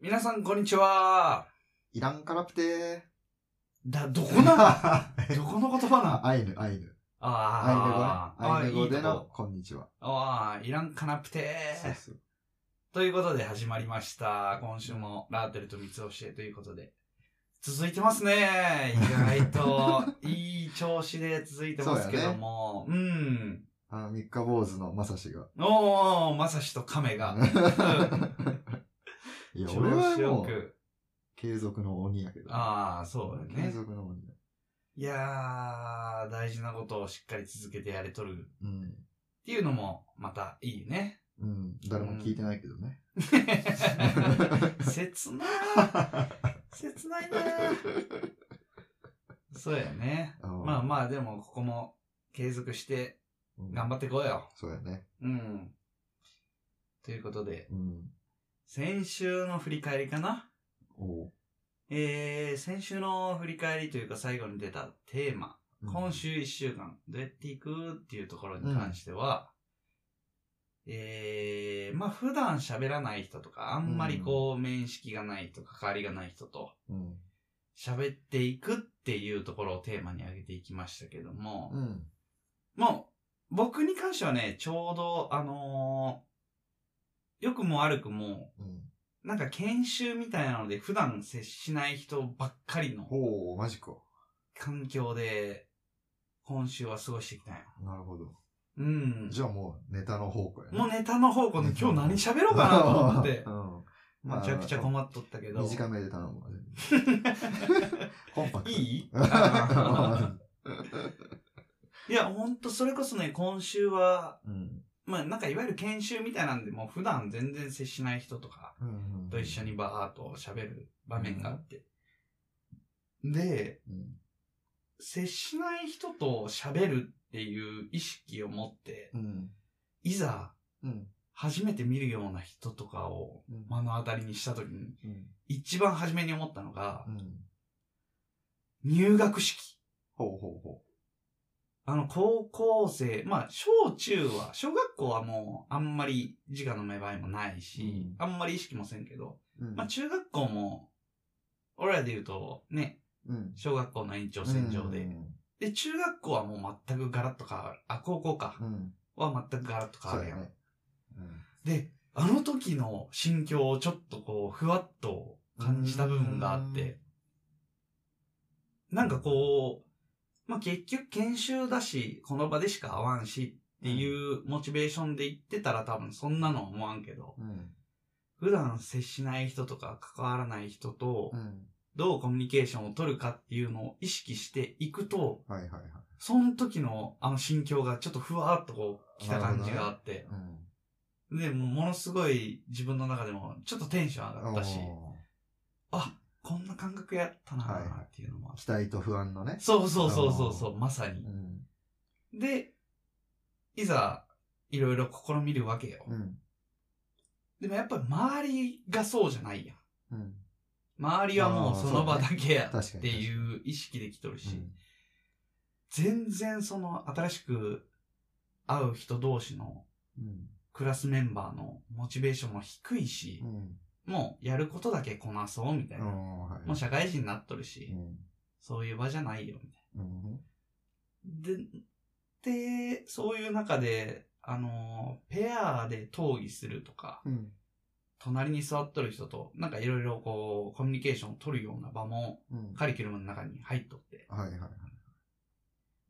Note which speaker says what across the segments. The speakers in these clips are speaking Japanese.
Speaker 1: 皆さん、こんにちは。
Speaker 2: いらんからプて
Speaker 1: だ、どこ
Speaker 2: ー。
Speaker 1: な
Speaker 2: え
Speaker 1: どこの言葉な
Speaker 2: アイヌ、アイヌ。
Speaker 1: ああ
Speaker 2: アイヌ語ね。アイヌ語で
Speaker 1: あいいと
Speaker 2: の
Speaker 1: こ
Speaker 2: こんにちは。
Speaker 1: ああ、いらんかなくて
Speaker 2: そうそう。
Speaker 1: ということで始まりました。今週もラーテルと三つ教えということで。続いてますね。意 外と、いい調子で続いてますけども。う
Speaker 2: あの、三日坊主のまさしが。
Speaker 1: ん。おー、まさしと亀 が。
Speaker 2: いや、
Speaker 1: 調
Speaker 2: 俺は
Speaker 1: 子よ
Speaker 2: もう、
Speaker 1: く。
Speaker 2: 継続の鬼やけど。
Speaker 1: ああ、そうだ
Speaker 2: 継
Speaker 1: ね。
Speaker 2: 続の鬼だ。
Speaker 1: いやー、大事なことをしっかり続けてやれとる
Speaker 2: うん。
Speaker 1: っていうのも、またいいね。
Speaker 2: うん。誰も聞いてないけどね。
Speaker 1: 切なー。切ないなー。そうやね。 まあまあ、でも、ここも継続して
Speaker 2: うん、
Speaker 1: 頑張ってこうよ。
Speaker 2: そうやね。
Speaker 1: うん。ということで、
Speaker 2: うん。
Speaker 1: 先週の振り返りかな
Speaker 2: おう
Speaker 1: えー、先週の振り返りというか最後に出たテーマ。今。週一週間、どうやっていくっていうところに関しては、えー、まあ普段喋らない人とか、あんまりこう、面識がない人、関わりがない人と、
Speaker 2: うん。
Speaker 1: 喋っていくっていうところをテーマに挙げていきましたけども、
Speaker 2: うん。
Speaker 1: もう、僕に関してはね、ちょうど、あのー良くも悪くも、
Speaker 2: うん。
Speaker 1: なんか研修みたいなので普段接しない人ばっかりの
Speaker 2: おおマジか。
Speaker 1: 環境で、今週は過ごしてきたよ。
Speaker 2: なるほど。
Speaker 1: うん。
Speaker 2: じゃあもう、ネタの方向やね。
Speaker 1: もうネタの方向で
Speaker 2: ネタ
Speaker 1: 今
Speaker 2: の
Speaker 1: 日何喋ろうかなと思って
Speaker 2: う、ん。まあ
Speaker 1: めちゃくちゃ困っとったけど。
Speaker 2: 短めで頼むわ。 コンパクト。
Speaker 1: いいあ
Speaker 2: う
Speaker 1: ーいや、ほんとそれこそね、今週は、
Speaker 2: ん。
Speaker 1: まあなんかいわゆる研修みたいなんで、もう普段全然接しない人とか
Speaker 2: うんうん
Speaker 1: と一緒にバーっと喋る場面があって。で、
Speaker 2: うん。
Speaker 1: 接しない人と喋るっていう意識を持って、
Speaker 2: うん。
Speaker 1: いざ
Speaker 2: うん。
Speaker 1: 初めて見るような人とかを
Speaker 2: うん
Speaker 1: 目の当たりにした時に、
Speaker 2: うん。
Speaker 1: 一番初めに思ったのが
Speaker 2: う、ん。
Speaker 1: 入学式。
Speaker 2: ほうほうほ
Speaker 1: あの、高校生、まあ、小中は、小学校はもう、あんまり自我の芽生えもないし、
Speaker 2: う
Speaker 1: あんまり意識もせんけど、
Speaker 2: う。うん
Speaker 1: まあ、中学校も、俺らで言うと、ね、
Speaker 2: うん。
Speaker 1: 小学校の延長線上で、
Speaker 2: うん。
Speaker 1: で、中学校はもう全くガラッと変わる。あ、高校か
Speaker 2: う。ん。
Speaker 1: は全くガラッと変
Speaker 2: そ
Speaker 1: わ
Speaker 2: う
Speaker 1: る
Speaker 2: や
Speaker 1: やん。
Speaker 2: ね。うん
Speaker 1: で、あの時の心境をちょっとこう、ふわっと感じた部分があって、なんかこう、まあ、結局研修だし、この場でしか会わんしっていうモチベーションで行ってたら多分そんなの思わんけど、
Speaker 2: うん。
Speaker 1: 普段接しない人とか関わらない人と
Speaker 2: う、ん。
Speaker 1: どうコミュニケーションを取るかっていうのを意識していくと、
Speaker 2: はいはいはい。
Speaker 1: その時のあの心境がちょっとふわっとこう来た感じがあって、
Speaker 2: うん。
Speaker 1: で、もうものすごい自分の中でもちょっとテンション上がったし、
Speaker 2: お
Speaker 1: あ、こんな感覚やったなーっていうのもあっ
Speaker 2: ー
Speaker 1: て、
Speaker 2: 期待と不安のね。
Speaker 1: そうそうそうそうそう、まさに
Speaker 2: う。ん。
Speaker 1: で、いざ、いろいろ試みるわけよ。
Speaker 2: うん。
Speaker 1: でもやっぱり周りがそうじゃないやん。
Speaker 2: うん。
Speaker 1: 周りはもう
Speaker 2: あー
Speaker 1: その場
Speaker 2: そう
Speaker 1: だ
Speaker 2: だ
Speaker 1: けや
Speaker 2: 確か
Speaker 1: っ
Speaker 2: に。
Speaker 1: ていうう意識できとるし、
Speaker 2: ん。
Speaker 1: 全然その新しく会う人同士の
Speaker 2: うん。
Speaker 1: クラスメンバーのモチベーションも低いし
Speaker 2: う、ん。
Speaker 1: もうやることだけこなそうみたいな。
Speaker 2: うん。はい。
Speaker 1: もう社会人になっとるし、
Speaker 2: うん。
Speaker 1: そういう場じゃないよみたいな。
Speaker 2: うん。
Speaker 1: で、で、そういう中で、あの、ペアで討議するとか、
Speaker 2: うん。
Speaker 1: 隣に座っとる人と、なんかいろいろこう、コミュニケーションを取るような場も、
Speaker 2: うん。
Speaker 1: カリキュラムの中に入っとって、
Speaker 2: はいはいはい。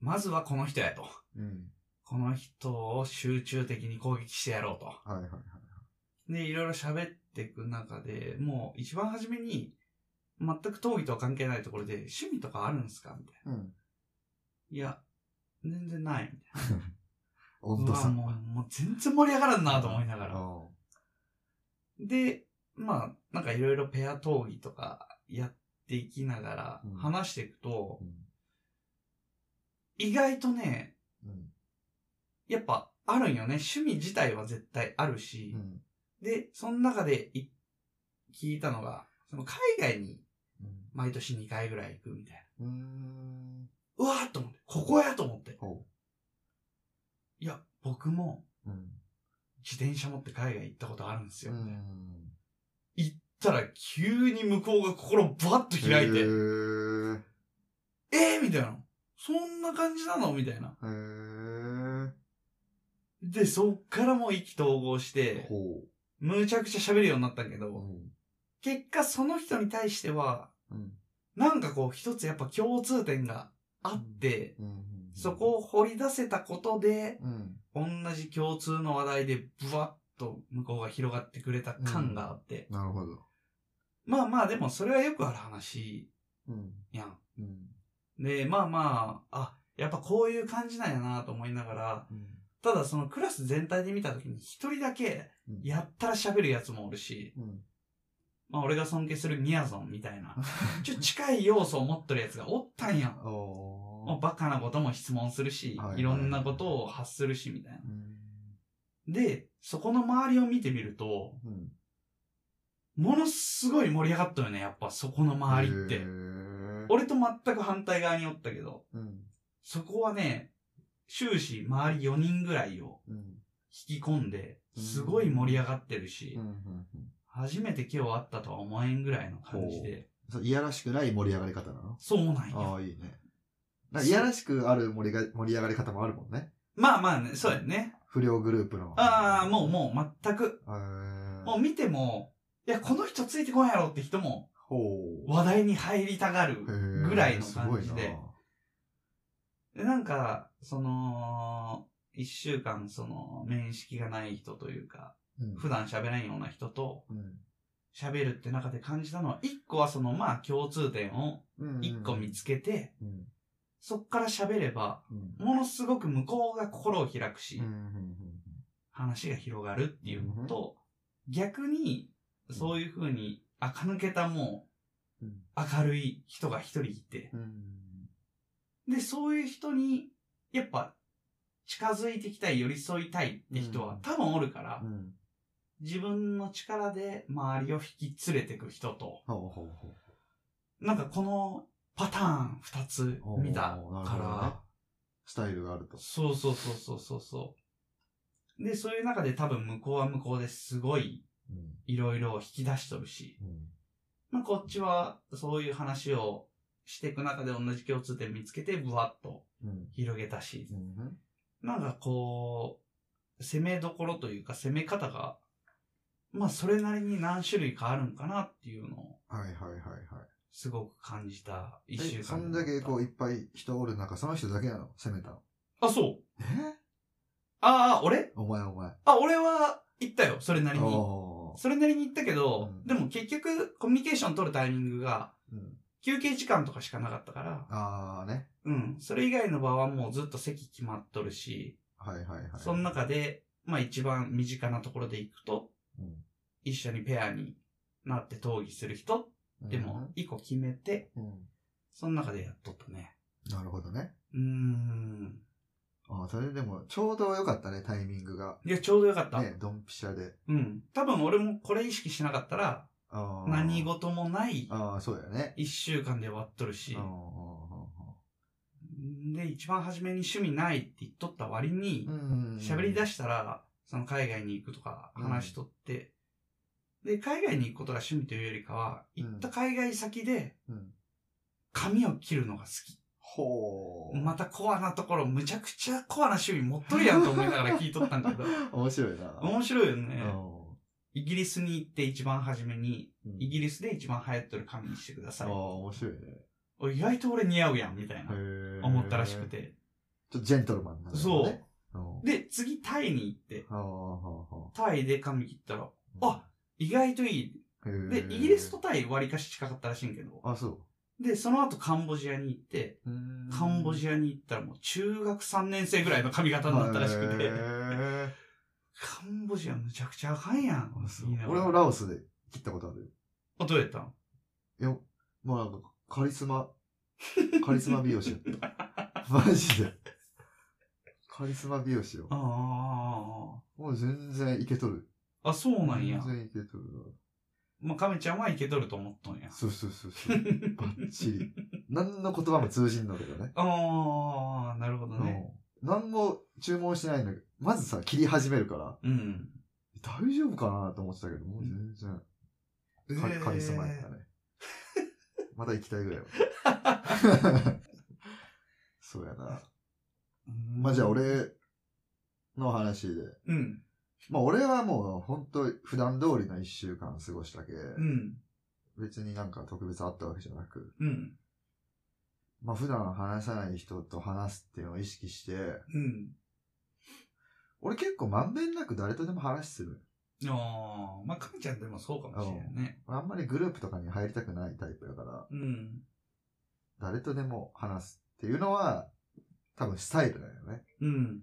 Speaker 1: まずはこの人やと。
Speaker 2: うん。
Speaker 1: この人を集中的に攻撃してやろうと。
Speaker 2: はいはいはい。
Speaker 1: で、いろいろ喋っていく中で、もう一番初めに、全く討議とは関係ないところで、趣味とかあるんすかみたいな。
Speaker 2: うん。
Speaker 1: いや、全然ない。みたい
Speaker 2: 温
Speaker 1: な。
Speaker 2: 度
Speaker 1: うわ
Speaker 2: 差。
Speaker 1: もう、もう全然盛り上がらんなと思いながら。
Speaker 2: うん
Speaker 1: で、まあ、なんかいろいろペア討議とかやっていきながら
Speaker 2: うん
Speaker 1: 話していくと、
Speaker 2: うん
Speaker 1: 意外とね、
Speaker 2: うん。
Speaker 1: やっぱあるんよね。趣味自体は絶対あるし、
Speaker 2: うん。
Speaker 1: で、その中でい聞いたのが、その海外に毎年2回ぐらい行くみたいな。
Speaker 2: うーん。
Speaker 1: うわーっと思って、ここやと思って。
Speaker 2: ほ
Speaker 1: いや、僕も
Speaker 2: う。うん。
Speaker 1: 自転車持って海外行ったことあるんです
Speaker 2: う
Speaker 1: よ。
Speaker 2: ん。
Speaker 1: 行っったら急に向こうが心をバッと開いて
Speaker 2: へ、ー
Speaker 1: えー、みたいな。そんな感じなのみたいな。
Speaker 2: へ
Speaker 1: で、そっからもう意気投合し
Speaker 2: ー
Speaker 1: て、
Speaker 2: ほ
Speaker 1: むちゃくちゃ喋るようになったけ
Speaker 2: う。う
Speaker 1: ど、
Speaker 2: ん
Speaker 1: 結果その人に対しては、
Speaker 2: うん
Speaker 1: なんかこう一つやっぱ共通点があって、
Speaker 2: うんうん
Speaker 1: そこを掘り出せたことで、
Speaker 2: うん
Speaker 1: 同じ共通の話題でブワッと向こうが広がってくれた感があって、
Speaker 2: なるほど。
Speaker 1: まあまあでもそれはよくある話
Speaker 2: うん
Speaker 1: やん。
Speaker 2: うん
Speaker 1: で、まあまあ、あ、やっぱこういう感じなんやなと思いながら、ただそのクラス全体で見た時に一人だけ、
Speaker 2: うん
Speaker 1: やったら喋るやつもおるし、
Speaker 2: うん
Speaker 1: まあ俺が尊敬するみやぞんみたい な、ちょっと近い要素を持ってるやつがおったんやん。
Speaker 2: お
Speaker 1: もうバカなことも質問するし
Speaker 2: はいは、い
Speaker 1: いろんなことを発するしみたいな。
Speaker 2: ー
Speaker 1: で、そこの周りを見てみると、
Speaker 2: うん
Speaker 1: ものすごい盛り上がったよね、やっぱそこの周りっ
Speaker 2: へ
Speaker 1: て。
Speaker 2: ー
Speaker 1: 俺と全く反対側におったけど、
Speaker 2: うん
Speaker 1: そこはね、終始周り4人ぐらいを
Speaker 2: うん
Speaker 1: 引き込んで、すごい盛り上がってるし
Speaker 2: うんう、んうん
Speaker 1: 初めて今日会ったとは思えんぐらいの感じで、
Speaker 2: そういやらしくない盛り上がり方なの
Speaker 1: そうなん
Speaker 2: あ
Speaker 1: や。
Speaker 2: あ、いいね。なんかいやらしくある盛りが盛り上がり方もあるもんね。
Speaker 1: まあまあね、そうやね。
Speaker 2: 不良グループの。
Speaker 1: ああ、もうもう全く、
Speaker 2: う。
Speaker 1: もう見ても、いや、この人ついてこんやろって人も
Speaker 2: ほう。
Speaker 1: 話題に入りたがるぐらいの感じ
Speaker 2: へー
Speaker 1: で。で、なんか、その、一週間、その、面識がない人というか、
Speaker 2: すご
Speaker 1: 普
Speaker 2: いな
Speaker 1: 段喋らんような人と
Speaker 2: うん。
Speaker 1: 喋るって中で感じたのは、一個はその、まあ、共通点を
Speaker 2: うん。
Speaker 1: 一個見つけて、
Speaker 2: うん。
Speaker 1: そっから喋れば、
Speaker 2: うん。
Speaker 1: ものすごく向こうが心を開くし、
Speaker 2: うん。
Speaker 1: 話が広がるっていうのと、逆に、そういう風に、垢抜けたもう
Speaker 2: うん、
Speaker 1: 明るい人が一人いて、
Speaker 2: うん。
Speaker 1: で、そういう人に、やっぱ、近づいてきたい、寄り添いたいって人
Speaker 2: う
Speaker 1: は
Speaker 2: ん
Speaker 1: 多分おるから、
Speaker 2: うん。
Speaker 1: 自分の力で周りを引き連れてく人と、
Speaker 2: ほうほうほう。
Speaker 1: なんかこのパターン二つ見た
Speaker 2: おーなる
Speaker 1: か
Speaker 2: ほどね
Speaker 1: ら、
Speaker 2: スタイルがあると。
Speaker 1: そうそうそうそうそうそう。で、そういう中で多分向こうは向こうですごい
Speaker 2: うん。
Speaker 1: いろいろ引き出しとるし、
Speaker 2: うん。
Speaker 1: まあこっちはそういう話をしていく中で同じ共通点見つけてブワッと
Speaker 2: うん。
Speaker 1: 広げたし
Speaker 2: う、ん。
Speaker 1: なんかこう、攻めどころというか攻め方が、まあそれなりに何種類かあるんかなっていうのを
Speaker 2: はいはいはいはい。
Speaker 1: すごく感じた一週間
Speaker 2: え、そんだけこういっぱい人おる中、その人だけなの攻めたの。
Speaker 1: あ、そう。
Speaker 2: え
Speaker 1: ああ、俺
Speaker 2: お前お前。
Speaker 1: あ、俺は行ったよ、それなりに。
Speaker 2: おー
Speaker 1: それなりに行ったけど、
Speaker 2: うん
Speaker 1: でも結局コミュニケーション取るタイミングが
Speaker 2: うん。
Speaker 1: 休憩時間とかしかなかったから、
Speaker 2: ああね。
Speaker 1: うん、それ以外の場はもうずっと席決まっとるし、
Speaker 2: はいはいはい。
Speaker 1: その中で、まあ一番身近なところで行くと、
Speaker 2: うん。
Speaker 1: 一緒にペアになって討議する人でも、一個決めて、
Speaker 2: うん、うん。
Speaker 1: その中でやっとったね。
Speaker 2: なるほどね。
Speaker 1: うーん。
Speaker 2: ああ、それでも、ちょうど良かったね、タイミングが。
Speaker 1: いや、ちょうどよかった。
Speaker 2: ね、ドンピシャで。
Speaker 1: うん。多分俺もこれ意識しなかったら、
Speaker 2: ああ
Speaker 1: 何事もない
Speaker 2: ああ、そうだよね。
Speaker 1: 一週間で終わっとるし
Speaker 2: ああ、
Speaker 1: で、一番初めに趣味ないって言っとった割に
Speaker 2: う、ん。
Speaker 1: 喋り出
Speaker 2: し、
Speaker 1: したら、その海外に行くとか
Speaker 2: うん
Speaker 1: 話しとって、で、海外に行くことが趣味というよりかは、
Speaker 2: うん
Speaker 1: 行った海外先で
Speaker 2: うん、
Speaker 1: 髪を切るのが好き。
Speaker 2: ほう。
Speaker 1: またコアなところ、むちゃくちゃコアな趣味持っとるやんと思いながら聞いとったんだ けど。
Speaker 2: 面白いな。
Speaker 1: 面白いよね。
Speaker 2: うん
Speaker 1: イギリスに行って一番初めに、
Speaker 2: うん
Speaker 1: イギリスで一番流行ってる髪にしてくださ
Speaker 2: あ
Speaker 1: い
Speaker 2: あ、。面白いね。
Speaker 1: お意外と俺似合うやん、みたいな、
Speaker 2: へえ
Speaker 1: 思ったらしく。て。
Speaker 2: ちょっとジェントルマンなんだよね。そう。
Speaker 1: で、次タイに行って、
Speaker 2: ああ、あ
Speaker 1: タイで髪切ったら、
Speaker 2: あ、あ
Speaker 1: あ意外といい。
Speaker 2: あ。
Speaker 1: で、
Speaker 2: で
Speaker 1: イギリスと。タイ割かし近かったらしいんけど。
Speaker 2: あ、そ
Speaker 1: で、その後カンボジアに行って、
Speaker 2: う。うん
Speaker 1: カンボジアに行ったらもう中学3年生ぐらいの髪型になったらしく
Speaker 2: へ
Speaker 1: て、
Speaker 2: え
Speaker 1: カンボジアむちゃくちゃあかんやん
Speaker 2: あそ。う
Speaker 1: 言いなが
Speaker 2: 俺
Speaker 1: ら
Speaker 2: もラオスで切ったことあるよ。
Speaker 1: あ、どうやったん
Speaker 2: いや、まあなんか、カリ スマ、カリスマ美容師やった。マジで。カリスマ美容師よ
Speaker 1: あ。あ
Speaker 2: もう全然いけとる。
Speaker 1: あ、あ、そうなんや
Speaker 2: 全。然いけとる
Speaker 1: まあ、亀ちゃんはいけとると思っとんや
Speaker 2: な。。そうそうそうそう。バッチ リ。何の言葉も通じんのだよね。
Speaker 1: ああ、なるほどね。
Speaker 2: うん。何も注文してないんだけど、まずさ、切り始めるから、
Speaker 1: うん。
Speaker 2: 大丈夫かなと思ってたけど、もう全然。カリ
Speaker 1: えー
Speaker 2: カリスマやったね。 また行きたいぐらいは。 そうやな。まあ、じゃあ俺の話で。
Speaker 1: うん。
Speaker 2: まあ俺はもう本当普段通りの一週間過ごしたけ、
Speaker 1: うん。
Speaker 2: 別になんか特別あったわけじゃなく、
Speaker 1: うん。
Speaker 2: まあ普段話さない人と話すっていうのを意識して、
Speaker 1: うん。
Speaker 2: 俺結構まんべんなく誰とでも話する。
Speaker 1: ああ、まあ、かみちゃんでもそうかもしれないね。
Speaker 2: 俺あんまりグループとかに入りたくないタイプだから、
Speaker 1: うん。
Speaker 2: 誰とでも話すっていうのは多分スタイルだよね。
Speaker 1: うん。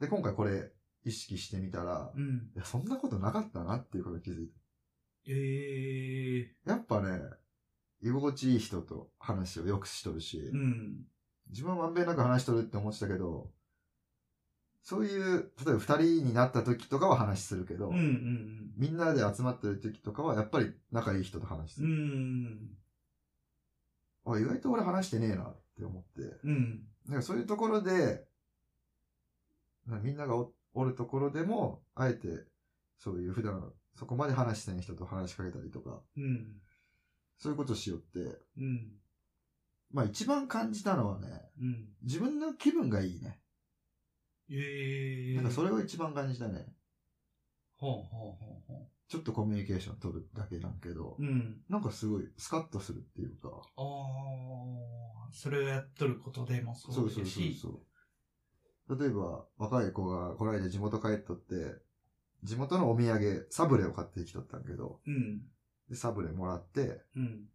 Speaker 2: で、今回これ意識してみたら、
Speaker 1: うん。
Speaker 2: いや、そんなことなかったなっていうことに気づい
Speaker 1: ええ
Speaker 2: た。やっぱね、居心地いい人と話をよくしとるし、
Speaker 1: うん。
Speaker 2: 自分はまんべんなく話しとるって思ってたけど、そういう、例えば二人になった時とかは話するけど、
Speaker 1: うん。うん。
Speaker 2: みんなで集まってる時とかはやっぱり仲いい人と話す
Speaker 1: う
Speaker 2: る。
Speaker 1: ん。
Speaker 2: あ意外と俺話してねえなって思って、
Speaker 1: うん。
Speaker 2: なんかそういうところで、なんかみんながおおるところでも、あえて、そういう普段、そこまで話してない人と話しかけたりとか、
Speaker 1: うん。
Speaker 2: そういうことしよって、
Speaker 1: うん。
Speaker 2: まあ一番感じたのはね、
Speaker 1: うん。
Speaker 2: 自分の気分がいいね。
Speaker 1: ええ
Speaker 2: なんかそれを一番感じたね。
Speaker 1: ほうほうほうほ
Speaker 2: ちょっとコミュニケーション取るだけなんけど
Speaker 1: う。、うん。
Speaker 2: なんかすごいスカッとするっていうか、
Speaker 1: ああ、それをやっとることでもそう
Speaker 2: そ
Speaker 1: で
Speaker 2: う
Speaker 1: す
Speaker 2: そう
Speaker 1: し。
Speaker 2: そう。例えば、若い子がこの間地元帰っとって、地元のお土産、サブレを買ってきとったんけど、
Speaker 1: うん。
Speaker 2: でサブレもらって、
Speaker 1: うん。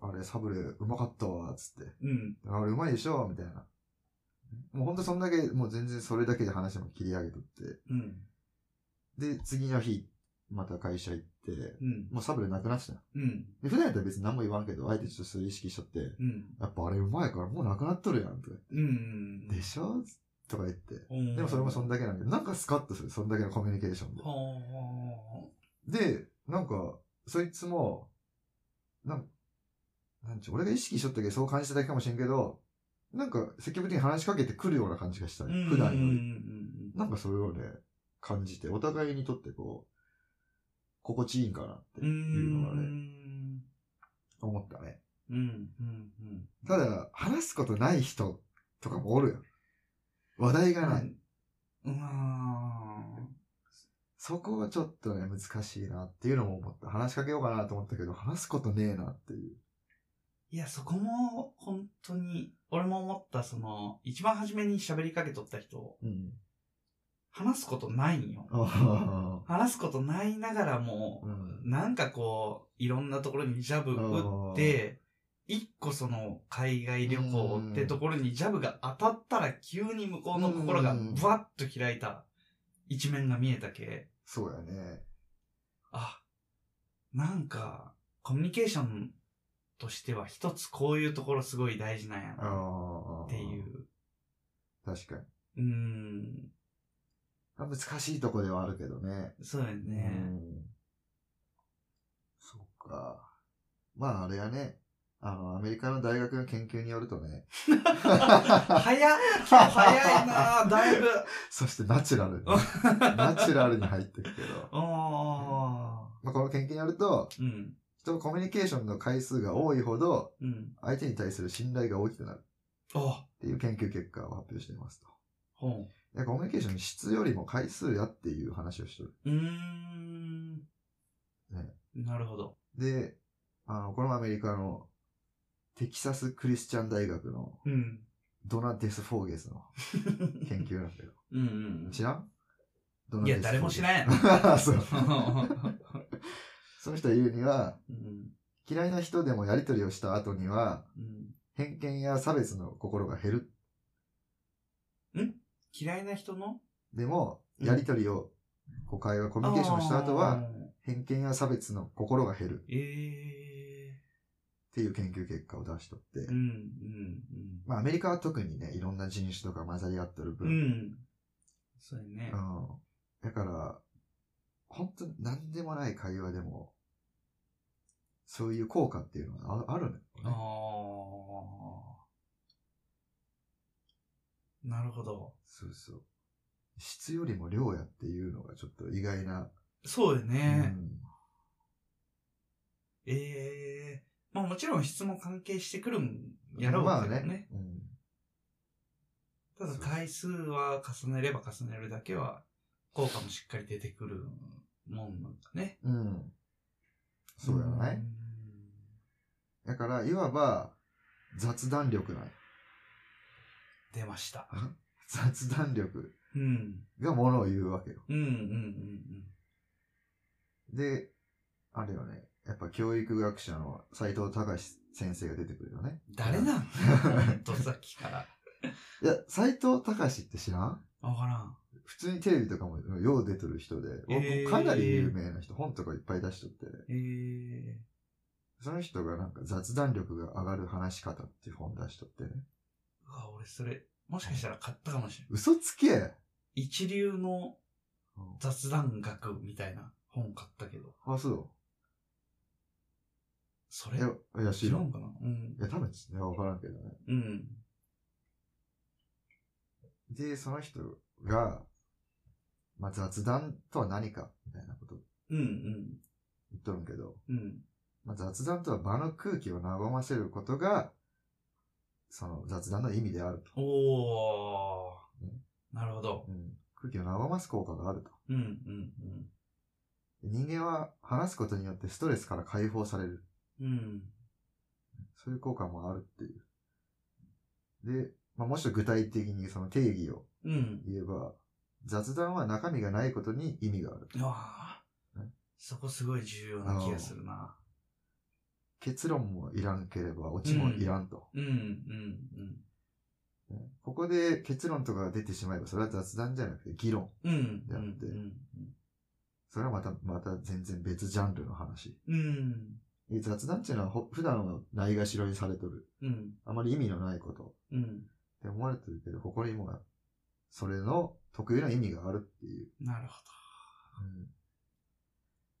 Speaker 2: あれサブレうまかったわ、つって。
Speaker 1: うん。
Speaker 2: あれうまいでしょ、みたいな。もうほんとそんだけ、もう全然それだけで話も切り上げとって。
Speaker 1: うん。
Speaker 2: で、次の日、また会社行って、
Speaker 1: うん。
Speaker 2: もうサブレなくなっちゃう。
Speaker 1: うん。
Speaker 2: で普段やったら別に何も言わんけど、相手ちょっとそれ意識しちゃって、
Speaker 1: うん。
Speaker 2: やっぱあれうまいからもうなくなっとるやん、とか
Speaker 1: うん。
Speaker 2: 言って。でしょとか言って。
Speaker 1: うん
Speaker 2: でもそれもそんだけなんで、なんかスカッとする、そんだけのコミュニケーションで。
Speaker 1: は
Speaker 2: で、なんか、そいつも、なん、なんちゅう、俺が意識しとったけどそう感じただけかもしれんけど、なんか積極的に話しかけてくるような感じがした、
Speaker 1: あ。
Speaker 2: ね、普段より。
Speaker 1: り
Speaker 2: なんかそれをね、感じて、お互いにとってこう、心地いいんかなって
Speaker 1: う
Speaker 2: いうのがね、
Speaker 1: ん。
Speaker 2: 思ったね。
Speaker 1: うん。うん。うん。
Speaker 2: ただ、話すことない人とかもおるよ。話題がない。
Speaker 1: うーん。
Speaker 2: そこはちょっとね、難しいなっていうのも思った。話しかけようかなと思ったけど、話すことねえなっていう。
Speaker 1: いや、そこも、本当に、俺も思った、その、一番初めに喋りかけとった人、
Speaker 2: うん。
Speaker 1: 話すことないんよ。
Speaker 2: あ
Speaker 1: 話すことないながら
Speaker 2: あ。
Speaker 1: も、
Speaker 2: うん。
Speaker 1: なんかこう、いろんなところにジャブ打って、一個その、海外旅行ってところにジャブが当たったら、急に向こうの心が
Speaker 2: うん
Speaker 1: ブワッと開いた一面が見えたけ、
Speaker 2: そうやね。
Speaker 1: あ、なんか、コミュニケーションとしては一つこういうところすごい大事なんや
Speaker 2: あ
Speaker 1: な、
Speaker 2: あ。
Speaker 1: っていう。。
Speaker 2: 確かに。
Speaker 1: うーん、
Speaker 2: 難しいとこではあるけどね。
Speaker 1: そうやね。
Speaker 2: うん。そっか。まあ、あれやね。あの、アメリカの大学の研究によるとね。
Speaker 1: 早 っ早いなあだいぶ。
Speaker 2: そしてナチュラルに。 ナチュラルに入ってくけど。
Speaker 1: あ
Speaker 2: まあ、この研究によると、
Speaker 1: ーうん、
Speaker 2: 人のコミュニケーションの回数が多いほど、
Speaker 1: うん。
Speaker 2: 相手に対する信頼が大きくなる
Speaker 1: あ、
Speaker 2: っていう研究結果を発表していますと。
Speaker 1: ほん。
Speaker 2: いやコミュニケーションの質よりも回数やっていう話をしてる。
Speaker 1: うーん。
Speaker 2: ね
Speaker 1: なるほど。
Speaker 2: で、あの、このアメリカのテキサスクリスチャン大学の
Speaker 1: うん。
Speaker 2: ドナテス・フォー ゲスの研究なんだけど。
Speaker 1: うんうん
Speaker 2: 知らんド
Speaker 1: うん。いや、誰も知らんやろ。
Speaker 2: ん。 そう。
Speaker 1: う
Speaker 2: その人が言うには、
Speaker 1: ん。
Speaker 2: 嫌いな人でもやりとりをした後には、
Speaker 1: うん
Speaker 2: 偏見や差別の心が減る。
Speaker 1: 嫌いな人の
Speaker 2: でも、
Speaker 1: うん
Speaker 2: やりとりを、こう会話、コミュニケーションした後
Speaker 1: あ
Speaker 2: は、
Speaker 1: ー。
Speaker 2: 偏見や差別の心が減る
Speaker 1: ええ
Speaker 2: っていう研究結果を出しとって、
Speaker 1: ー。うん、
Speaker 2: まあアメリカは特にね、いろんな人種とか混ざり合ってる
Speaker 1: うん、う
Speaker 2: 分、
Speaker 1: ん。うん。そうやね
Speaker 2: う。んだから、本当何でもない会話でも、そういう効果っていうのはああるのよ
Speaker 1: あ
Speaker 2: ね。
Speaker 1: あ。なるほど。
Speaker 2: そうそう。質よりも量やっていうのがちょっと意外な。
Speaker 1: そうよね。
Speaker 2: うん
Speaker 1: ええまあもちろん質も関係してくるんやろうけどね。ね
Speaker 2: うん。
Speaker 1: ただ回数は重ねれば重ねるだけは、効果もしっかり出てくるもんなんだね。
Speaker 2: うん。そうやない、
Speaker 1: ん
Speaker 2: だから、いわば、雑談力ない。
Speaker 1: 出ました。
Speaker 2: 雑談力
Speaker 1: うん。
Speaker 2: がものを言うわけよ。
Speaker 1: うんうんうん
Speaker 2: で、あれよね。やっぱ教育学者の斎藤隆先生が出てくるよね。
Speaker 1: うん。誰なん とさっきから。
Speaker 2: いや、斎藤隆って知らん
Speaker 1: わからん。
Speaker 2: 普通にテレビとかもよう出とる人で、
Speaker 1: えー
Speaker 2: かなり有名な人、本とかいっぱい出しとって、
Speaker 1: ええ
Speaker 2: その人がなんか雑談力が上がる話し方っていう本出しとってね。
Speaker 1: うわ、俺それ、もしかしたら買ったかもしれない。
Speaker 2: 嘘つけ
Speaker 1: 一流の雑談学みたいな本買ったけど。
Speaker 2: あ、そ。
Speaker 1: そうれ
Speaker 2: いや、いや、知
Speaker 1: 違
Speaker 2: ら。
Speaker 1: うんんかなうん
Speaker 2: い。や、多分、いや、わからんけどね。
Speaker 1: うん。
Speaker 2: で、その人が、まあ、雑談とは何か、みたいなこと
Speaker 1: うん
Speaker 2: 言っとるんけど、
Speaker 1: うん。うん。
Speaker 2: まあ、雑談とは場の空気を和ませることが、その雑談の意味であると。
Speaker 1: おー
Speaker 2: ね。
Speaker 1: なるほど。
Speaker 2: うん、空気を和ます効果があると。
Speaker 1: うんうん
Speaker 2: 人間は話すことによってストレスから解放される。
Speaker 1: うん。うん。
Speaker 2: そういう効果もあるっていう。で、まあ、もうちょっと具体的にその定義を
Speaker 1: うん。
Speaker 2: 言えば、雑談は中身がないことに意味がある。
Speaker 1: うわー
Speaker 2: ね
Speaker 1: そこすごい重要な気がするな。
Speaker 2: 結論もいらんければ、オチもいらんと。
Speaker 1: うんうん
Speaker 2: ねここで結論とかが出てしまえば、それは雑談じゃなくて議論。
Speaker 1: うん。うん。
Speaker 2: だってそれはまた、また全然別ジャンルの話。
Speaker 1: うん。うん。
Speaker 2: で雑談っていうのはほ普段はないがしろにされとる。
Speaker 1: うん。
Speaker 2: あまり意味のないこと。
Speaker 1: うん。
Speaker 2: って思われてるけど、ここにも、それの特有な意味があるっていう。
Speaker 1: なるほ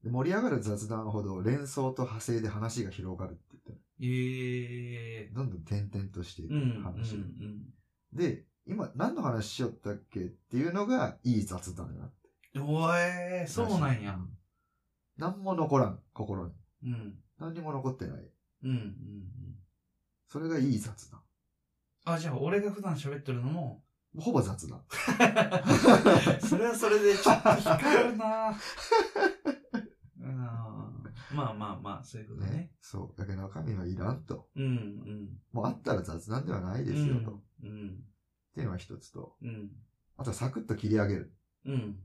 Speaker 2: で盛り上がる雑談ほど連想と派生で話が広がるって言ってる
Speaker 1: ど。ええ
Speaker 2: どんどん点々としていく
Speaker 1: うん。うん。
Speaker 2: 話、
Speaker 1: うん
Speaker 2: で、今何の話しよったっけっていうのがいい雑談になって
Speaker 1: おえー、そうなんや。
Speaker 2: 何も残らん、心に。
Speaker 1: うん。
Speaker 2: 何にも残ってない。
Speaker 1: うん。うん。うん
Speaker 2: それがいい雑談。
Speaker 1: あ、じゃあ俺が普段喋ってるの も、
Speaker 2: ほぼ雑談。
Speaker 1: それはそれでちょっと惹かれるなうん。まあまあまあ、そういうことね。
Speaker 2: ね。そう。だけど中身はいらんと。
Speaker 1: うんうん。
Speaker 2: もうあったら雑談ではないですよと。っ
Speaker 1: うん。
Speaker 2: ていうのが一つと。
Speaker 1: うん。
Speaker 2: あとはサクッと切り上げる。
Speaker 1: うん。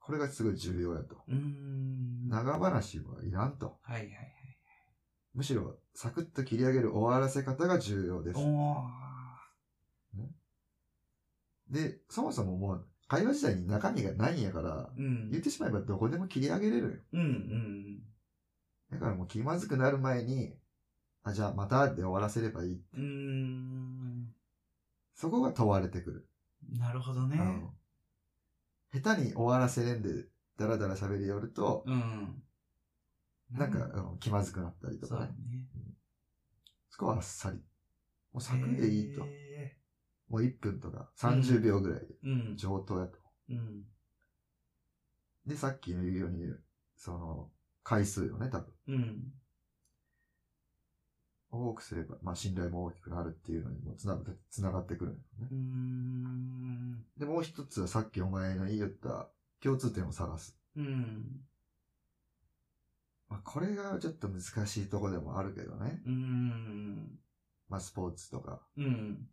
Speaker 2: これがすごい重要やと。
Speaker 1: うん。はい
Speaker 2: 長話はいらんと。
Speaker 1: はいはい。
Speaker 2: むしろ、サクッと切り上げる終わらせ方が重要です。
Speaker 1: おー。
Speaker 2: で、そもそももう、会話自体に中身がないんやから、
Speaker 1: うん。
Speaker 2: 言ってしまえばどこでも切り上げれるよ。
Speaker 1: うんうん
Speaker 2: だからもう気まずくなる前に、あ、じゃあまたで終わらせればいい。
Speaker 1: うん。うーん。
Speaker 2: そこが問われてくる。
Speaker 1: なるほどね
Speaker 2: あ。の下手に終わらせれんで、だらだら喋り寄ると、
Speaker 1: うん。
Speaker 2: なんか、あの気まずくなったりと
Speaker 1: そう
Speaker 2: か
Speaker 1: だ
Speaker 2: ね
Speaker 1: ね。。
Speaker 2: そこはあっさり。もうサクッでいいと。
Speaker 1: へ
Speaker 2: もう1分とか30秒ぐらいで
Speaker 1: ーうん。
Speaker 2: 上等やと。
Speaker 1: うん。
Speaker 2: で、さっきの言うように、その、回数よね、多分。
Speaker 1: うん。
Speaker 2: 多くすれば、まあ、信頼も大きくなるっていうのにもつながつながってくるんだよね
Speaker 1: う。ーん。
Speaker 2: で、もう一つはさっきお前の言いよった共通点を探す。
Speaker 1: うん。
Speaker 2: まあ、これがちょっと難しいとこでもあるけどね。
Speaker 1: うん。
Speaker 2: まあ、スポーツとか、
Speaker 1: うん。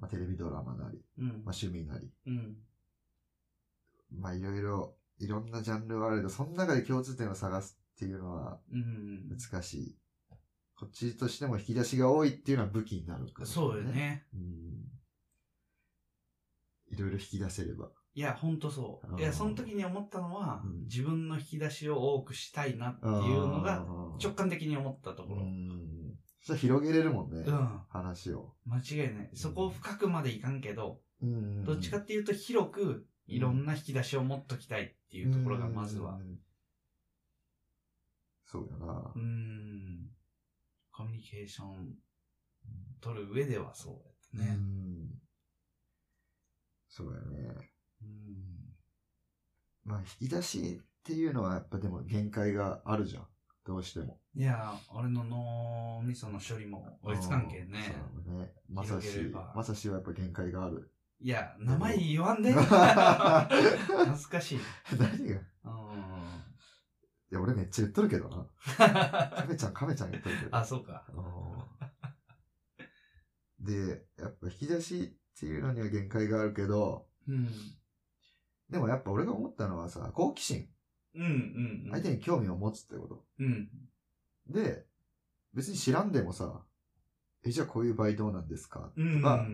Speaker 2: まあ、テレビドラマなり、
Speaker 1: うん
Speaker 2: まあ、。趣味なり、
Speaker 1: うん。
Speaker 2: まあ、いろいろ、いろんなジャンルはあるけど、その中で共通点を探すっていうのは
Speaker 1: うん。
Speaker 2: 難しい。こっちとしても引き出しが多いっていうのは武器になるから、
Speaker 1: そうよ。ね。
Speaker 2: うん。いろいろ引き出せれば。
Speaker 1: いや、ほんとそうう。
Speaker 2: ん
Speaker 1: いや、その時に思ったのは、
Speaker 2: うん
Speaker 1: 自分の引き出しを多くしたいなっていうのが、
Speaker 2: うん
Speaker 1: 直感的に思ったとこ
Speaker 2: う
Speaker 1: ろ。
Speaker 2: ん。そしたら広げれるもんね。
Speaker 1: うん。
Speaker 2: 話を。
Speaker 1: 間違いない。そこを深くまでいかんけど、
Speaker 2: うん
Speaker 1: どっちかっていうと広く、いろんな引き出しを持っときたいって
Speaker 2: て
Speaker 1: いうところが、まずは。。
Speaker 2: そうやな
Speaker 1: うー。ん。コミュニケーション取る上ではそうやったね。
Speaker 2: うん。そうやね。
Speaker 1: うん。
Speaker 2: まあ、引き出しっていうのはやっぱでも限界があるじゃん。どうしても。
Speaker 1: いやー、俺の脳みその処理も追いつかんけんね。
Speaker 2: うん。そうだね。まさし
Speaker 1: 広げれば、
Speaker 2: まさしはやっぱ限界がある。
Speaker 1: いや、名前言わんで。
Speaker 2: でも
Speaker 1: 恥ずかしい。
Speaker 2: 誰がい
Speaker 1: うんうんうん
Speaker 2: や、俺めっちゃ言っとるけどな。亀ちゃん、亀ちゃん言っとるけど。
Speaker 1: あ、そうか。
Speaker 2: うんで、やっぱ引き出しっていうのには限界があるけど、
Speaker 1: うん。
Speaker 2: でもやっぱ俺が思ったのはさ、好奇心。
Speaker 1: うんうんうん。
Speaker 2: 相手に興味を持つってこと。
Speaker 1: うん。
Speaker 2: で、別に知らんでもさ、え、じゃあこういう場合どうなんですか
Speaker 1: うん。うん。
Speaker 2: まあ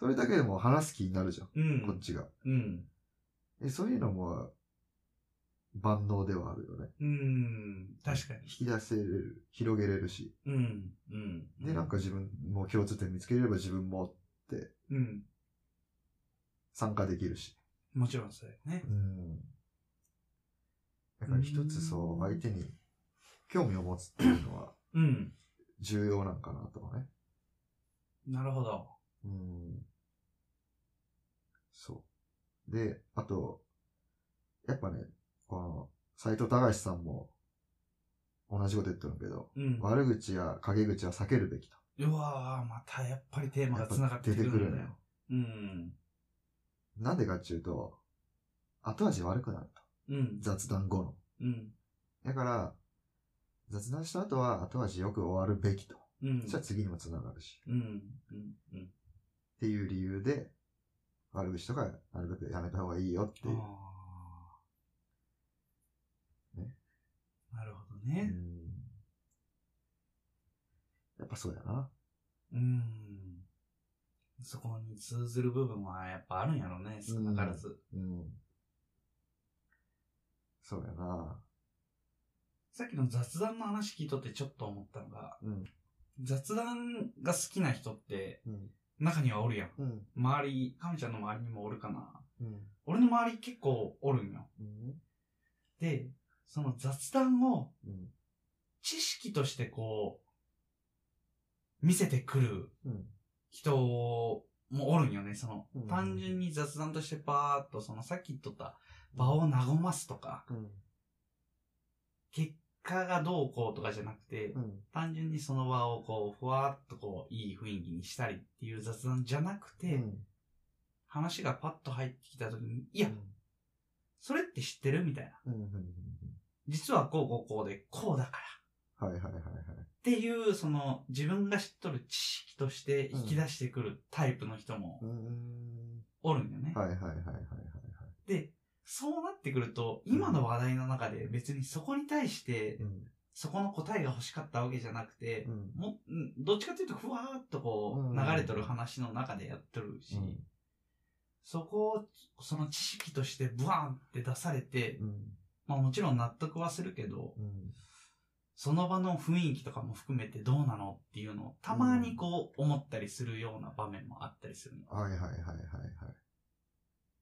Speaker 2: それだけでも話す気になるじゃん、
Speaker 1: うん。
Speaker 2: こっちが。
Speaker 1: うん。
Speaker 2: え、そういうのも、万能ではあるよね。
Speaker 1: うん。確かに。
Speaker 2: 引き出せれる、広げれるし。
Speaker 1: うん。うん。
Speaker 2: で、なんか自分も共通点見つけれれば自分も
Speaker 1: うん。
Speaker 2: 参加できるし。
Speaker 1: もちろんそうだよね。
Speaker 2: うん。だから一つそうう、
Speaker 1: ん
Speaker 2: 相手に興味を持つっていうのは
Speaker 1: うん。
Speaker 2: 重要なんかなとかね。
Speaker 1: なるほど。
Speaker 2: うん。そう。で、あと、やっぱね、この、斎藤隆さんも同じこと言ってるけど、
Speaker 1: うん。
Speaker 2: 悪口や陰口は避けるべきと。
Speaker 1: うわー、またやっぱりテーマ
Speaker 2: や
Speaker 1: が
Speaker 2: っぱ
Speaker 1: 繋がってくるんだよ。
Speaker 2: 出のよ。
Speaker 1: うん。
Speaker 2: なんでかっていうと、後味悪くなると。
Speaker 1: うん。
Speaker 2: 雑談後の。
Speaker 1: うん。
Speaker 2: だから、雑談した後は後味よく終わるべきと。
Speaker 1: うん。
Speaker 2: そしたら次にも繋がるし。
Speaker 1: うん。うん。うん。
Speaker 2: っていう理由で、悪口とかなるべくやめた方がいいよっていう。
Speaker 1: あー
Speaker 2: ね
Speaker 1: なるほど
Speaker 2: う
Speaker 1: ね。
Speaker 2: んやっぱそうやな。
Speaker 1: うん。そこに通ずる部分はやっぱあるんやろね、少なからず。
Speaker 2: うん。そうやな。
Speaker 1: さっきの雑談の話聞いとってちょっと思ったのが、
Speaker 2: うん。
Speaker 1: 雑談が好きな人って
Speaker 2: うん。
Speaker 1: 中にはおるやん。
Speaker 2: うん。
Speaker 1: 周り、亀ちゃんの周りにもおるかな。
Speaker 2: うん。
Speaker 1: 俺の周り結構おるんよ。
Speaker 2: うん。
Speaker 1: で、その雑談を
Speaker 2: うん。
Speaker 1: 知識としてこう、見せてくる
Speaker 2: うん。
Speaker 1: 人もおるんよね。その
Speaker 2: う、ん
Speaker 1: 単純に雑談としてパーっと、そのさっき言っとった場を和ますとか、
Speaker 2: うん。
Speaker 1: 結果がどうこうとかじゃなくて
Speaker 2: う、ん。
Speaker 1: 単純にその場をこう、ふわっとこう、いい雰囲気にしたりっていう雑談じゃなくて、話がパッと入ってきた時に、いや、それって知ってるみたいな。
Speaker 2: うん。うん。
Speaker 1: 実はこうこうこうで、こうだから。
Speaker 2: はいはいはいはい。
Speaker 1: っていう、その、自分が知っとる知識として引き出してくるタイプの人も
Speaker 2: うん。
Speaker 1: おるんよね。
Speaker 2: はいはいはいはいはい。
Speaker 1: で、そうなってくると、今の話題の中で別にそこに対して、
Speaker 2: ん。
Speaker 1: そこの答えが欲しかったわけじゃなくて
Speaker 2: う、ん。
Speaker 1: もうんどっちかというと、ふわーっとこ
Speaker 2: うん
Speaker 1: う、流れとる話の中でやっとるし、そこを、その知識としてブワーンって出されて、
Speaker 2: うん。
Speaker 1: まあもちろん納得はするけど、
Speaker 2: うん。
Speaker 1: その場の雰囲気とかも含めてどうなのっていうのをたまにこう思ったりするような場面もあったりするの。
Speaker 2: はいはいはいはいはい。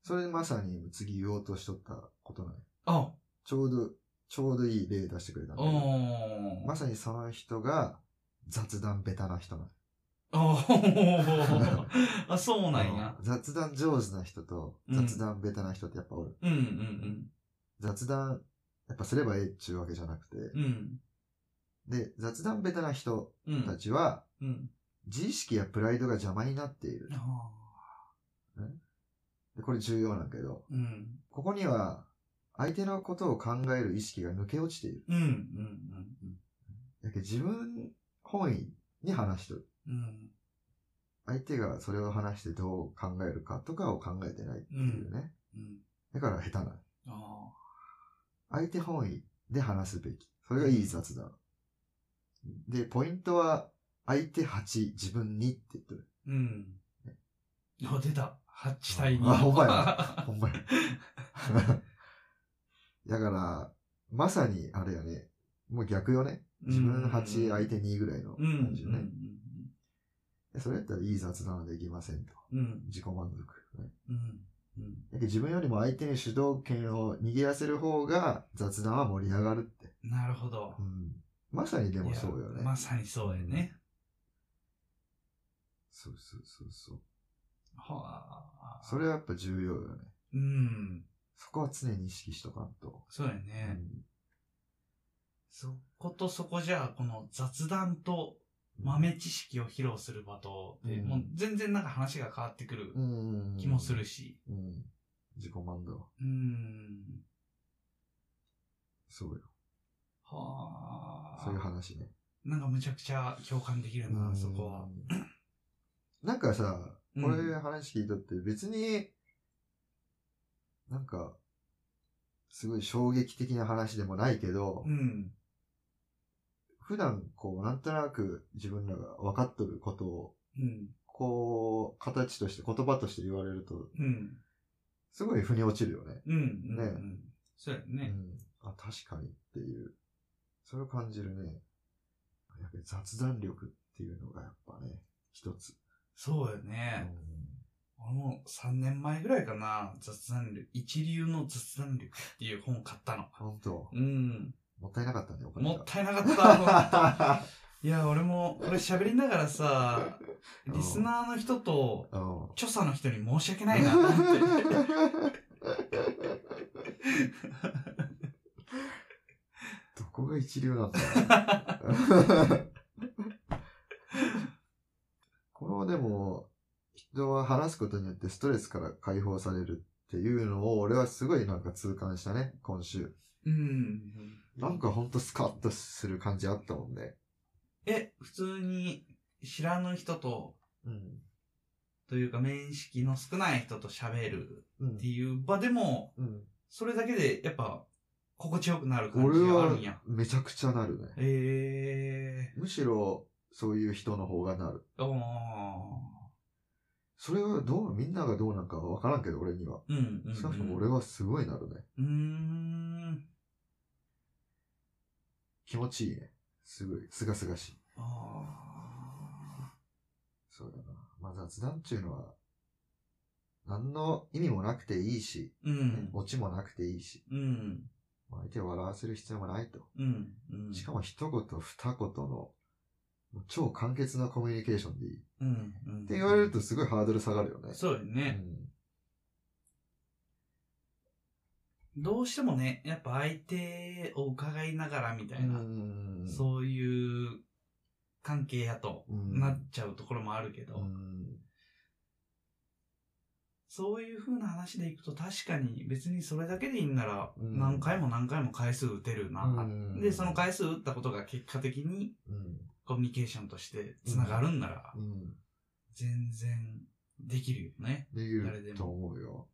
Speaker 2: それまさに次言おうとしとったことない。
Speaker 1: あ、
Speaker 2: ちょうど、ちょうどいい例出してくれたんだけど
Speaker 1: お
Speaker 2: まさにその人が雑談ベタな人なの。
Speaker 1: ー。あ、そうなんや
Speaker 2: あ。の雑談上手な人と
Speaker 1: うん
Speaker 2: 雑談ベタな人ってやっぱおる。
Speaker 1: うんうん
Speaker 2: 雑談、やっぱすればええっちゅうわけじゃなくて。
Speaker 1: うん。うん。
Speaker 2: で、雑談ベタな人
Speaker 1: う
Speaker 2: た
Speaker 1: ん。
Speaker 2: ちは、
Speaker 1: うん。
Speaker 2: 自意識やプライドが邪魔になっている。
Speaker 1: あ
Speaker 2: でこれ重要なんだけど、
Speaker 1: ーうん。
Speaker 2: ここには、相手のことを考える意識が抜け落ちている。
Speaker 1: うん。うん。
Speaker 2: だけど自分本位に話してる。
Speaker 1: うん。うん。
Speaker 2: 相手がそれを話してどう考えるかとかを考えてないっていうね。
Speaker 1: うん。
Speaker 2: だから下手なの。
Speaker 1: あ
Speaker 2: 相手本位で話すべき。それがいい雑談。で、ポイントは、相手8、自分2って言ってる。
Speaker 1: ーうん。あ、出た。8対2。
Speaker 2: あ、ほんまや。ほんまや。 だから、まさに、あれやね、もう逆よね。自分8、相手2ぐらいの
Speaker 1: うん。うん
Speaker 2: 感じよね。でそれやったらいい雑談はできませんと。
Speaker 1: うん。うん。
Speaker 2: 自己満足、ね。
Speaker 1: うん。うん。
Speaker 2: だけど自分よりも相手に主導権を握らせる方が雑談は盛り上がるって。
Speaker 1: なるほど
Speaker 2: う。ん、まさにでもそうよ
Speaker 1: い
Speaker 2: ね
Speaker 1: や。まさにそうやね。
Speaker 2: そうそうそうそう。
Speaker 1: はあ。
Speaker 2: それはやっぱ重要よね。
Speaker 1: うん。
Speaker 2: そこは常に意識しとかんと。
Speaker 1: そうや
Speaker 2: う
Speaker 1: ね。
Speaker 2: ん
Speaker 1: そことそこじゃあ、この雑談と豆知識を披露する場と、で
Speaker 2: うん
Speaker 1: もう全然なんか話が変わってくる
Speaker 2: うん。
Speaker 1: 気もするし。
Speaker 2: うん。自己満だわ。
Speaker 1: うん。
Speaker 2: そうよ。
Speaker 1: はあ。
Speaker 2: そういう話ね。
Speaker 1: なんかむちゃくちゃ共感できるな、そこは。
Speaker 2: うん。 なんかさ、こ
Speaker 1: う
Speaker 2: れ
Speaker 1: ん
Speaker 2: 話聞いたって別に、なんか、すごい衝撃的な話でもないけど、
Speaker 1: うん。
Speaker 2: 普段こう、なんとなく自分らが分かっとることを、
Speaker 1: うん。
Speaker 2: こう、形として、言葉として言われると、
Speaker 1: うん。
Speaker 2: すごい腑に落ちるよね。
Speaker 1: うん。うん。
Speaker 2: ね
Speaker 1: うんそうや
Speaker 2: う
Speaker 1: ね。
Speaker 2: ん。あ、確かにっていう。それを感じるね。やっぱり雑談力っていうのがやっぱね、一つ。
Speaker 1: そうよ
Speaker 2: う
Speaker 1: ね。
Speaker 2: ん
Speaker 1: 俺も3年前ぐらいかな、雑談力、一流の雑談力っていう本を買ったの。
Speaker 2: 本当
Speaker 1: うん。
Speaker 2: もったいなかったね、お金が。
Speaker 1: もったいなかった本 当に。いや、俺も、俺喋りながらさ、
Speaker 2: うん
Speaker 1: リスナーの人と、
Speaker 2: うん。
Speaker 1: 著者の人に申し訳ないなと 思って。
Speaker 2: どこが一流なんだろうこのでも、人は話すことによってストレスから解放されるっていうのを俺はすごいなんか痛感したね、今週。
Speaker 1: うん。
Speaker 2: なんかほんとスカッとする感じあったもんね。
Speaker 1: え、普通に知らぬ人と、
Speaker 2: うん。
Speaker 1: というか面識の少ない人と喋る
Speaker 2: う
Speaker 1: っていう場でも、
Speaker 2: ん。
Speaker 1: それだけでやっぱ心地よくなる感
Speaker 2: 俺
Speaker 1: じがあ
Speaker 2: は
Speaker 1: るんや。
Speaker 2: めちゃくちゃなるね。
Speaker 1: え
Speaker 2: むしろそういう人の方がなる。
Speaker 1: ー。おー。
Speaker 2: それはどう、みんながどうなんかは分からんけど、俺には。
Speaker 1: うん、うん。
Speaker 2: 少なくとも俺はすごいなるね。
Speaker 1: うーん。
Speaker 2: 気持ちいいね。すごい、すがすがしい。
Speaker 1: あ
Speaker 2: そうだな。まあ雑談っていうのは、何の意味もなくていいし、
Speaker 1: ー。うん。
Speaker 2: オチもなくていいし、
Speaker 1: うん。
Speaker 2: まあ相手を笑わせる必要もないと。
Speaker 1: うん。うん。
Speaker 2: しかも一言二言の、もう超簡潔なコミュニケーションでいい。っ
Speaker 1: うん。うん。って
Speaker 2: 言われるとすごいハードル下がるよね。
Speaker 1: そうよ
Speaker 2: う
Speaker 1: ね。
Speaker 2: ん。
Speaker 1: どうしてもね、やっぱ相手を伺いながらみたいな、
Speaker 2: うん。
Speaker 1: そういう関係やと
Speaker 2: うん。
Speaker 1: なっちゃうところもあるけど、
Speaker 2: うん。
Speaker 1: そういう風な話でいくと確かに別にそれだけでいいんなら
Speaker 2: うん
Speaker 1: 何回も何回も回数打てるな。
Speaker 2: うん
Speaker 1: で、その回数打ったことが結果的に
Speaker 2: うん。
Speaker 1: コミュニケーションとして繋がるんなら
Speaker 2: うん。
Speaker 1: 全然できるよね。
Speaker 2: でき
Speaker 1: 誰で
Speaker 2: る
Speaker 1: も
Speaker 2: と思うよ。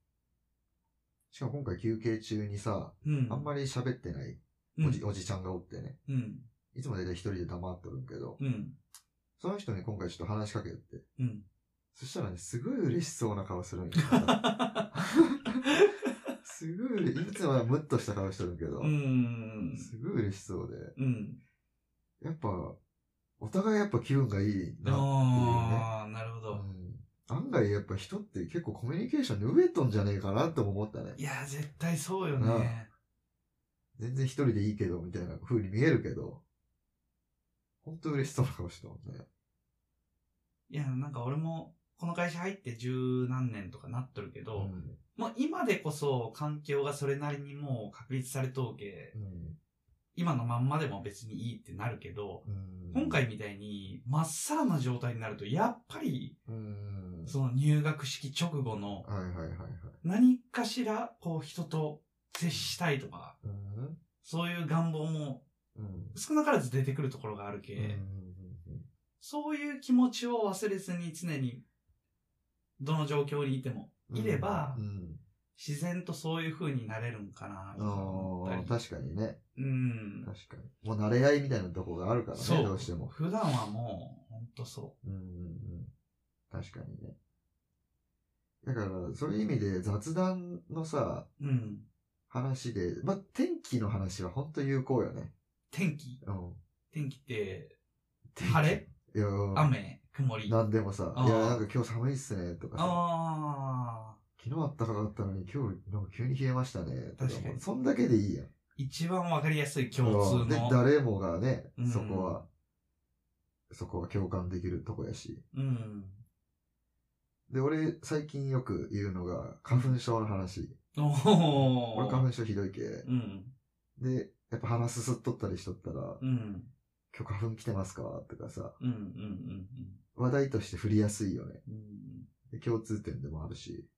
Speaker 2: しかも今回休憩中にさ、
Speaker 1: うん。
Speaker 2: あんまり喋ってない
Speaker 1: り
Speaker 2: おじ,、おじちゃんがおってね。
Speaker 1: うん。
Speaker 2: いつも大体一人で黙っとるんけど、
Speaker 1: うん。
Speaker 2: その人に今回ちょっと話しかけて。
Speaker 1: うん。
Speaker 2: そしたらね、すごい嬉しそうな顔するん よ。すごい嬉いつもはムッとした顔してるけど、
Speaker 1: うん。
Speaker 2: すごい嬉しそう
Speaker 1: うん。
Speaker 2: で、やっぱ、お互いやっぱ気分がいいな。
Speaker 1: ああ、なるほ
Speaker 2: う
Speaker 1: ど。
Speaker 2: ん、案外やっぱ人って結構コミュニケーションに飢えとんじゃねえかなとも思ったね
Speaker 1: い。や、絶対そうよね。
Speaker 2: 全然一人でいいけど、みたいな風に見えるけど、ほんと嬉しそうな顔してたもんね。
Speaker 1: いや、なんか俺も、この会社入って十何年とかなっとるけど、
Speaker 2: ん
Speaker 1: もう今でこそ環境がそれなりにもう確立されとうけ、
Speaker 2: うん
Speaker 1: 今のまんまでも別にいいってなるけど、
Speaker 2: うん
Speaker 1: 今回みたいにまっさらな状態になると、やっぱり、
Speaker 2: うん。
Speaker 1: その入学式直後の
Speaker 2: はいはいはいはい。
Speaker 1: 何かしら、こう人と接したいとか、
Speaker 2: うん。
Speaker 1: そういう願望も
Speaker 2: うん。
Speaker 1: 少なからず出てくるところがあるけ、そういう気持ちを忘れずに常に、どの状況にいても、いれば
Speaker 2: うん。
Speaker 1: 自然とそういう風になれるんかな、とか思
Speaker 2: ああ、
Speaker 1: ったり。
Speaker 2: 確かにね。
Speaker 1: うん。
Speaker 2: 確かに。もう慣れ合いみたいなとこがあるから
Speaker 1: そ
Speaker 2: ね、
Speaker 1: う
Speaker 2: どうしても。
Speaker 1: 普段はもう、ほんとそ
Speaker 2: うんうんうん。確かにね。だから、そういう意味で雑談のさ、
Speaker 1: う。うん。
Speaker 2: 話で、まあ、天気の話は本当有効よね。
Speaker 1: 天気
Speaker 2: うん。
Speaker 1: 天気って、
Speaker 2: 天気
Speaker 1: 晴れ
Speaker 2: いや、うん
Speaker 1: 雨曇り。
Speaker 2: なんでもさ、
Speaker 1: あー
Speaker 2: いや、なんか今日寒いっすね、とかさ、
Speaker 1: ああ。
Speaker 2: 昨日あったかかったのに今日、なんか急に冷えましたね、とか
Speaker 1: 確かに
Speaker 2: そんだけでいいやん。
Speaker 1: 一番わかりやすい共
Speaker 2: う
Speaker 1: 通
Speaker 2: んで
Speaker 1: の。
Speaker 2: 誰もがね
Speaker 1: うん、
Speaker 2: そこは、そこは共感できるとこやし。
Speaker 1: うん。
Speaker 2: で、俺、最近よく言うのが、花粉症の話。
Speaker 1: おお。
Speaker 2: 俺、花粉症ひどいけ。
Speaker 1: うん。
Speaker 2: で、やっぱ話すすっとったりしとったら、
Speaker 1: うん。
Speaker 2: 今日花粉来てますかとかさ、
Speaker 1: うんうんうん
Speaker 2: 話題として振りやすいよね。
Speaker 1: うんうん。
Speaker 2: で共通点でもあるし。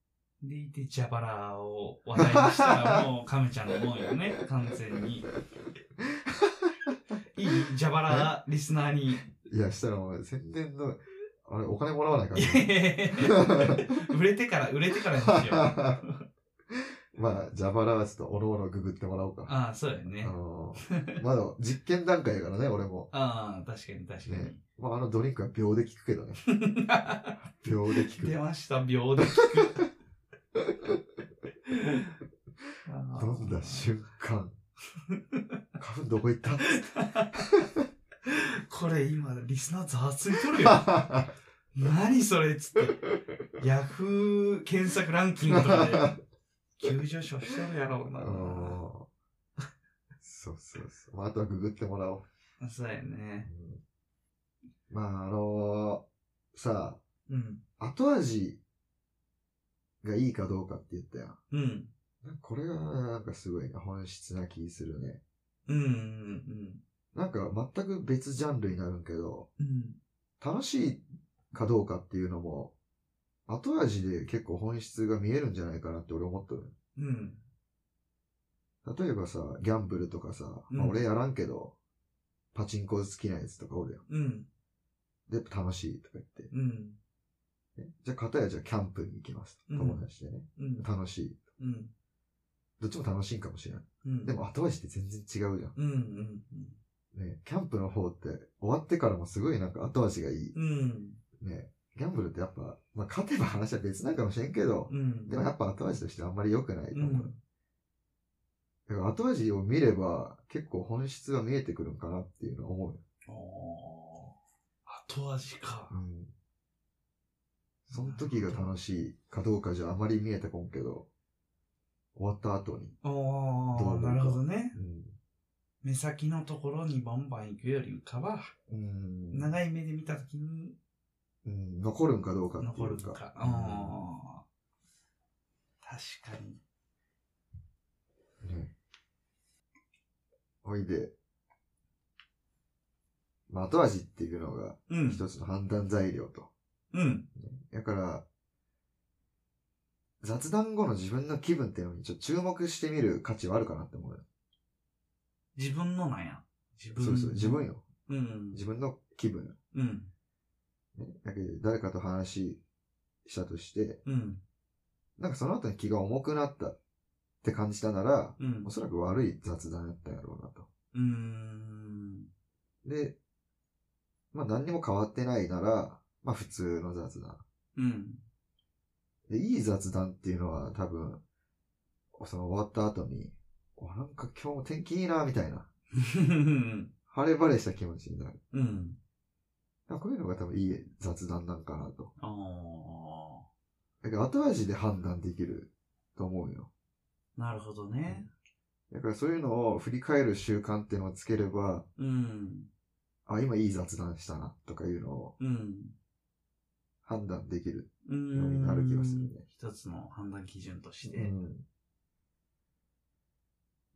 Speaker 1: でいて、蛇腹を話題にしたらもう亀ちゃんのもんよ ね、完全に。いい蛇腹リスナー に。
Speaker 2: いや、したらもう宣伝の、あれ、お金もらわないか
Speaker 1: い
Speaker 2: ら、
Speaker 1: やいやいや売れてから、売れてからにしよう。あ
Speaker 2: まあ、ジャバラはちょっとおのおのググってもらおうか。
Speaker 1: あ、そうやね
Speaker 2: あ。のーまだ実験段階やからね、俺も。
Speaker 1: ああ、確かに確かに。
Speaker 2: ねまあ、あのドリンクは秒で効く けどね。秒で効
Speaker 1: 出
Speaker 2: く。
Speaker 1: ました、秒で聞く。あー
Speaker 2: 飲んだ瞬 間。花粉どこ行った
Speaker 1: これ今、リスナーざわついとるよ。何それっつって。ヤフー検索ランキングとかで急上昇してるやろう
Speaker 2: う
Speaker 1: な。
Speaker 2: んそうそうそう。まあ、あとはググってもらおう。
Speaker 1: そうやね。
Speaker 2: うんまあ、あのーさ
Speaker 1: うん。
Speaker 2: あ、後味がいいかどうかって言ったやん。
Speaker 1: うん。
Speaker 2: なんかこれがなんかすごいな本質な気するね。
Speaker 1: うん。うん。
Speaker 2: なんか全く別ジャンルになるんけど、
Speaker 1: うん。
Speaker 2: 楽しいかどうかっていうのも、後味で結構本質が見えるんじゃないかなって俺思っとる。
Speaker 1: うん。
Speaker 2: 例えばさ、ギャンブルとかさ、まあ
Speaker 1: うん
Speaker 2: 俺やらんけど、パチンコ好きなやつとかおるやん。
Speaker 1: うん。
Speaker 2: で、やっぱ楽しいとか言って。
Speaker 1: うん。
Speaker 2: ねじゃあ、片やじゃあキャンプに行きます。
Speaker 1: うん
Speaker 2: 友達でね。
Speaker 1: うん。
Speaker 2: 楽しい。
Speaker 1: うん。
Speaker 2: どっちも楽しいんかもしれない。
Speaker 1: うん。
Speaker 2: でも後味って全然違うじゃん。
Speaker 1: うん。うん。
Speaker 2: ね、キャンプの方って終わってからもすごいなんか後味がいい。
Speaker 1: うん。うん。
Speaker 2: ね、ギャンブルってやっぱ、まあ勝てば話は別なんかもしれんけど、
Speaker 1: うん。
Speaker 2: でもやっぱ後味としてあんまり良くないと
Speaker 1: う
Speaker 2: 思う。
Speaker 1: ん。
Speaker 2: だから後味を見れば結構本質が見えてくるんかなっていうのは思うよ。
Speaker 1: おー後味か。
Speaker 2: うん。その時が楽しいかどうかじゃあまり見えてこんけど、終わった後に。
Speaker 1: お
Speaker 2: どう思
Speaker 1: ー
Speaker 2: うか
Speaker 1: なるほどね。
Speaker 2: うん。
Speaker 1: 目先のところにバンバン行くよりかは、
Speaker 2: うん。
Speaker 1: 長い目で見たときに
Speaker 2: うん、残るんかどうかっていうか。
Speaker 1: 残るのか。あー確かに。
Speaker 2: うんねおいで、まあ、後味っていうのが
Speaker 1: うん。
Speaker 2: 一つの判断材料と。
Speaker 1: うん。
Speaker 2: だから、雑談後の自分の気分っていうのにちょっと注目してみる価値はあるかなって思うよ。
Speaker 1: 自分のなんや。自分
Speaker 2: そうそう、自分よ。
Speaker 1: うん。
Speaker 2: 自分の気分。
Speaker 1: うん。
Speaker 2: ね、だけど誰かと話したとして、
Speaker 1: うん。
Speaker 2: なんかその後に気が重くなったって感じたなら、
Speaker 1: うん
Speaker 2: お。そらく悪い雑談やったんやろうなと。
Speaker 1: うーん。
Speaker 2: で、まあ何にも変わってないなら、まあ普通の雑談。
Speaker 1: うん。
Speaker 2: で、いい雑談っていうのは多分、その終わった後に、おなんか今日も天気いいな、みたいな。晴れ晴れした気持ちになる。
Speaker 1: うん。
Speaker 2: だからこういうのが多分いい雑談なんかなと。
Speaker 1: あ
Speaker 2: だから後味で判断できると思うよ。
Speaker 1: あ。なるほどね。
Speaker 2: だからそういうのを振り返る習慣っていうのをつければ、
Speaker 1: うん。
Speaker 2: あ、今いい雑談したな、とかいうのを
Speaker 1: うん。
Speaker 2: 判断できる。
Speaker 1: うー
Speaker 2: に
Speaker 1: ん。
Speaker 2: なる気がするね
Speaker 1: 一つの判断基準として。
Speaker 2: うん。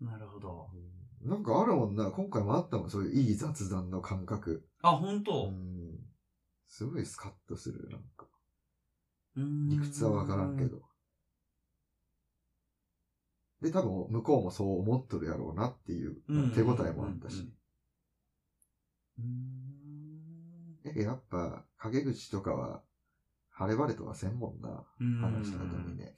Speaker 1: なるほど。
Speaker 2: なんかあるもんな。今回もあったもん。そういういい雑談の感覚。
Speaker 1: あ、本当
Speaker 2: う。ん。すごいスカッとする。なんか。
Speaker 1: うーん
Speaker 2: 理屈はわからんけ。ど。で、多分、向こうもそう思っとるやろうなっていう
Speaker 1: うん
Speaker 2: 手応えもあったし。。
Speaker 1: うんうん
Speaker 2: えやっぱ、陰口とかは、晴れ晴れとはせんもんな。
Speaker 1: うん。うん
Speaker 2: 話した後に。ね。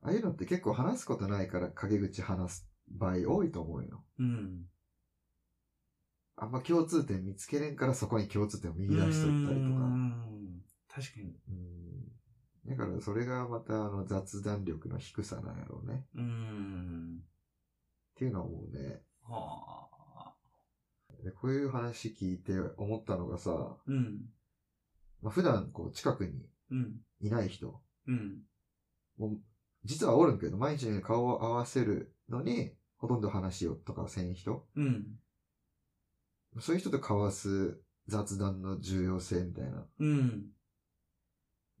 Speaker 2: ああいうのって結構話すことないから陰口話す場合多いと思うよ。
Speaker 1: うん。
Speaker 2: あんま共通点見つけれんからそこに共通点を見出しとったりとか。
Speaker 1: うん確かに。
Speaker 2: うんだからそれがまたあの雑談力の低さなんやろうね。
Speaker 1: うーん。
Speaker 2: っていうのは思うね。
Speaker 1: はあ。
Speaker 2: でこういう話聞いて思ったのがさ、
Speaker 1: うん。
Speaker 2: まあ、普段こう近くに
Speaker 1: うん。
Speaker 2: いない人、
Speaker 1: うん。
Speaker 2: もう実はおるんけど毎日のように顔を合わせるのにほとんど話をとかせん人、
Speaker 1: うん。
Speaker 2: そういう人と交わす雑談の重要性みたいな。
Speaker 1: うん。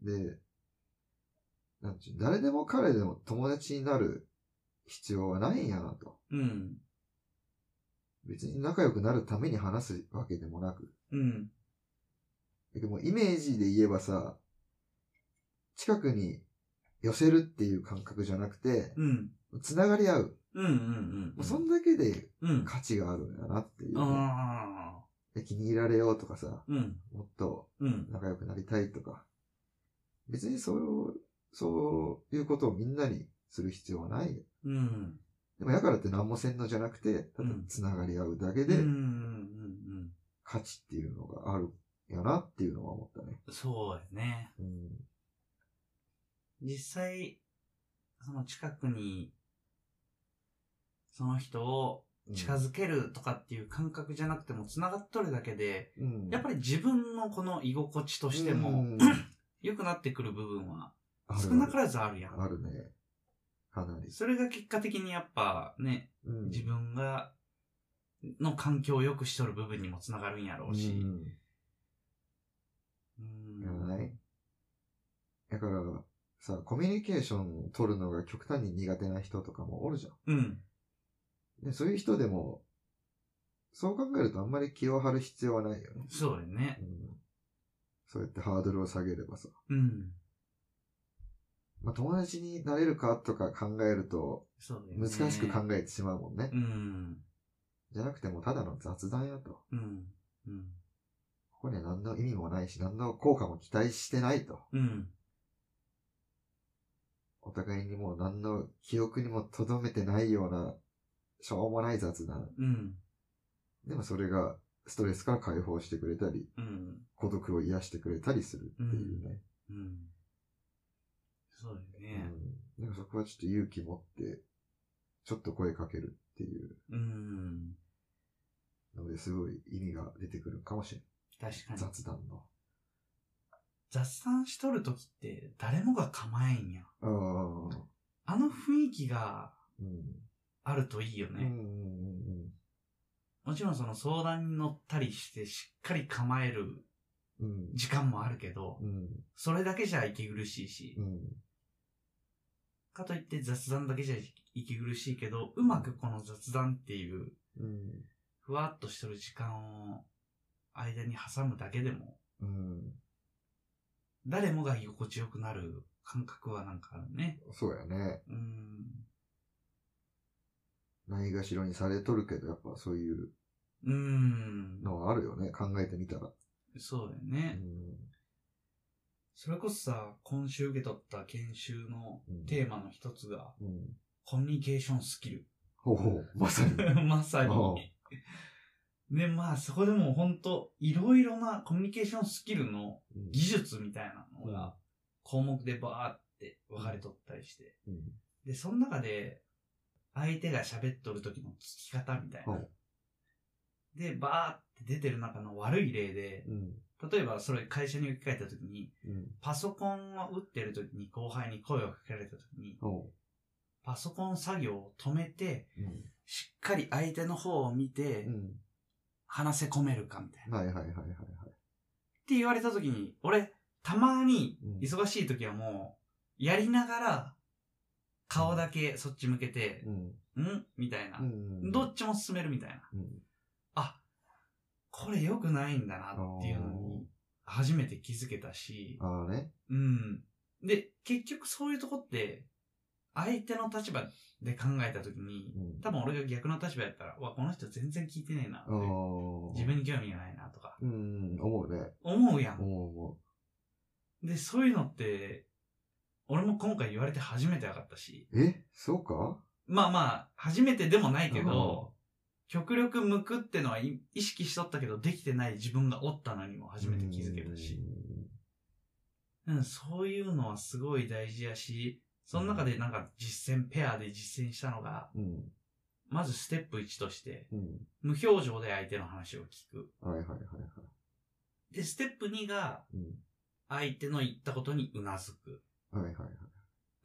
Speaker 2: で、なんちゅう、誰でも彼でも友達になる必要はないんやなと。
Speaker 1: うん。
Speaker 2: 別に仲良くなるために話すわけでもなく。
Speaker 1: うん。
Speaker 2: でもイメージで言えばさ、近くに寄せるっていう感覚じゃなくて、
Speaker 1: うん。
Speaker 2: つながり合う。
Speaker 1: うんうんう
Speaker 2: も
Speaker 1: ん。
Speaker 2: うそんだけで
Speaker 1: うん。
Speaker 2: 価値があるんだなっていう、ね
Speaker 1: ああ。
Speaker 2: で気に入られようとかさ、
Speaker 1: うん。
Speaker 2: もっと
Speaker 1: うん。
Speaker 2: 仲良くなりたいとか。別にそう、そういうことをみんなにする必要はないよ。
Speaker 1: うん。
Speaker 2: でもやからって何もせんのじゃなくて、ただつながり合うだけで
Speaker 1: うんうんうん
Speaker 2: 価値っていうのがあるやなっていうのは思ったね。
Speaker 1: うん。そうやね。
Speaker 2: うん。
Speaker 1: 実際、その近くに、その人を
Speaker 2: うん
Speaker 1: 近づけるとかっていう感覚じゃなくても繋がっとるだけで、
Speaker 2: うん。
Speaker 1: やっぱり自分のこの居心地として
Speaker 2: う
Speaker 1: も
Speaker 2: ん、
Speaker 1: 良くなってくる部分は
Speaker 2: ある
Speaker 1: 少なからずあるやん。
Speaker 2: あるね。かなり。
Speaker 1: それが結果的にやっぱね、
Speaker 2: うん
Speaker 1: 自分が、の環境を良くしとる部分にも繋がるんやろう
Speaker 2: う
Speaker 1: し。
Speaker 2: ん
Speaker 1: う
Speaker 2: いや
Speaker 1: ん。
Speaker 2: ない。だから、さ、コミュニケーションを取るのが極端に苦手な人とかもおるじゃ
Speaker 1: うん。
Speaker 2: ん。でそういう人でも、そう考えるとあんまり気を張る必要はないよね。
Speaker 1: そうだよね
Speaker 2: う。ん、そうやってハードルを下げればさ。
Speaker 1: うん。
Speaker 2: まあ、友達になれるかとか考えると、
Speaker 1: そうだよね。
Speaker 2: 難しく考えてしまうもんね。
Speaker 1: うん。
Speaker 2: じゃなくてもうただの雑談やと。
Speaker 1: うん。うん。
Speaker 2: ここには何の意味もないし、何の効果も期待してないと。
Speaker 1: うん。
Speaker 2: お互いにもう何の記憶にも留めてないような、しょうもない雑談。
Speaker 1: うん。
Speaker 2: でもそれがストレスから解放してくれたり、
Speaker 1: うん。
Speaker 2: 孤独を癒してくれたりするっていうね。
Speaker 1: うん。そうだ
Speaker 2: う
Speaker 1: よね。
Speaker 2: ん。でもそこはちょっと勇気持って、ちょっと声かけるっていう
Speaker 1: うん。
Speaker 2: のですごい意味が出てくるかもしれ
Speaker 1: 確か
Speaker 2: ない。
Speaker 1: に。
Speaker 2: 雑談の。
Speaker 1: 雑談しとるときって誰もが構えんや。
Speaker 2: ああ。
Speaker 1: あの雰囲気が
Speaker 2: うん。
Speaker 1: あるといいよ
Speaker 2: うんうん
Speaker 1: ね。もちろんその相談に乗ったりしてしっかり構える
Speaker 2: うんうん。うん。
Speaker 1: 時間もあるけど
Speaker 2: う、ん。
Speaker 1: それだけじゃ息苦しいし
Speaker 2: う、ん。
Speaker 1: かといって雑談だけじゃ息苦しいけど、うまくこの雑談っていう
Speaker 2: うん。
Speaker 1: ふわっとしてる時間を間に挟むだけでも、
Speaker 2: うん。
Speaker 1: 誰もが居心地よくなる感覚はなんかあるね。
Speaker 2: そうやね。
Speaker 1: うん。
Speaker 2: ないがしろにされとるけど、やっぱそういう
Speaker 1: うん。
Speaker 2: のはあるよね。考えてみたら。
Speaker 1: そうだよ
Speaker 2: う
Speaker 1: ね。
Speaker 2: ん。
Speaker 1: それこそさ、今週受け取った研修の
Speaker 2: うん
Speaker 1: テーマの一つが、
Speaker 2: うん。
Speaker 1: コミュニケーションスキル。
Speaker 2: ほうほう。まさに。
Speaker 1: まさに
Speaker 2: おう。
Speaker 1: で、まあ、そこでもほんと、いろいろなコミュニケーションスキルの
Speaker 2: うん
Speaker 1: 技術みたいなのが、項目でバーって分かれとったりして。
Speaker 2: うん。
Speaker 1: で、その中で、相手が喋っとる時の聞き方みたい
Speaker 2: お
Speaker 1: な
Speaker 2: う。
Speaker 1: で、バーって出てる中の悪い例で、
Speaker 2: うん。
Speaker 1: 例えばそれ会社に置き換えた時に、
Speaker 2: うん。
Speaker 1: パソコンを打ってる時に後輩に声をかけられた時に、
Speaker 2: おう。
Speaker 1: パソコン作業を止めて、
Speaker 2: う
Speaker 1: しっかり相手の方を見て、
Speaker 2: ん。うん
Speaker 1: 話せ込めるかみたいな。っ
Speaker 2: はいはいはいはいはい。
Speaker 1: て言われた時に、俺、たまに
Speaker 2: うん、
Speaker 1: 忙しい時はもう、やりながら、顔だけそっち向けて、
Speaker 2: うん。
Speaker 1: んみたいな
Speaker 2: う。ん。
Speaker 1: どっちも進めるみたいな。
Speaker 2: うん。
Speaker 1: これ良くないんだなっていうのに、初めて気づけたし、
Speaker 2: ああね。
Speaker 1: うん。で、結局そういうとこって、相手の立場で考えた時に、
Speaker 2: うん。
Speaker 1: 多分俺が逆の立場やったら、うわ、この人全然聞いてねえなって。
Speaker 2: ああ。
Speaker 1: 自分に興味がないなとか、
Speaker 2: うん。思うね。
Speaker 1: 思うやん。
Speaker 2: 思う思
Speaker 1: で、そういうのって、俺も今回言われて初めて分かったし、
Speaker 2: う。えそうか
Speaker 1: まあまあ、初めてでもないけど、極力向くってのはい意識しとったけど、できてない自分がおったのにも初めて気づけたし、。うん、そういうのはすごい大事やし、その中でなんか実践、ペアで実践したのが、
Speaker 2: うん。
Speaker 1: まずステップ1として、
Speaker 2: うん。
Speaker 1: 無表情で相手の話を聞く。
Speaker 2: はいはいはいはい。
Speaker 1: で、ステップ2が、
Speaker 2: うん。
Speaker 1: 相手の言ったことにうなずく。
Speaker 2: はいはい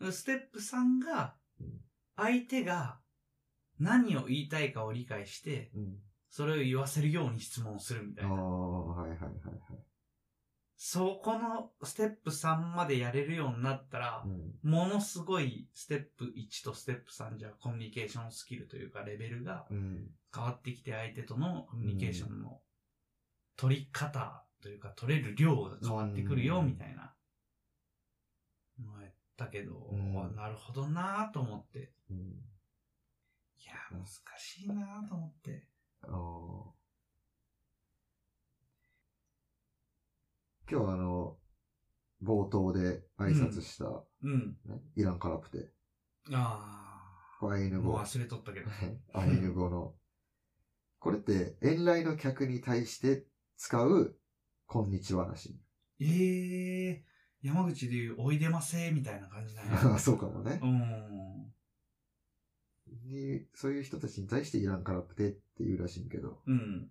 Speaker 2: はい。
Speaker 1: ステップ3が
Speaker 2: うん、
Speaker 1: 相手が何を言いたいかを理解して、
Speaker 2: うん。
Speaker 1: それを言わせるように質問をするみたい
Speaker 2: あ
Speaker 1: な。
Speaker 2: あ、はいはいはいはい。
Speaker 1: そこのステップ3までやれるようになったら
Speaker 2: う、ん。
Speaker 1: ものすごいステップ1とステップ3じゃコミュニケーションスキルというかレベルが
Speaker 2: うん。
Speaker 1: 変わってきて相手とのコミュニケーションの取り方というか取れる量が変わってくるよ
Speaker 2: うん
Speaker 1: みたいな。まあ言ったけど、
Speaker 2: うん
Speaker 1: あなるほどなぁと思って。
Speaker 2: うん。
Speaker 1: いや、難しいなぁと思って。
Speaker 2: あの今日あの、冒頭で挨拶した、
Speaker 1: うん。
Speaker 2: ねイランカラプテ、
Speaker 1: あ
Speaker 2: これアイ
Speaker 1: あ。
Speaker 2: ヌ
Speaker 1: もう
Speaker 2: 語、
Speaker 1: 忘れとったけど。
Speaker 2: アイヌ語の、これって、遠来の客に対して使う、こんにちはなし。
Speaker 1: ええー、山口でいうおいでませみたいな感じなん
Speaker 2: あ
Speaker 1: や。
Speaker 2: そうかもね
Speaker 1: う。ん。
Speaker 2: にそういう人たちに対してイランカラプテっていうらしいんけど、
Speaker 1: うん。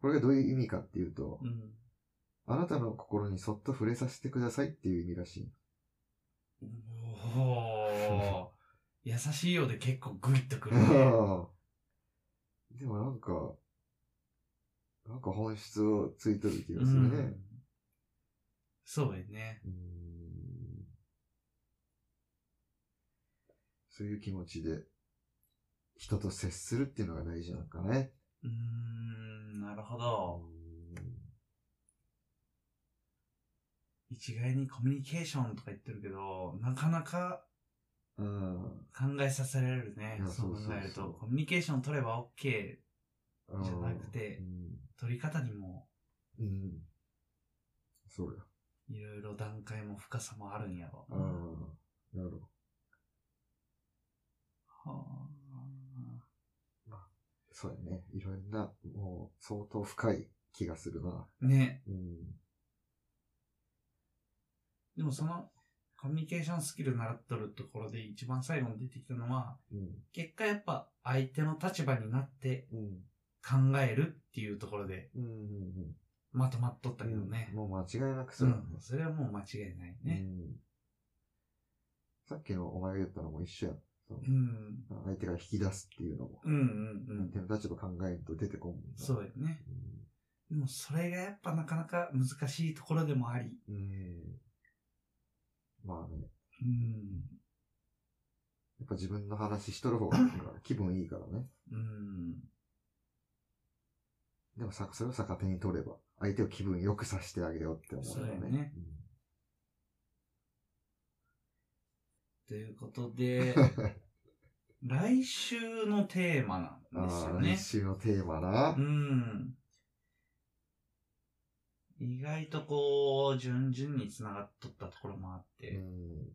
Speaker 2: これがどういう意味かっていうと、
Speaker 1: うん。
Speaker 2: あなたの心にそっと触れさせてくださいっていう意味らしい。
Speaker 1: おー。優しいようで結構グイッとくるね。
Speaker 2: あーでもなんか、なんか本質をついてる気がする
Speaker 1: う
Speaker 2: ね
Speaker 1: ん。そうやね。
Speaker 2: うーんそういう気持ちで人と接するっていうのが大事なんかね。
Speaker 1: うーん、なるほ
Speaker 2: う
Speaker 1: ど。一概にコミュニケーションとか言ってるけど、なかなか
Speaker 2: ーん。うん
Speaker 1: 考えさせられるね
Speaker 2: い。や
Speaker 1: そう考
Speaker 2: そうそうそう
Speaker 1: えると。コミュニケーション取れば OK。
Speaker 2: うん
Speaker 1: じゃなくて取り方にも、
Speaker 2: うん。うん。そうや。
Speaker 1: いろいろ段階も深さもあるんやろ。
Speaker 2: ああ、なるほど。
Speaker 1: は
Speaker 2: そうやね。いろんな、もう相当深い気がするな。
Speaker 1: あね。
Speaker 2: うん。
Speaker 1: でもその、コミュニケーションスキル習っとるところで一番最後に出てきたのは、
Speaker 2: うん。
Speaker 1: 結果やっぱ相手の立場になって
Speaker 2: うん。
Speaker 1: 考えるっていうところで
Speaker 2: うん。うん。
Speaker 1: まとまっとったけどね。
Speaker 2: もう間違いなく
Speaker 1: う
Speaker 2: そうだね
Speaker 1: ん、それはもう間違いないね。
Speaker 2: うんさっきのお前が言ったのも一緒やん。その
Speaker 1: うん。
Speaker 2: 相手が引き出すっていうのも。
Speaker 1: うんうんうん。
Speaker 2: 相手の立場考えると出てこんもんな
Speaker 1: そうよね。でもそれがやっぱなかなか難しいところでもあり。
Speaker 2: うん。うんまあね。
Speaker 1: うん。
Speaker 2: やっぱ自分の話しとる方がなんか気分いいからね。
Speaker 1: うん。
Speaker 2: でもさ、それを逆手に取れば、相手を気分良くさせてあげようって思うよ
Speaker 1: そうやね。ということ で、来週のテーマ
Speaker 2: う
Speaker 1: な
Speaker 2: ん
Speaker 1: んです
Speaker 2: あ
Speaker 1: よ
Speaker 2: あ、
Speaker 1: ね
Speaker 2: 来。週のテーマな。
Speaker 1: うん。意外とこう、順々に繋がっとったところもあって、
Speaker 2: うん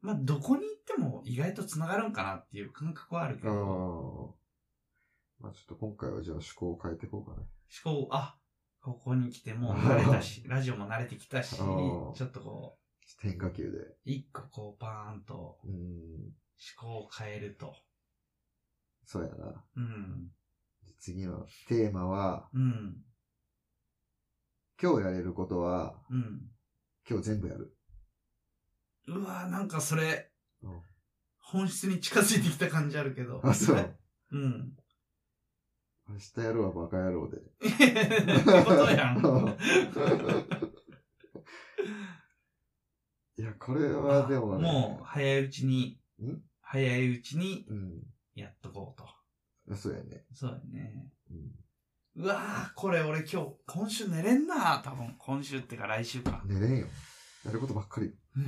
Speaker 1: まあ、どこに行っても意外と繋がるんかなっていう感覚はあるけ
Speaker 2: ああ
Speaker 1: ど、。
Speaker 2: まあちょっと今回はじゃあ趣向を変えていこうかな。
Speaker 1: 思考、あ、ここに来てもう慣れたし、 ラジオも慣れてきたし、ち
Speaker 2: あ
Speaker 1: ょ
Speaker 2: ー
Speaker 1: っとこう、
Speaker 2: ちょっと変化球で。
Speaker 1: 一個こうパーンと
Speaker 2: うん。
Speaker 1: 思考を変えると。
Speaker 2: そうやな。
Speaker 1: うん。
Speaker 2: 次のテーマは、
Speaker 1: うん。
Speaker 2: 今日やれることは、
Speaker 1: うん。
Speaker 2: 今日全部や る。
Speaker 1: うわーなんかそれ
Speaker 2: うん、
Speaker 1: 本質に近づいてきた感じあるけど。
Speaker 2: あ、そう。。
Speaker 1: うん。
Speaker 2: 明日やろうはバカ野郎で。
Speaker 1: ってことやん。
Speaker 2: いや、これはでもね。
Speaker 1: もう早いうちに
Speaker 2: ん、
Speaker 1: 早いうちに
Speaker 2: うん。
Speaker 1: やっとこうと。
Speaker 2: そうやね。
Speaker 1: そうだね。
Speaker 2: うん
Speaker 1: うわーこれ俺今日、今週寝れんな多分。今週ってか来週か。
Speaker 2: 寝れんよ。やることばっかり。
Speaker 1: うわ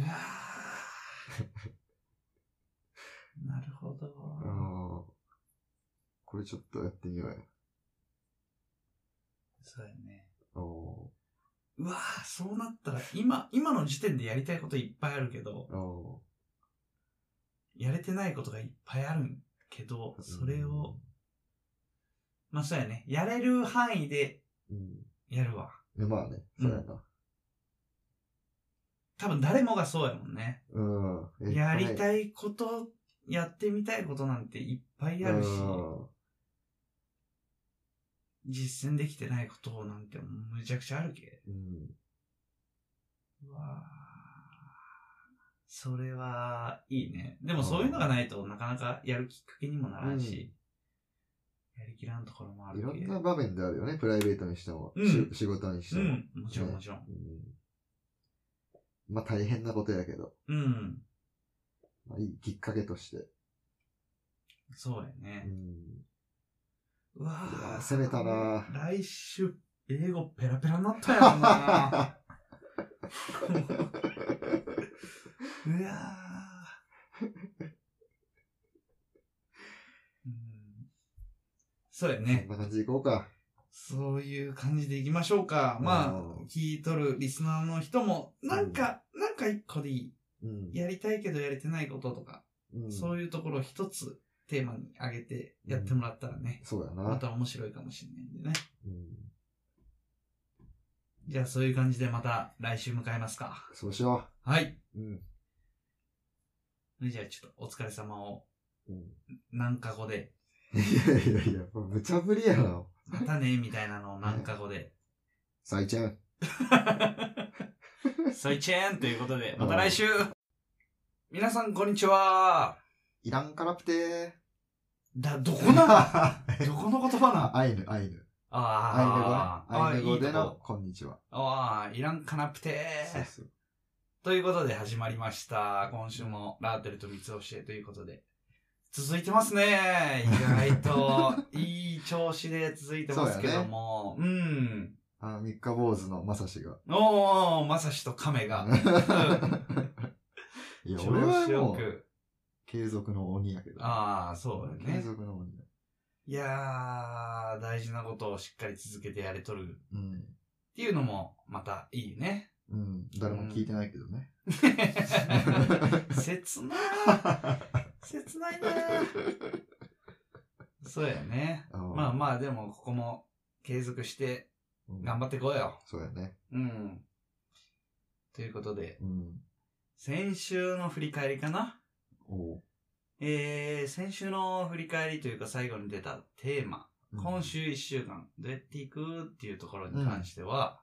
Speaker 1: ーなるほど。
Speaker 2: ああ。これちょっとやってみようや。
Speaker 1: そうだね。
Speaker 2: あー
Speaker 1: うわーそうなったら、今、今の時点でやりたいこといっぱいあるけど、
Speaker 2: あー。
Speaker 1: やれてないことがいっぱいあるけど、それを、まあそうやね。やれる範囲で
Speaker 2: うん。
Speaker 1: やるわ。
Speaker 2: うん。まあね。そうやな。
Speaker 1: 多分誰もがそうやもんね。
Speaker 2: うん。えっとね
Speaker 1: やりたいこと、やってみたいことなんていっぱいあるし、
Speaker 2: うん
Speaker 1: 実践できてないことなんてむちゃくちゃあるけ。
Speaker 2: うん。
Speaker 1: うわーそれは、いいね。でもそういうのがないとなかなかやるきっかけにもならんし、やりきらんところもあ
Speaker 2: い
Speaker 1: る
Speaker 2: ろ
Speaker 1: け
Speaker 2: んな場面であるよね。プライベートにしても、
Speaker 1: うん
Speaker 2: し仕事にして
Speaker 1: う
Speaker 2: も。
Speaker 1: ん、もちろんもちろん。
Speaker 2: うんまあ大変なことやけど、
Speaker 1: うん、
Speaker 2: まあ、いいきっかけとして。
Speaker 1: そうや
Speaker 2: う
Speaker 1: ね。
Speaker 2: ん
Speaker 1: うわ
Speaker 2: うわ
Speaker 1: ぁ。
Speaker 2: 攻めたなぁ
Speaker 1: 来週、英語ペラペラになったやろ なうわぁうんそうや
Speaker 2: そ
Speaker 1: ね
Speaker 2: ん。な感じでいこうか。
Speaker 1: そういう感じでいきましょうか。まあ
Speaker 2: う、
Speaker 1: 聞いとるリスナーの人も、なんか、なんか一個でいい。
Speaker 2: うん。
Speaker 1: やりたいけどやれてないこととか、
Speaker 2: うん
Speaker 1: そういうところを一つテーマに挙げてやってもらったらね、
Speaker 2: そうやな。
Speaker 1: また面白いかもしれないんでね。
Speaker 2: うん。
Speaker 1: じゃあそういう感じでまた来週迎えますか。
Speaker 2: そうしよ
Speaker 1: はい。
Speaker 2: う。うん。
Speaker 1: じゃあちょっとお疲れ様を
Speaker 2: うん、
Speaker 1: 何か語で、
Speaker 2: いやいやいや、もう無茶ぶりやろ。
Speaker 1: またね、みたいなのを何か語で。
Speaker 2: サイちゃん。
Speaker 1: ソイチェーンということで、また来週皆さんこんにちは
Speaker 2: いらんからプて
Speaker 1: だ、どこ
Speaker 2: ー。
Speaker 1: な
Speaker 2: あ
Speaker 1: どこの言葉な
Speaker 2: アイヌ、アイヌ。ア
Speaker 1: あ
Speaker 2: イヌ
Speaker 1: あ、あ
Speaker 2: 語。ア
Speaker 1: あ、
Speaker 2: イ
Speaker 1: い
Speaker 2: ヌ
Speaker 1: い
Speaker 2: 語で
Speaker 1: と
Speaker 2: の
Speaker 1: こ。
Speaker 2: こんにちは。
Speaker 1: ああ、いらんかなプて
Speaker 2: そうそう。
Speaker 1: ということで始まりました。今週もラーテルと三つ教えということで。続いてますね。意 外といい調子で続いてますけども。う
Speaker 2: あの、三日坊主のまさしが。
Speaker 1: ん。おー、まさしと亀 が。
Speaker 2: いや、
Speaker 1: 調
Speaker 2: 俺は
Speaker 1: 子よ
Speaker 2: もう、
Speaker 1: く。
Speaker 2: 継続の鬼やけど。
Speaker 1: ああ、そうだ
Speaker 2: 継
Speaker 1: ね。
Speaker 2: 続の鬼だ。
Speaker 1: いやー、大事なことをしっかり続けてやれとるっ
Speaker 2: うん。
Speaker 1: ていうのも、またいいね。
Speaker 2: うん。誰も聞いてないけどね。
Speaker 1: 切なー。切ないなー。そうやね。まあまあ、でも、ここも継続して
Speaker 2: うん、
Speaker 1: 頑張ってこいよ。
Speaker 2: そうやね。
Speaker 1: うん。ということで、
Speaker 2: うん。
Speaker 1: 先週の振り返りかな
Speaker 2: おう
Speaker 1: えー、先週の振り返りというか最後に出たテーマ、
Speaker 2: うん
Speaker 1: 今週一週間どうやっていくっていうところに関しては、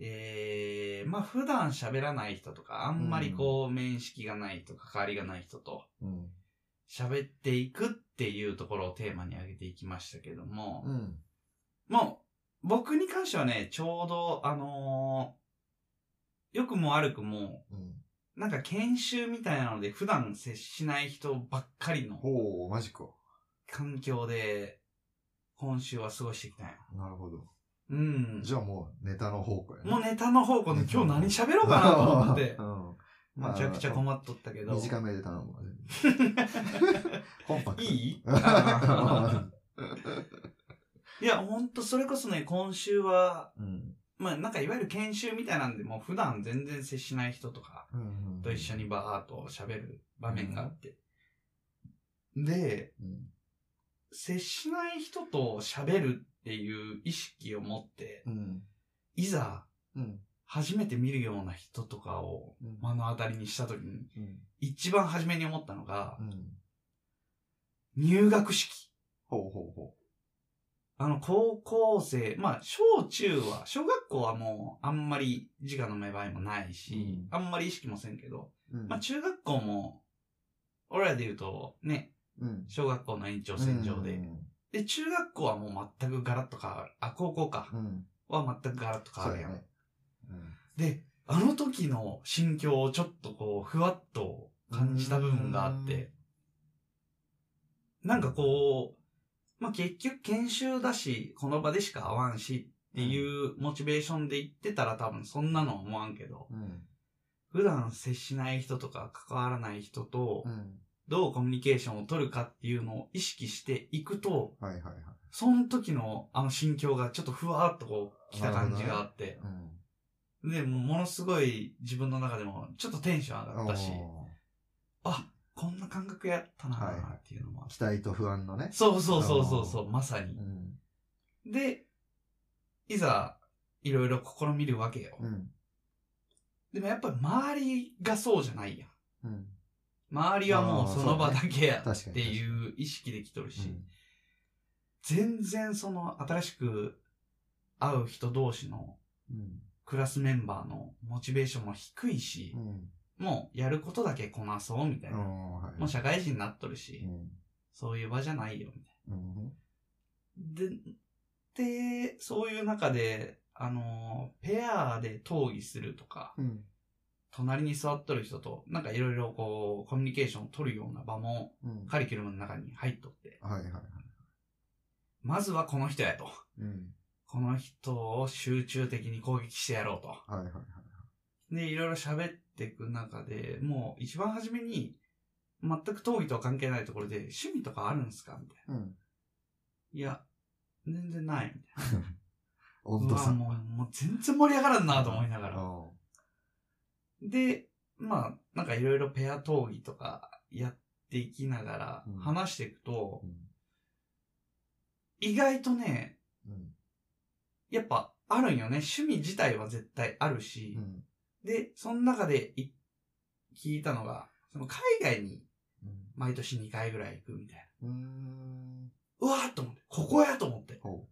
Speaker 1: えー、まあ普段喋らない人とか、あんまりこう面識がない人、関わりがない人と
Speaker 2: うん。
Speaker 1: 喋っていくっていうところをテーマに挙げていきましたけども、
Speaker 2: うん。
Speaker 1: もう、僕に関してはね、ちょうど、あのー良くも悪くも、
Speaker 2: うん。
Speaker 1: なんか研修みたいなので普段接しない人ばっかりの
Speaker 2: ほう、マジか。
Speaker 1: 環境で、今週は過ごしてきたよ。
Speaker 2: なるほど。
Speaker 1: うん。
Speaker 2: じゃあもう、ネタの方向やね。
Speaker 1: もうネタの方向で今日何喋ろうかなと思って
Speaker 2: う、ん。
Speaker 1: めちゃくちゃ困っとったけど。
Speaker 2: 短めで頼 むわ。コンパクト。
Speaker 1: い いあ
Speaker 2: う
Speaker 1: ーいや、ほんとそれこそね、今週は、
Speaker 2: ん。
Speaker 1: まあなんかいわゆる研修みたいなんで、もう普段全然接しない人とか、
Speaker 2: うんうん
Speaker 1: と一緒にバーっと喋る場面があって。で、
Speaker 2: うん。
Speaker 1: 接しない人と喋るっていう意識を持って、
Speaker 2: うん。
Speaker 1: いざ
Speaker 2: うん。
Speaker 1: 初めて見るような人とかを
Speaker 2: うん
Speaker 1: 目の当たりにした時に、
Speaker 2: うん。
Speaker 1: 一番初めに思ったのが
Speaker 2: う、ん。
Speaker 1: 入学式。
Speaker 2: ほうほうほ
Speaker 1: あの、高校生、まあ、小中は、小学校はもう、あんまり自我の芽生えもないし、
Speaker 2: うん
Speaker 1: あんまり意識もせんけど、
Speaker 2: う。うん
Speaker 1: まあ、中学校も、俺らで言うと、ね、
Speaker 2: うん。
Speaker 1: 小学校の延長線上で
Speaker 2: う、ん。
Speaker 1: で、中学校はもう全くガラッと変わる。あ、高校か。
Speaker 2: うん。
Speaker 1: は全くガラッと変わるやん。
Speaker 2: そうやねうん
Speaker 1: で、あの時の心境をちょっとこう、ふわっと感じた部分があって、なんかこう、まあ、結局研修だし、この場でしか会わんしっていうモチベーションで行ってたら多分そんなの思わんけど、
Speaker 2: うん。
Speaker 1: 普段接しない人とか関わらない人と
Speaker 2: う、ん。
Speaker 1: どうコミュニケーションを取るかっていうのを意識していくと、
Speaker 2: はいはいはい。
Speaker 1: その時のあの心境がちょっとふわーっとこう来た感じがあって、
Speaker 2: うん。
Speaker 1: で、もうものすごい自分の中でもちょっとテンション上がったし、
Speaker 2: おー
Speaker 1: こんな感覚やったなーっていうのもあって、
Speaker 2: 期待と不安のね。
Speaker 1: そうそうそうそうそう、まさ
Speaker 2: う
Speaker 1: に。
Speaker 2: ん。
Speaker 1: で、いざ、いろいろ試みるわけよ。
Speaker 2: うん。
Speaker 1: でもやっぱり周りがそうじゃないやん。
Speaker 2: うん。
Speaker 1: 周りはも
Speaker 2: あ
Speaker 1: う
Speaker 2: ー
Speaker 1: その場
Speaker 2: そう
Speaker 1: だ
Speaker 2: だ
Speaker 1: けや
Speaker 2: 確か
Speaker 1: っ
Speaker 2: に。
Speaker 1: ていうう意識できとるし、
Speaker 2: ん。
Speaker 1: 全然その新しく会う人同士の
Speaker 2: うん。
Speaker 1: クラスメンバーのモチベーションも低いし
Speaker 2: う、ん。
Speaker 1: もうやることだけこなそうみたいな。
Speaker 2: うん。はい。
Speaker 1: もう社会人になっとるし、
Speaker 2: うん。
Speaker 1: そういう場じゃないよみたい
Speaker 2: うん。
Speaker 1: で、で、そういう中で、あの、ペアで討議するとか、
Speaker 2: うん。
Speaker 1: 隣に座っとる人と、なんかいろいろこう、コミュニケーションを取るような場も、
Speaker 2: うん。
Speaker 1: カリキュラムの中に入っとって、
Speaker 2: はいはいはい。
Speaker 1: まずはこの人やと。
Speaker 2: うん。
Speaker 1: この人を集中的に攻撃してやろうと。
Speaker 2: はいはいはい。
Speaker 1: で、いろいろ喋っていく中で、もう一番初めに、全く討議とは関係ないところで、趣味とかあるんですかみたいな。
Speaker 2: うん。
Speaker 1: いや、全然ない。みたい
Speaker 2: 温
Speaker 1: な。
Speaker 2: 度
Speaker 1: まあ
Speaker 2: 差。
Speaker 1: もう、もう全然盛り上がらんなと思いなが
Speaker 2: あ
Speaker 1: ら。で、まあ、なんかいろいろペア討議とかやっていきながら
Speaker 2: うん
Speaker 1: 話していくと
Speaker 2: ー、
Speaker 1: 意外とね、
Speaker 2: うん。
Speaker 1: やっぱあるんよね。趣味自体は絶対あるし、
Speaker 2: うん。
Speaker 1: で、その中でい聞いたのが、その海外に
Speaker 2: うん。
Speaker 1: 毎年2回ぐらい行くみたいな。
Speaker 2: うーん。
Speaker 1: うわーっと思って、ここやと思って。
Speaker 2: ほ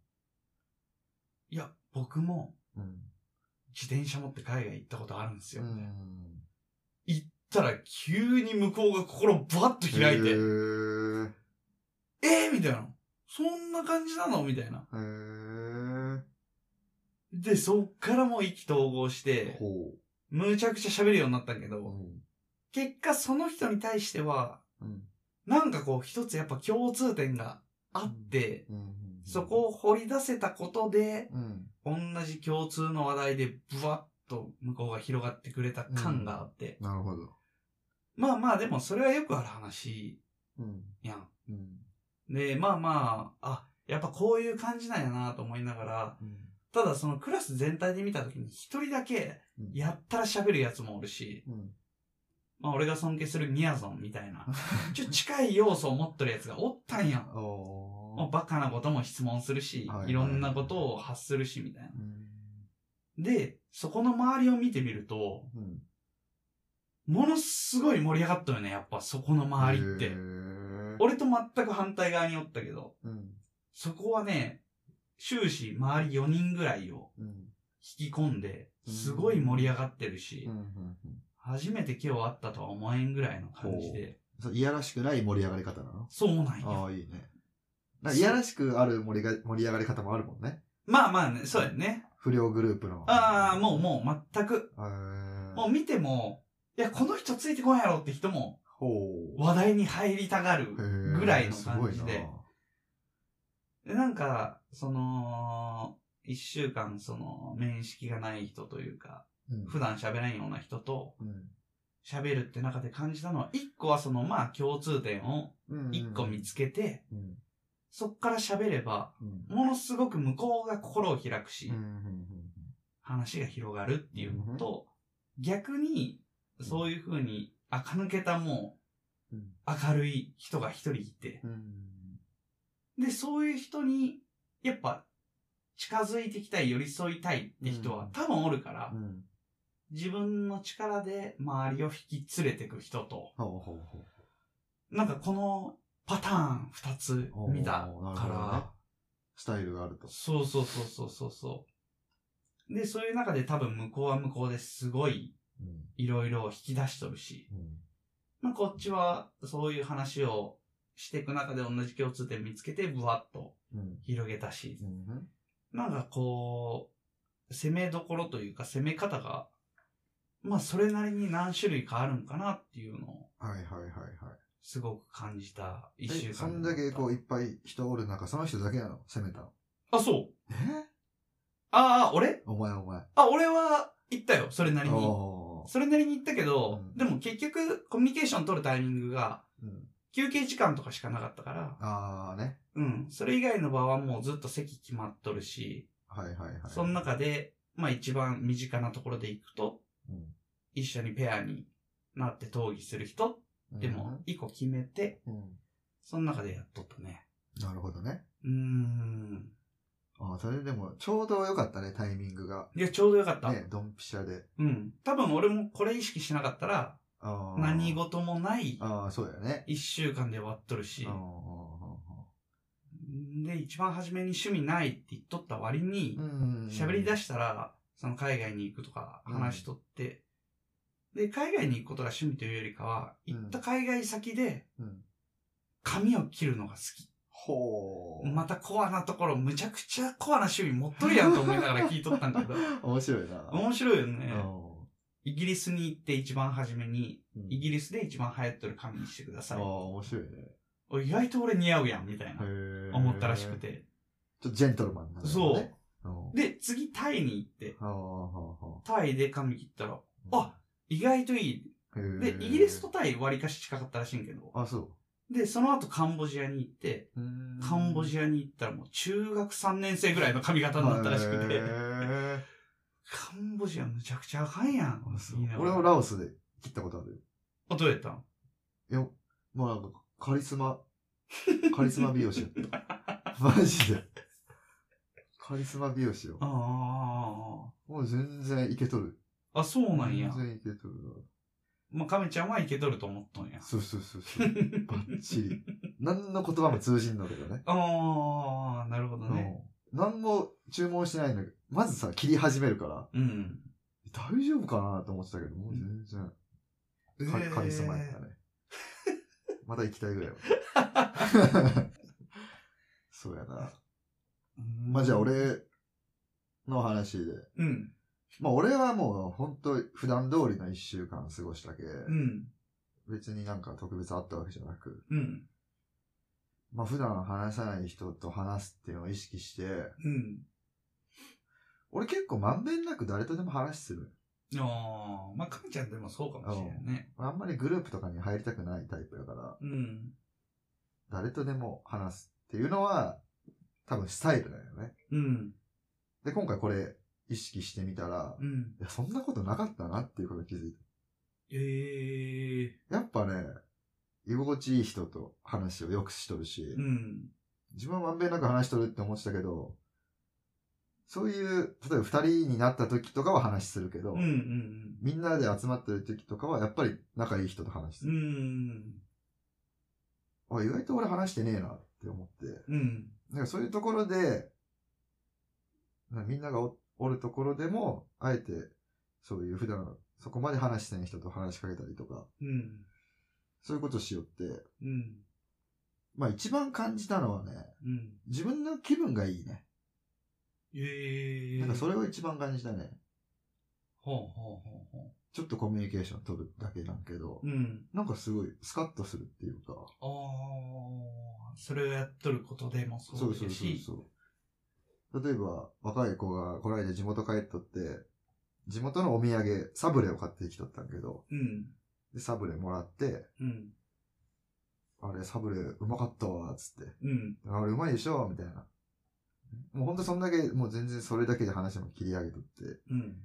Speaker 1: いや、僕も
Speaker 2: う。うん。
Speaker 1: 自転車持って海外行ったことあるんです
Speaker 2: う
Speaker 1: よ。
Speaker 2: ん。
Speaker 1: 行ったら急に向こうが心をバッと開い
Speaker 2: へ
Speaker 1: て、
Speaker 2: ー。
Speaker 1: えー、みたいな。そんな感じなのみたいな。
Speaker 2: へー。
Speaker 1: で、そっからもう意気投合して、
Speaker 2: ほ
Speaker 1: むちゃくちゃ喋るようになったんけ
Speaker 2: う。う
Speaker 1: ど、
Speaker 2: ん。
Speaker 1: 結果その人に対しては、
Speaker 2: うん。
Speaker 1: なんかこう一つやっぱ共通点があって、
Speaker 2: うん。
Speaker 1: そこを掘り出せたことで、
Speaker 2: うん。
Speaker 1: 同じ共通の話題でブワッと向こうが広がってくれた感があって、
Speaker 2: なるほど。
Speaker 1: まあまあでもそれはよくある話
Speaker 2: うん。
Speaker 1: やん。
Speaker 2: うん。
Speaker 1: で、まあまあ、あ、やっぱこういう感じなんやなと思いながら、ただそのクラス全体で見た時に一人だけ
Speaker 2: うん。
Speaker 1: やったら喋るやつもおるし、
Speaker 2: うん。
Speaker 1: まあ俺が尊敬するみやぞんみたい な、ちょっと近い要素を持っとるやつがおったんやん。
Speaker 2: お
Speaker 1: もうバカなことも質問するし
Speaker 2: はいは、い
Speaker 1: いろんなことを発するしみたいな。
Speaker 2: うん。
Speaker 1: で、そこの周りを見てみると、
Speaker 2: うん。
Speaker 1: ものすごい盛り上がったよね、やっぱそこの周りっ
Speaker 2: へ
Speaker 1: て。
Speaker 2: ー
Speaker 1: 俺と全く反対側におったけど、
Speaker 2: うん。
Speaker 1: そこはね、終始周り4人ぐらいを
Speaker 2: うん。
Speaker 1: 引き込んで、すごい盛り上がってるし、
Speaker 2: うんうん。うん
Speaker 1: 初めて今日会ったとは思えんぐらいの感じで、
Speaker 2: そういやらしくない盛り上がり方なの
Speaker 1: そうなん
Speaker 2: あ
Speaker 1: よ。
Speaker 2: あ、いいね。なんかいやらしくある盛りが盛り上がり方もあるもんね。
Speaker 1: まあまあね、そうやね。
Speaker 2: 不良グループの。
Speaker 1: ああ、もうもう全く、
Speaker 2: う。
Speaker 1: もう見ても、いや、この人ついてこんやろって人も
Speaker 2: ほ
Speaker 1: 話題に入りたがる
Speaker 2: う。へー
Speaker 1: ぐらいの感じ。
Speaker 2: すごい
Speaker 1: で
Speaker 2: な、
Speaker 1: で、なんか、その、一週間、その、面識がない人というか、
Speaker 2: うん
Speaker 1: 普段喋らんような人と
Speaker 2: うん
Speaker 1: 喋るって中で感じたのは、一個はその、まあ、共通点を
Speaker 2: うん。
Speaker 1: 一個見つけて、
Speaker 2: うん。
Speaker 1: そっから喋れば、
Speaker 2: うん。
Speaker 1: ものすごく向こうが心を開くし
Speaker 2: うん。う、ん
Speaker 1: 話が広がるっていうのと、逆に、そういう風に、垢抜けたもう
Speaker 2: うん、
Speaker 1: 明るい人が一人いて、
Speaker 2: うん。
Speaker 1: で、そういう人に、やっぱ、近づいてきたい、寄り添いたいって人
Speaker 2: う
Speaker 1: は
Speaker 2: ん
Speaker 1: 多分おるから、
Speaker 2: うん。
Speaker 1: 自分の力で周りを引き連れてく人と、
Speaker 2: ほうほうほう。
Speaker 1: なんかこのパターン二つ見たか
Speaker 2: おーなるほどね
Speaker 1: ら、
Speaker 2: スタイルがあると。
Speaker 1: そうそうそうそうそうそう。で、そういう中で多分向こうは向こうですごい
Speaker 2: うん。
Speaker 1: いろいろ引き出しとるし、
Speaker 2: うん。
Speaker 1: まあこっちはそういう話をしていく中で同じ共通点見つけてブワッと
Speaker 2: うん。
Speaker 1: 広げたし
Speaker 2: う、ん。
Speaker 1: なんかこう、攻めどころというか攻め方が、まあそれなりに何種類かあるんかなっていうのを
Speaker 2: はいはいはいはい。
Speaker 1: すごく感じた一週間
Speaker 2: え、そんだけこういっぱい人おる中、その人だけなの攻めたの。
Speaker 1: あ、そう。
Speaker 2: え
Speaker 1: ああ、俺
Speaker 2: お前お前。
Speaker 1: あ、俺は行ったよ、それなりに。
Speaker 2: おー
Speaker 1: それなりに行ったけど、
Speaker 2: うん
Speaker 1: でも結局コミュニケーション取るタイミングが
Speaker 2: うん。
Speaker 1: 休憩時間とかしかなかったから、
Speaker 2: ああね。
Speaker 1: うん、それ以外の場はもうずっと席決まっとるし、
Speaker 2: はいはいはい。
Speaker 1: その中で、まあ一番身近なところで行くと、
Speaker 2: うん
Speaker 1: 一緒にペアになって討議する人でも、一個決めて、
Speaker 2: うん、
Speaker 1: その中でやっとったね。
Speaker 2: なるほどね。
Speaker 1: うーん。
Speaker 2: ああ、それでも、ちょうど良かったね、タイミングが。
Speaker 1: いや、ちょうどよかった。
Speaker 2: ね、ドンピシャで。
Speaker 1: うん。多分俺もこれ意識しなかったら、
Speaker 2: ああ
Speaker 1: 何事もない
Speaker 2: ああ、そうだよね。
Speaker 1: 一週間で終わっとるし
Speaker 2: ああ、
Speaker 1: で、一番初めに趣味ないって言っとった割に
Speaker 2: う、ん。
Speaker 1: 喋り出
Speaker 2: し、
Speaker 1: したら、その海外に行くとか
Speaker 2: うん
Speaker 1: 話しとって、で、海外に行くことが趣味というよりかは、
Speaker 2: うん
Speaker 1: 行った海外先で
Speaker 2: うん。
Speaker 1: 髪を切るのが好き。
Speaker 2: ほう。
Speaker 1: またコアなところ、むちゃくちゃコアな趣味持っとるやんと思いながら聞いとったんだけど。
Speaker 2: 面白いな。
Speaker 1: 面白いよね。
Speaker 2: うん
Speaker 1: イギリスに行って一番初めに、
Speaker 2: うん
Speaker 1: イギリスで一番流行ってる髪にしてくださ
Speaker 2: あ
Speaker 1: い
Speaker 2: あ、。面白いね。
Speaker 1: お意外と俺似合うやん、みたい
Speaker 2: へ
Speaker 1: な。
Speaker 2: え。
Speaker 1: 思ったらしく。て。
Speaker 2: ちょっとジェントルマンなんだね。
Speaker 1: そう。
Speaker 2: うん。
Speaker 1: で、次タイに行って、
Speaker 2: はあはあはあは
Speaker 1: タイで髪切ったら、
Speaker 2: あ
Speaker 1: あ意外といい。
Speaker 2: へ
Speaker 1: で、
Speaker 2: ー
Speaker 1: イギリスとタイ割かし近かったらしいんけど。
Speaker 2: あ、そ
Speaker 1: で、その後カンボジアに行って、
Speaker 2: う。
Speaker 1: カンボジアに行ったらもう中学3年生ぐらいの髪型になったらしく
Speaker 2: へ
Speaker 1: て、
Speaker 2: ー
Speaker 1: カンボジアむちゃくちゃあかんやん
Speaker 2: あ、。そう
Speaker 1: 言いなが
Speaker 2: 俺
Speaker 1: ら
Speaker 2: もラオスで切ったことあるよ。
Speaker 1: あ、どうやったん
Speaker 2: いや、まあなんか、カリス マ、カリスマ美容師やった。マジで。カリスマ美容師よ
Speaker 1: あ。あ
Speaker 2: もう全然いけとる。
Speaker 1: あ、あ、そうなんや
Speaker 2: 全。然いけとる
Speaker 1: まあ、亀ちゃんはいけとると思っとんや
Speaker 2: な。。そうそうそ うそう。バッチリ。何の言葉も通じんのだけどね。
Speaker 1: ああ、なるほどね。
Speaker 2: うん。何も注文してないんだけど、まずさ、切り始めるから、
Speaker 1: うん。
Speaker 2: 大丈夫かなと思ってたけど、もう全然。か
Speaker 1: えー
Speaker 2: 神様やっ たね。まだ行きたいぐらいは。 そうやな。まあじゃあ。俺の話で。
Speaker 1: うん。
Speaker 2: まあ俺はもう本当普段通りの一週間過ごしたけ、
Speaker 1: うん。
Speaker 2: 別になんか特別あったわけじゃなく、
Speaker 1: うん。
Speaker 2: まあ普段話さない人と話すっていうのを意識して、
Speaker 1: うん。
Speaker 2: 俺結構まんべんなく誰とでも話する。
Speaker 1: ああ、まあ、亀ちゃんでもそうかもしれないね。
Speaker 2: あんまりグループとかに入りたくないタイプだから、
Speaker 1: うん。
Speaker 2: 誰とでも話すっていうのは多分スタイルだよね。
Speaker 1: うん。
Speaker 2: で、今回これ意識してみたら、
Speaker 1: うん。
Speaker 2: いや、そんなことなかったなっていうことに気づい
Speaker 1: ええ
Speaker 2: た。やっぱね、居心地いい人と話をよくしとるし、
Speaker 1: ー。うん。
Speaker 2: 自分はまんべんなく話しとるって思ってたけど、そういう、例えば二人になった時とかは話するけど、
Speaker 1: うん。うん。
Speaker 2: みんなで集まってる時とかはやっぱり仲いい人と話す
Speaker 1: う
Speaker 2: る。
Speaker 1: ん。
Speaker 2: あ意外と俺話してねえなって思って、
Speaker 1: うん。
Speaker 2: なんかそういうところで、なみんながおおるところでも、あえて、そういう普段、そこまで話してない人と話しかけたりとか、
Speaker 1: うん。
Speaker 2: そういうことしよって、
Speaker 1: うん。
Speaker 2: まあ一番感じたのはね、
Speaker 1: うん。
Speaker 2: 自分の気分がいいね。
Speaker 1: ええー。
Speaker 2: なんかそれを一番感じたね。
Speaker 1: ほうほうほうほ
Speaker 2: ちょっとコミュニケーション取るだけなんけど
Speaker 1: う。、うん。
Speaker 2: なんかすごいスカッとするっていうか、
Speaker 1: ああ、それをやっとることでもそうですし。
Speaker 2: そう。例えば、若い子がこの間地元帰っとって、地元のお土産、サブレを買ってきとったんけど、
Speaker 1: うん。
Speaker 2: でサブレもらって、
Speaker 1: うん。
Speaker 2: あれサブレうまかったわ、つって。
Speaker 1: うん。
Speaker 2: あれうまいでしょ、みたいな。もうほんとそんだけ、もう全然それだけで話も切り上げとって。
Speaker 1: うん。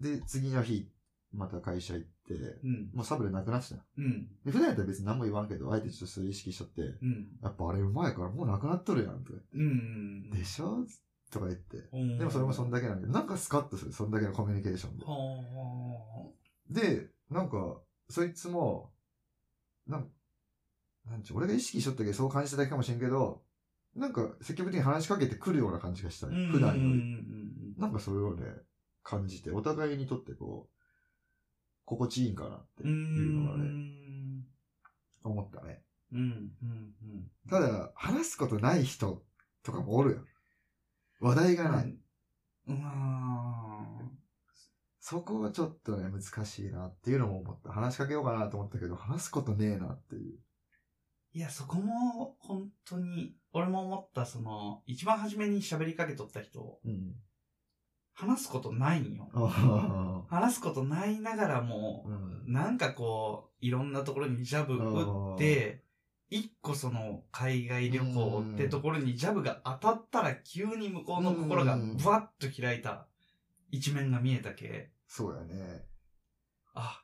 Speaker 2: で、次の日、また会社行って、
Speaker 1: うん。
Speaker 2: もうサブレなくなっちゃった。
Speaker 1: うん。
Speaker 2: で普段やったら別に何も言わんけど、あえてちょっとそれ意識しちゃって、
Speaker 1: うん。
Speaker 2: やっぱあれうまいからもうなくなっとるやん、とか。
Speaker 1: うん。
Speaker 2: でしょとか言って。
Speaker 1: うん
Speaker 2: でもそれもそんだけなんだけど、なんかスカッとする、そんだけのコミュニケーション
Speaker 1: はあ。
Speaker 2: で。で、なんか、そいつも、なんなんちゅう、俺が意識しとったけどそう感じただけかもしれんけど、なんか積極的に話しかけてくるような感じがしたね、普段
Speaker 1: うん
Speaker 2: よ
Speaker 1: うん
Speaker 2: り。なんかそれをね、感じて、お互いにとってこう、心地いいんかなって
Speaker 1: うんうん。
Speaker 2: いうのが
Speaker 1: う
Speaker 2: ね、
Speaker 1: ん。
Speaker 2: 思ったね。
Speaker 1: うん。うん。うん。
Speaker 2: ただ、話すことない人とかもおるやん。話題がない。
Speaker 1: うわ
Speaker 2: そこはちょっとね、難しいなっていうのも思った。話しかけようかなと思ったけど、話すことねえなっていう。
Speaker 1: いや、そこも、本当に、俺も思った、その、一番初めに喋りかけとった人、
Speaker 2: うん。
Speaker 1: 話すことないんよ。
Speaker 2: あ
Speaker 1: 話すことないながらも
Speaker 2: あ。う、ん。
Speaker 1: なんかこう、いろんなところにジャブ打って、一個その海外旅行ってところにジャブが当たったら急に向こうの心がブワッと開いた一面が見えたけ、
Speaker 2: そうやね。
Speaker 1: あ、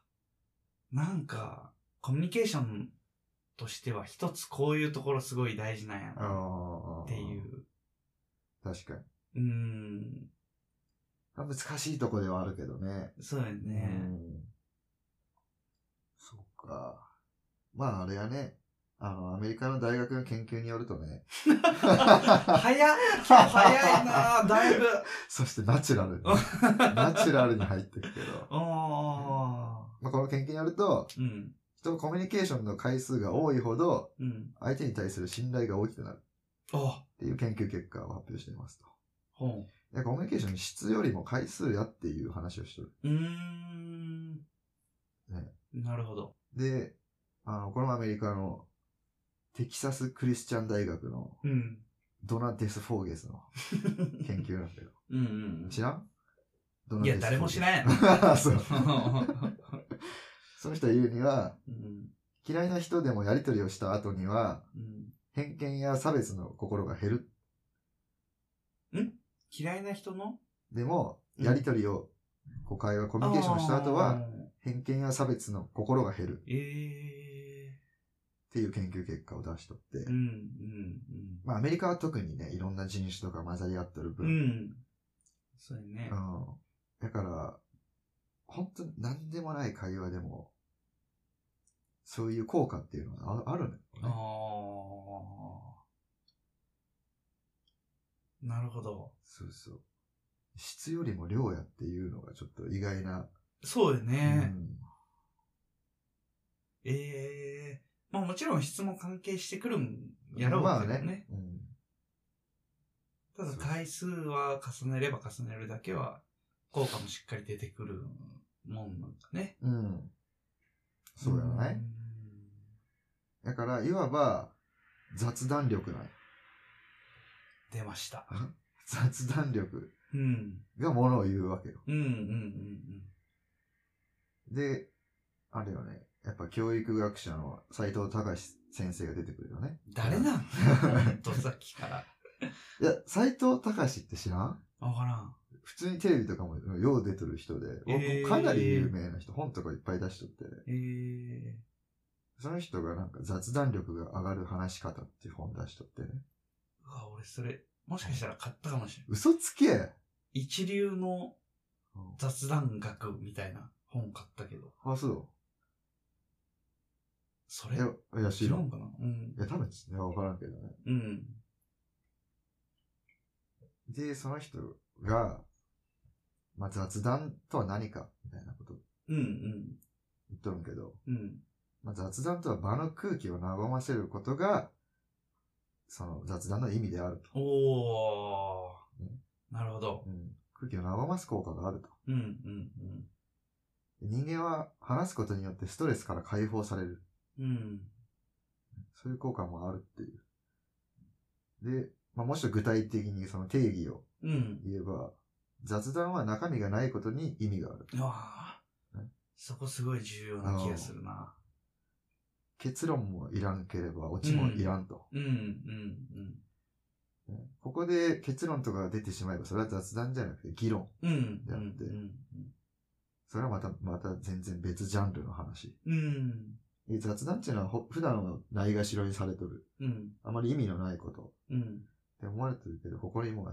Speaker 1: なんかコミュニケーションとしては一つこういうところすごい大事なんや
Speaker 2: あ
Speaker 1: な
Speaker 2: あ。
Speaker 1: ってい。う。
Speaker 2: 確か
Speaker 1: う
Speaker 2: に。
Speaker 1: ーん、
Speaker 2: 難しいとこではあるけどね。
Speaker 1: そうやね。
Speaker 2: うん。そっか。まあ、あれやね。あの、アメリカの大学の研究によるとね。
Speaker 1: 早っ早いなぁ、だいぶ。
Speaker 2: そしてナチュラルに。 ナチュラルに入ってくけど。
Speaker 1: ああ
Speaker 2: まあ、この研究によると、
Speaker 1: ー。うん。
Speaker 2: とコミュニケーションの回数が多いほど、
Speaker 1: うん。
Speaker 2: 相手に対する信頼が大きくなる
Speaker 1: あ、
Speaker 2: っていう研究結果を発表していますと。
Speaker 1: ほん。
Speaker 2: でコミュニケーションの質よりも回数やっていう話をしてる。
Speaker 1: うーん。
Speaker 2: ね
Speaker 1: なるほど。
Speaker 2: で、あの、これもアメリカのテキサスクリスチャン大学の
Speaker 1: うん。
Speaker 2: ドナ・デス・フォーゲスの研究なんだけ ど。
Speaker 1: うんうん
Speaker 2: 知らんド
Speaker 1: うん。いや、誰も知らんやろ。
Speaker 2: ん。 そう。
Speaker 1: う
Speaker 2: その人が言うには、
Speaker 1: ん。
Speaker 2: 嫌いな人でもやり取りをした後には、
Speaker 1: うん
Speaker 2: 偏見や差別の心が減る。
Speaker 1: 嫌いな人の
Speaker 2: でも、
Speaker 1: うん
Speaker 2: やり取りを、こう会話、
Speaker 1: コ
Speaker 2: コミュニケーションした後は、、偏見や差別の心が減るっ
Speaker 1: ええ
Speaker 2: ていう研究結果を出しとって、
Speaker 1: ー。うん
Speaker 2: まあアメリカは特にね、いろんな人種とか混ざり合ってる
Speaker 1: うんうん。う
Speaker 2: 分、
Speaker 1: ん。そうやね
Speaker 2: う。んだから、本当に何でもない会話でも、そういう効果っていうのはああるんだ
Speaker 1: あ
Speaker 2: よね。
Speaker 1: あ。なるほど。
Speaker 2: そうそう。質よりも量やっていうのがちょっと意外な。
Speaker 1: そうよね。
Speaker 2: うん
Speaker 1: ええまあもちろん質も関係してくるんやろう
Speaker 2: まあ
Speaker 1: けどね。
Speaker 2: ね。うん
Speaker 1: ただ回数は重ねれば重ねるだけは、効果もしっかり出てくるもんなんかね。
Speaker 2: うん。そうやない、
Speaker 1: ん
Speaker 2: だから、いわば、雑談力ない。
Speaker 1: 出ました。
Speaker 2: 雑談力
Speaker 1: うん。
Speaker 2: がものを言うわけよ。
Speaker 1: うんうんうん
Speaker 2: で、あれよね。やっぱ教育学者の斎藤隆先生が出てくるよね。
Speaker 1: うん。誰なんほんとさっきから。
Speaker 2: いや、斎藤隆って知らん
Speaker 1: わから
Speaker 2: 普通にテレビとかもよう出てる人で、
Speaker 1: えー
Speaker 2: かなり有名な人、本とかいっぱい出しとって、
Speaker 1: ん。ええ
Speaker 2: その人がなんか雑談力が上がる話し方っていう本出しとってね。
Speaker 1: うわ、俺それ、もしかしたら買ったかもしれない。
Speaker 2: 嘘つけ、
Speaker 1: 一流の雑談学みたいな本買ったけど、
Speaker 2: あ、そ。
Speaker 1: そうれ
Speaker 2: い、や、いや、知
Speaker 1: 違
Speaker 2: ら。
Speaker 1: うんんかなうん
Speaker 2: い。や、多分、いや、わからんけどね。
Speaker 1: うん。
Speaker 2: で、その人が、まあ、雑談とは何か、みたいなこと
Speaker 1: うん
Speaker 2: 言っとるんけど、
Speaker 1: うん。うん。
Speaker 2: まあ、雑談とは場の空気を和ませることが、その雑談の意味であると。
Speaker 1: おー
Speaker 2: う。
Speaker 1: なるほど。
Speaker 2: うん、空気を和ます効果があると。
Speaker 1: うんうんうん。
Speaker 2: 人間は話すことによってストレスから解放される。
Speaker 1: うん。
Speaker 2: そういう効果もあるっていう。で、まあ、もうちょっと具体的にその定義を
Speaker 1: うん。
Speaker 2: 言えば、雑談は中身がないことに意味がある。
Speaker 1: うわあ
Speaker 2: ね
Speaker 1: そこすごい重要な気がするな。
Speaker 2: 結論もいらんければ、オチもいらんと。
Speaker 1: うん、うん、
Speaker 2: ねここで結論とかが出てしまえば、それは雑談じゃなくて議論。
Speaker 1: うん。うん、
Speaker 2: や
Speaker 1: う
Speaker 2: っ
Speaker 1: ん
Speaker 2: て、それはまた、また全然別ジャンルの話。
Speaker 1: うん。うん、
Speaker 2: で雑談っていうのはほ普段はないがしろにされとる。
Speaker 1: うん、
Speaker 2: あまり意味のないこと。
Speaker 1: うん。
Speaker 2: って思われてるけど、ここにも、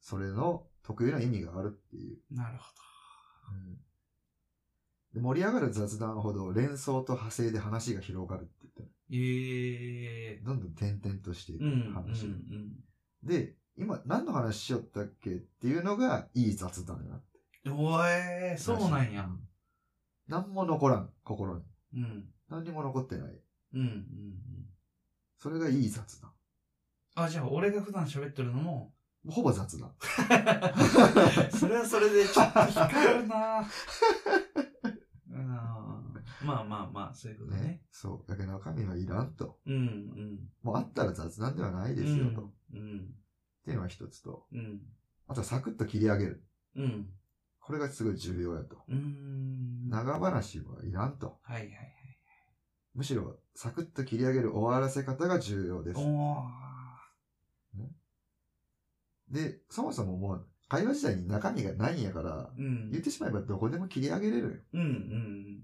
Speaker 2: それの特有な意味があるっていう。
Speaker 1: なるほ
Speaker 2: で盛り上がる雑談ほど連想と派生で話が広がるって言ってる
Speaker 1: ど。ええ
Speaker 2: どんどん点々としていく
Speaker 1: うん、うん、
Speaker 2: 話、
Speaker 1: うん。
Speaker 2: で、今何の話しよったっけっていうのがいい雑談になって
Speaker 1: おえー、そうなんや。
Speaker 2: 何も残らん、心に。
Speaker 1: うん、
Speaker 2: 何にも残ってない。
Speaker 1: うん、うん。うん
Speaker 2: それがいい雑談。
Speaker 1: あ、じゃあ俺が普段喋ってるのも、
Speaker 2: ほぼ雑談。
Speaker 1: それはそれでちょっと光るなうん。まあまあまあ、そういうことね
Speaker 2: ね。。そう。だけど中身はいらんと。
Speaker 1: うん、うん。
Speaker 2: もうあったら雑談ではないですよと。っ
Speaker 1: うん、
Speaker 2: ていうのが一つと。
Speaker 1: うん、
Speaker 2: あとはサクッと切り上げる。
Speaker 1: うん。うん。
Speaker 2: これがすごい重要やと。
Speaker 1: うーん。はい
Speaker 2: 長話はいらんと。
Speaker 1: はいはい。
Speaker 2: むしろ、サクッと切り上げる終わらせ方が重要です。
Speaker 1: おー。
Speaker 2: で、そもそももう、会話自体に中身がないんやから、
Speaker 1: うん。
Speaker 2: 言ってしまえばどこでも切り上げれるよ。
Speaker 1: うんうん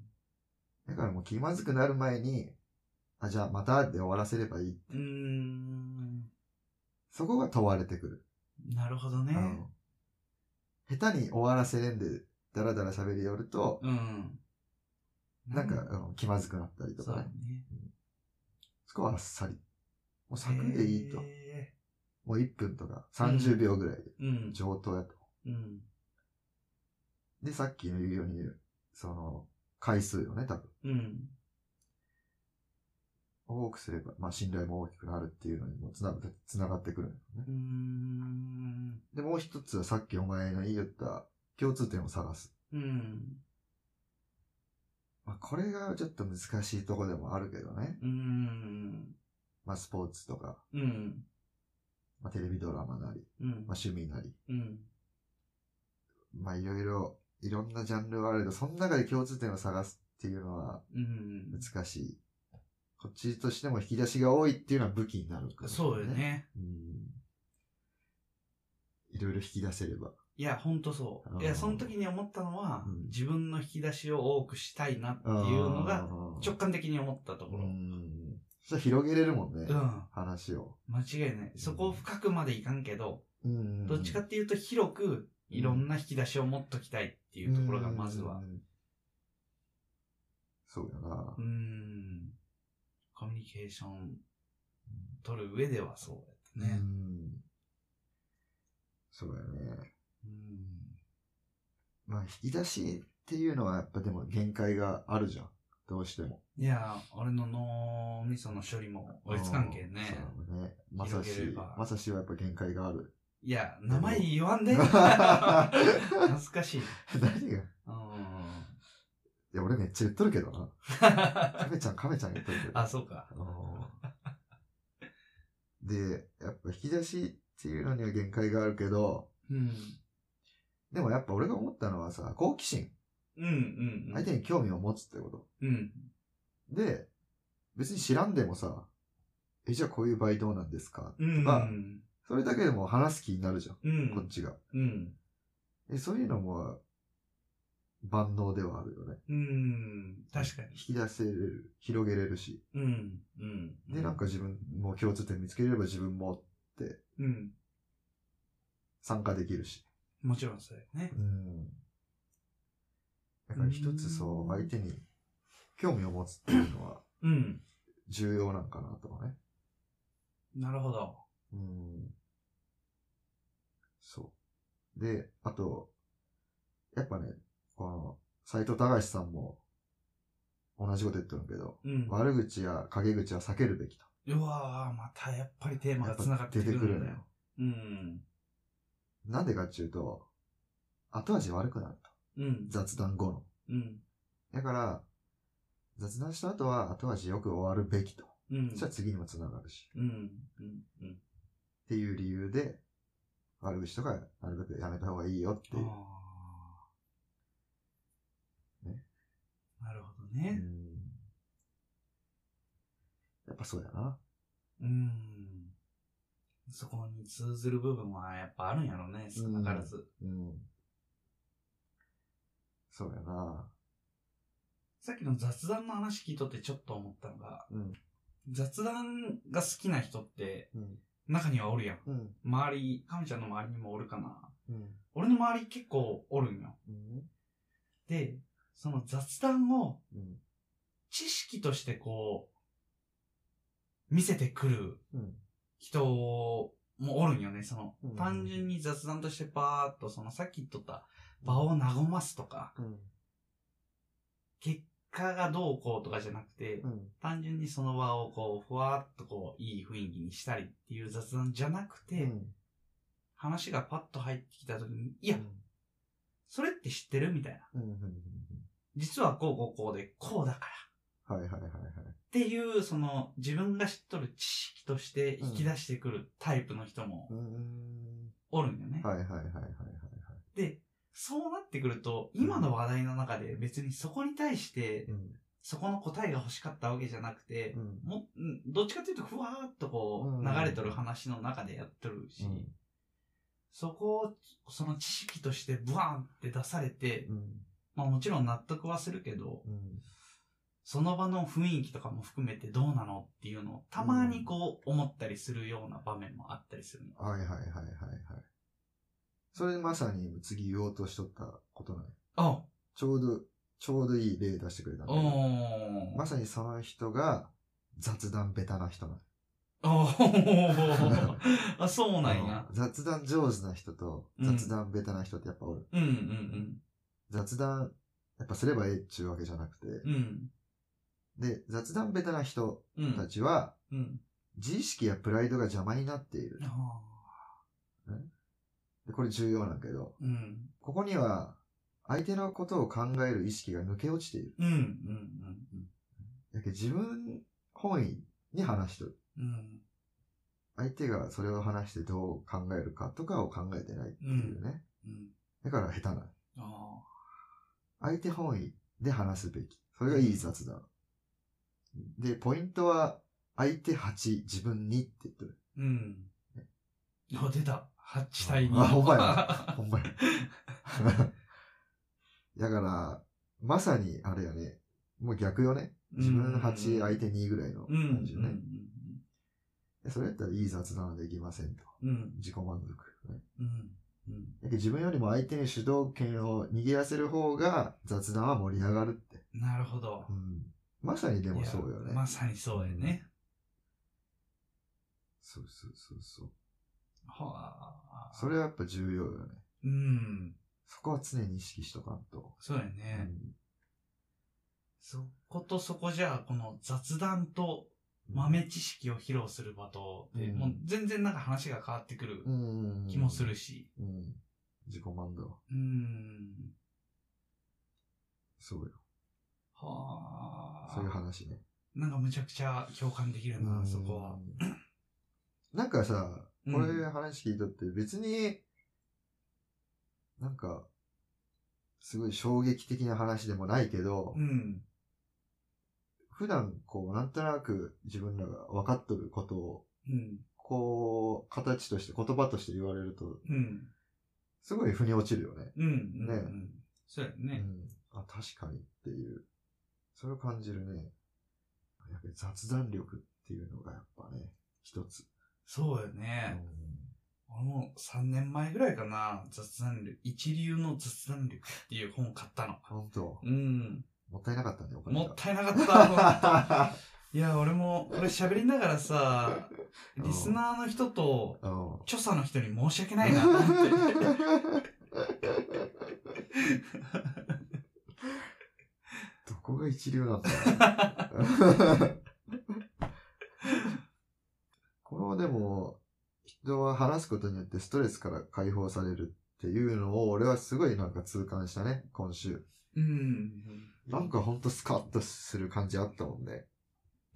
Speaker 2: だからもう気まずくなる前に、あ、じゃあまたで終わらせればいい。
Speaker 1: うん。うーん。
Speaker 2: そこが問われてくる。
Speaker 1: なるほど
Speaker 2: あ
Speaker 1: ね。
Speaker 2: の下手に終わらせれんで、だらだら喋りよると、
Speaker 1: うん。
Speaker 2: なんか、あの気まずくなったりと
Speaker 1: そう
Speaker 2: か
Speaker 1: だ
Speaker 2: ね
Speaker 1: ね。。
Speaker 2: そこはあっさり。もうサクッでいいと。
Speaker 1: へ
Speaker 2: もう1分とか30秒ぐらいで
Speaker 1: ーうん。
Speaker 2: 上等やと。
Speaker 1: うん。
Speaker 2: で、さっきの言うように、その、回数よね、多分。
Speaker 1: うん。
Speaker 2: 多くすれば、まあ信頼も大きくなるっていうのにもつながつながってくるんですね
Speaker 1: う。ーん。
Speaker 2: で、もう一つはさっきお前が言った共通点を探す。
Speaker 1: うん。
Speaker 2: まあこれがちょっと難しいとこでもあるけどね。
Speaker 1: うーん。
Speaker 2: まあスポーツとか、
Speaker 1: うん。
Speaker 2: まあテレビドラマなり、
Speaker 1: うん
Speaker 2: まあ。趣味なり、
Speaker 1: うん。
Speaker 2: まあいろいろ、いろんなジャンルはあるけど、その中で共通点を探すっていうのは
Speaker 1: うん。
Speaker 2: 難しい。こっちとしても引き出しが多いっていうのは武器になるから、
Speaker 1: そうよ。ね。
Speaker 2: うん。いろいろ引き出せれば。
Speaker 1: いや、ほんとそうう。
Speaker 2: ん
Speaker 1: いや、その時に思ったのは、
Speaker 2: うん
Speaker 1: 自分の引き出しを多くしたいなっていうのが、
Speaker 2: うん、
Speaker 1: 直感的に思ったところ。う
Speaker 2: う
Speaker 1: ん。
Speaker 2: ん。それ広げれるもんね。話を。
Speaker 1: 間違いない。そこを深くまでいかんけど、
Speaker 2: うん
Speaker 1: どっちかっていうと広く、いろんな引き出しを持っときたいって
Speaker 2: て
Speaker 1: いうところが、まずは。。
Speaker 2: そうだな
Speaker 1: う。ん。コミュニケーション取る上ではそうやった
Speaker 2: う
Speaker 1: ね。
Speaker 2: ん。そうだよね。
Speaker 1: うん。
Speaker 2: まあ、引き出しっていうのはやっぱでも限界があるじゃん。どうしても。
Speaker 1: いやー、俺の脳みその処理も追いつかんけんね。
Speaker 2: うん。そうだね。まさし
Speaker 1: 広げれば、
Speaker 2: まさしはやっぱ限界がある。
Speaker 1: いや、名前言わんで。
Speaker 2: でも
Speaker 1: 恥ずかしい。
Speaker 2: 何がい
Speaker 1: うんうんうん
Speaker 2: や、俺めっちゃ言っとるけどな。亀ちゃん、亀ちゃん言っとるけ ど。
Speaker 1: あ、そうか。
Speaker 2: うんで、やっぱ引き出しっていうのには限界があるけど、
Speaker 1: うん。
Speaker 2: でもやっぱ俺が思ったのはさ、好奇心。
Speaker 1: うんうんうん。
Speaker 2: 相手に興味を持つってこと。
Speaker 1: うん。
Speaker 2: で、別に知らんでもさ、え、じゃあこういう場合どうなんですか
Speaker 1: うん。うん。
Speaker 2: まあそれだけでも話す気になるじゃん、
Speaker 1: う
Speaker 2: こっ
Speaker 1: ん。
Speaker 2: ちが。
Speaker 1: うん。
Speaker 2: え、そういうのも、万能ではあるよね。
Speaker 1: うん。確かに。
Speaker 2: 引き出せれる、広げれるし。
Speaker 1: うん。うん。
Speaker 2: で、なんか自分も共通点見つければ自分も
Speaker 1: うん。
Speaker 2: 参加できるし。
Speaker 1: もちろんそうやね。
Speaker 2: うん。だから一つそうう、
Speaker 1: ん
Speaker 2: 相手に興味を持つっていうのは
Speaker 1: うん。
Speaker 2: 重要なんかなとはね。
Speaker 1: なるほど。
Speaker 2: うん。そう。で、あと、やっぱね、この、斎藤隆さんも同じこと言ってるけど、
Speaker 1: うん。
Speaker 2: 悪口や陰口は避けるべきと。
Speaker 1: うわー、またやっぱりテーマ
Speaker 2: や
Speaker 1: が
Speaker 2: っぱ
Speaker 1: 繋がって
Speaker 2: 出て
Speaker 1: く
Speaker 2: く
Speaker 1: る
Speaker 2: る
Speaker 1: ん
Speaker 2: の
Speaker 1: だよ。
Speaker 2: よ。
Speaker 1: うん。
Speaker 2: なんでかっていうと、後味悪くなると。
Speaker 1: うん。
Speaker 2: 雑談後の。
Speaker 1: うん。
Speaker 2: だから、雑談した後は後味よく終わるべきと。
Speaker 1: うん
Speaker 2: そしたら次にも繋がるし。
Speaker 1: うん。うん。うん。
Speaker 2: っていう理由で、悪口とかなるべくやめた方がいいよっていう。
Speaker 1: ああ。
Speaker 2: ね
Speaker 1: なるほど
Speaker 2: う
Speaker 1: ね。
Speaker 2: んやっぱそうやな。
Speaker 1: うん。そこに通ずる部分はやっぱあるんやろね、少なからず。
Speaker 2: うん。そうやな。
Speaker 1: さっきの雑談の話聞いとってちょっと思ったのが、
Speaker 2: うん。
Speaker 1: 雑談が好きな人って
Speaker 2: うん。
Speaker 1: 中にはおるやん。
Speaker 2: うん。
Speaker 1: 周り、亀ちゃんの周りにもおるかな。
Speaker 2: うん。
Speaker 1: 俺の周り結構おるんよ。
Speaker 2: うん。
Speaker 1: で、その雑談を
Speaker 2: うん。
Speaker 1: 知識としてこう、見せてくる
Speaker 2: うん。
Speaker 1: 人もおるんよね。その
Speaker 2: う、ん
Speaker 1: 単純に雑談としてパーっと、そのさっき言っとった場を和ますとか、
Speaker 2: うん。
Speaker 1: 結果がどうこうとかじゃなくて
Speaker 2: う、ん。
Speaker 1: 単純にその場をこう、ふわっとこう、いい雰囲気にしたりっていう雑談じゃなくて、話がパッと入ってきた時に、いや、それって知ってるみたいな。
Speaker 2: うん。うん。
Speaker 1: 実はこうこうこうで、こうだから。
Speaker 2: はいはいはいはい。
Speaker 1: っていう、その、自分が知っとる知識として引き出してくるタイプの人も
Speaker 2: うん。
Speaker 1: おるんよね。
Speaker 2: はいはいはいはいはい。
Speaker 1: で、そうなってくると、今の話題の中で別にそこに対して、
Speaker 2: うん。
Speaker 1: そこの答えが欲しかったわけじゃなくて
Speaker 2: う、ん。
Speaker 1: もうんどっちかっていうと、ふわーっとこ
Speaker 2: う
Speaker 1: う、
Speaker 2: ん
Speaker 1: 流れとる話の中でやっとるし、そこを、その知識としてブワーンって出されて、
Speaker 2: うん。
Speaker 1: まあもちろん納得はするけど、
Speaker 2: うん。
Speaker 1: その場の雰囲気とかも含めてどうなのっていうのを、たまにこう、思ったりするような場面もあったりするの。
Speaker 2: はいはいはいはいはい。それまさに次言おうとしとったことない。
Speaker 1: あ、
Speaker 2: ちょうど、ちょうどいい例出してくれたんだけど
Speaker 1: おー。
Speaker 2: まさにその人が雑談ベタな人なの
Speaker 1: お ー。あ、そうなんや。
Speaker 2: あの雑談上手な人と
Speaker 1: うん
Speaker 2: 雑談ベタな人ってやっぱおる。
Speaker 1: うんうん
Speaker 2: 雑談、やっぱすればええっちゅうわけじゃなくて、
Speaker 1: うん。うん。
Speaker 2: で、雑談ベタな人
Speaker 1: う
Speaker 2: た
Speaker 1: ん。
Speaker 2: ちは、
Speaker 1: うん。
Speaker 2: 自意識やプライドが邪魔になっている。
Speaker 1: あ
Speaker 2: でこれ重要なんだけど、
Speaker 1: ーうん。
Speaker 2: ここには、相手のことを考える意識が抜け落ちている。
Speaker 1: うん。うん。
Speaker 2: だけど自分本位に話しとる。
Speaker 1: うん。うん。
Speaker 2: 相手がそれを話してどう考えるかとかを考えてないっていうね。
Speaker 1: うん。
Speaker 2: だから下手な。
Speaker 1: あ
Speaker 2: 相手本位で話すべき。それがいい雑談。で、ポイントは、相手8、自分2って 言ってる。
Speaker 1: ーうん。あ、出た。8対2。
Speaker 2: あほん まやほんまや。 だから、まさにあれよね。もう逆よね。自分8、相手2ぐらいの
Speaker 1: うん。うん
Speaker 2: 感じよね。でそれやったらいい雑談はできませんと。
Speaker 1: うん。うん。
Speaker 2: 自己満足、ね。
Speaker 1: うん。うん。
Speaker 2: だけど自分よりも相手に主導権を握らせる方が雑談は盛り上がるって。
Speaker 1: なるほど
Speaker 2: う。ん、まさにでもそうよ
Speaker 1: い
Speaker 2: ね
Speaker 1: や。まさにそうやね。
Speaker 2: そうそうそうそう。
Speaker 1: はあ。
Speaker 2: それはやっぱ重要よね。
Speaker 1: うん。
Speaker 2: そこは常に意識しとかんと。
Speaker 1: そうやね。そことそこじゃあ、この雑談と
Speaker 2: うん、
Speaker 1: 豆知識を披露する場と、で
Speaker 2: うん
Speaker 1: もう全然なんか話が変わってくる
Speaker 2: うん
Speaker 1: 気もす。るし。
Speaker 2: うん。自己満足。
Speaker 1: うーん。
Speaker 2: そうよ。
Speaker 1: はあ。
Speaker 2: そういう話ね。
Speaker 1: なんかむちゃくちゃ共感できるな、そこは。
Speaker 2: うん。 なんかさ、
Speaker 1: うん
Speaker 2: これ話聞いとって別に、なんか、すごい衝撃的な話でもないけど、
Speaker 1: うん。
Speaker 2: 普段こう、なんとなく自分らが分かっとることを、
Speaker 1: うん。
Speaker 2: こう、形として、言葉として言われると、
Speaker 1: うん。
Speaker 2: すごい腑に落ちるよね。
Speaker 1: うん。うん。
Speaker 2: ね
Speaker 1: うんそうや
Speaker 2: う
Speaker 1: ね。
Speaker 2: ん。あ、確かにっていう。それを感じるね。やっぱり雑談力っていうのがやっぱね、一つ。
Speaker 1: そうよね。俺も3年前ぐらいかな、雑談力、一流の雑談力っていう本を買ったの。
Speaker 2: 本当
Speaker 1: うん。
Speaker 2: もったいなかったね、お金が。
Speaker 1: もったいなかった、本当に。 いや、俺も、これ喋りながらさ、
Speaker 2: うん
Speaker 1: リスナーの人と、
Speaker 2: うん。
Speaker 1: 著者の人に申し訳ないなと思 って。
Speaker 2: どこが一流なんだろうこのでも、人は話すことによってストレスから解放されるっていうのを俺はすごいなんか痛感したね、今週。
Speaker 1: うん。
Speaker 2: なんかほんとスカッとする感じあったもんね。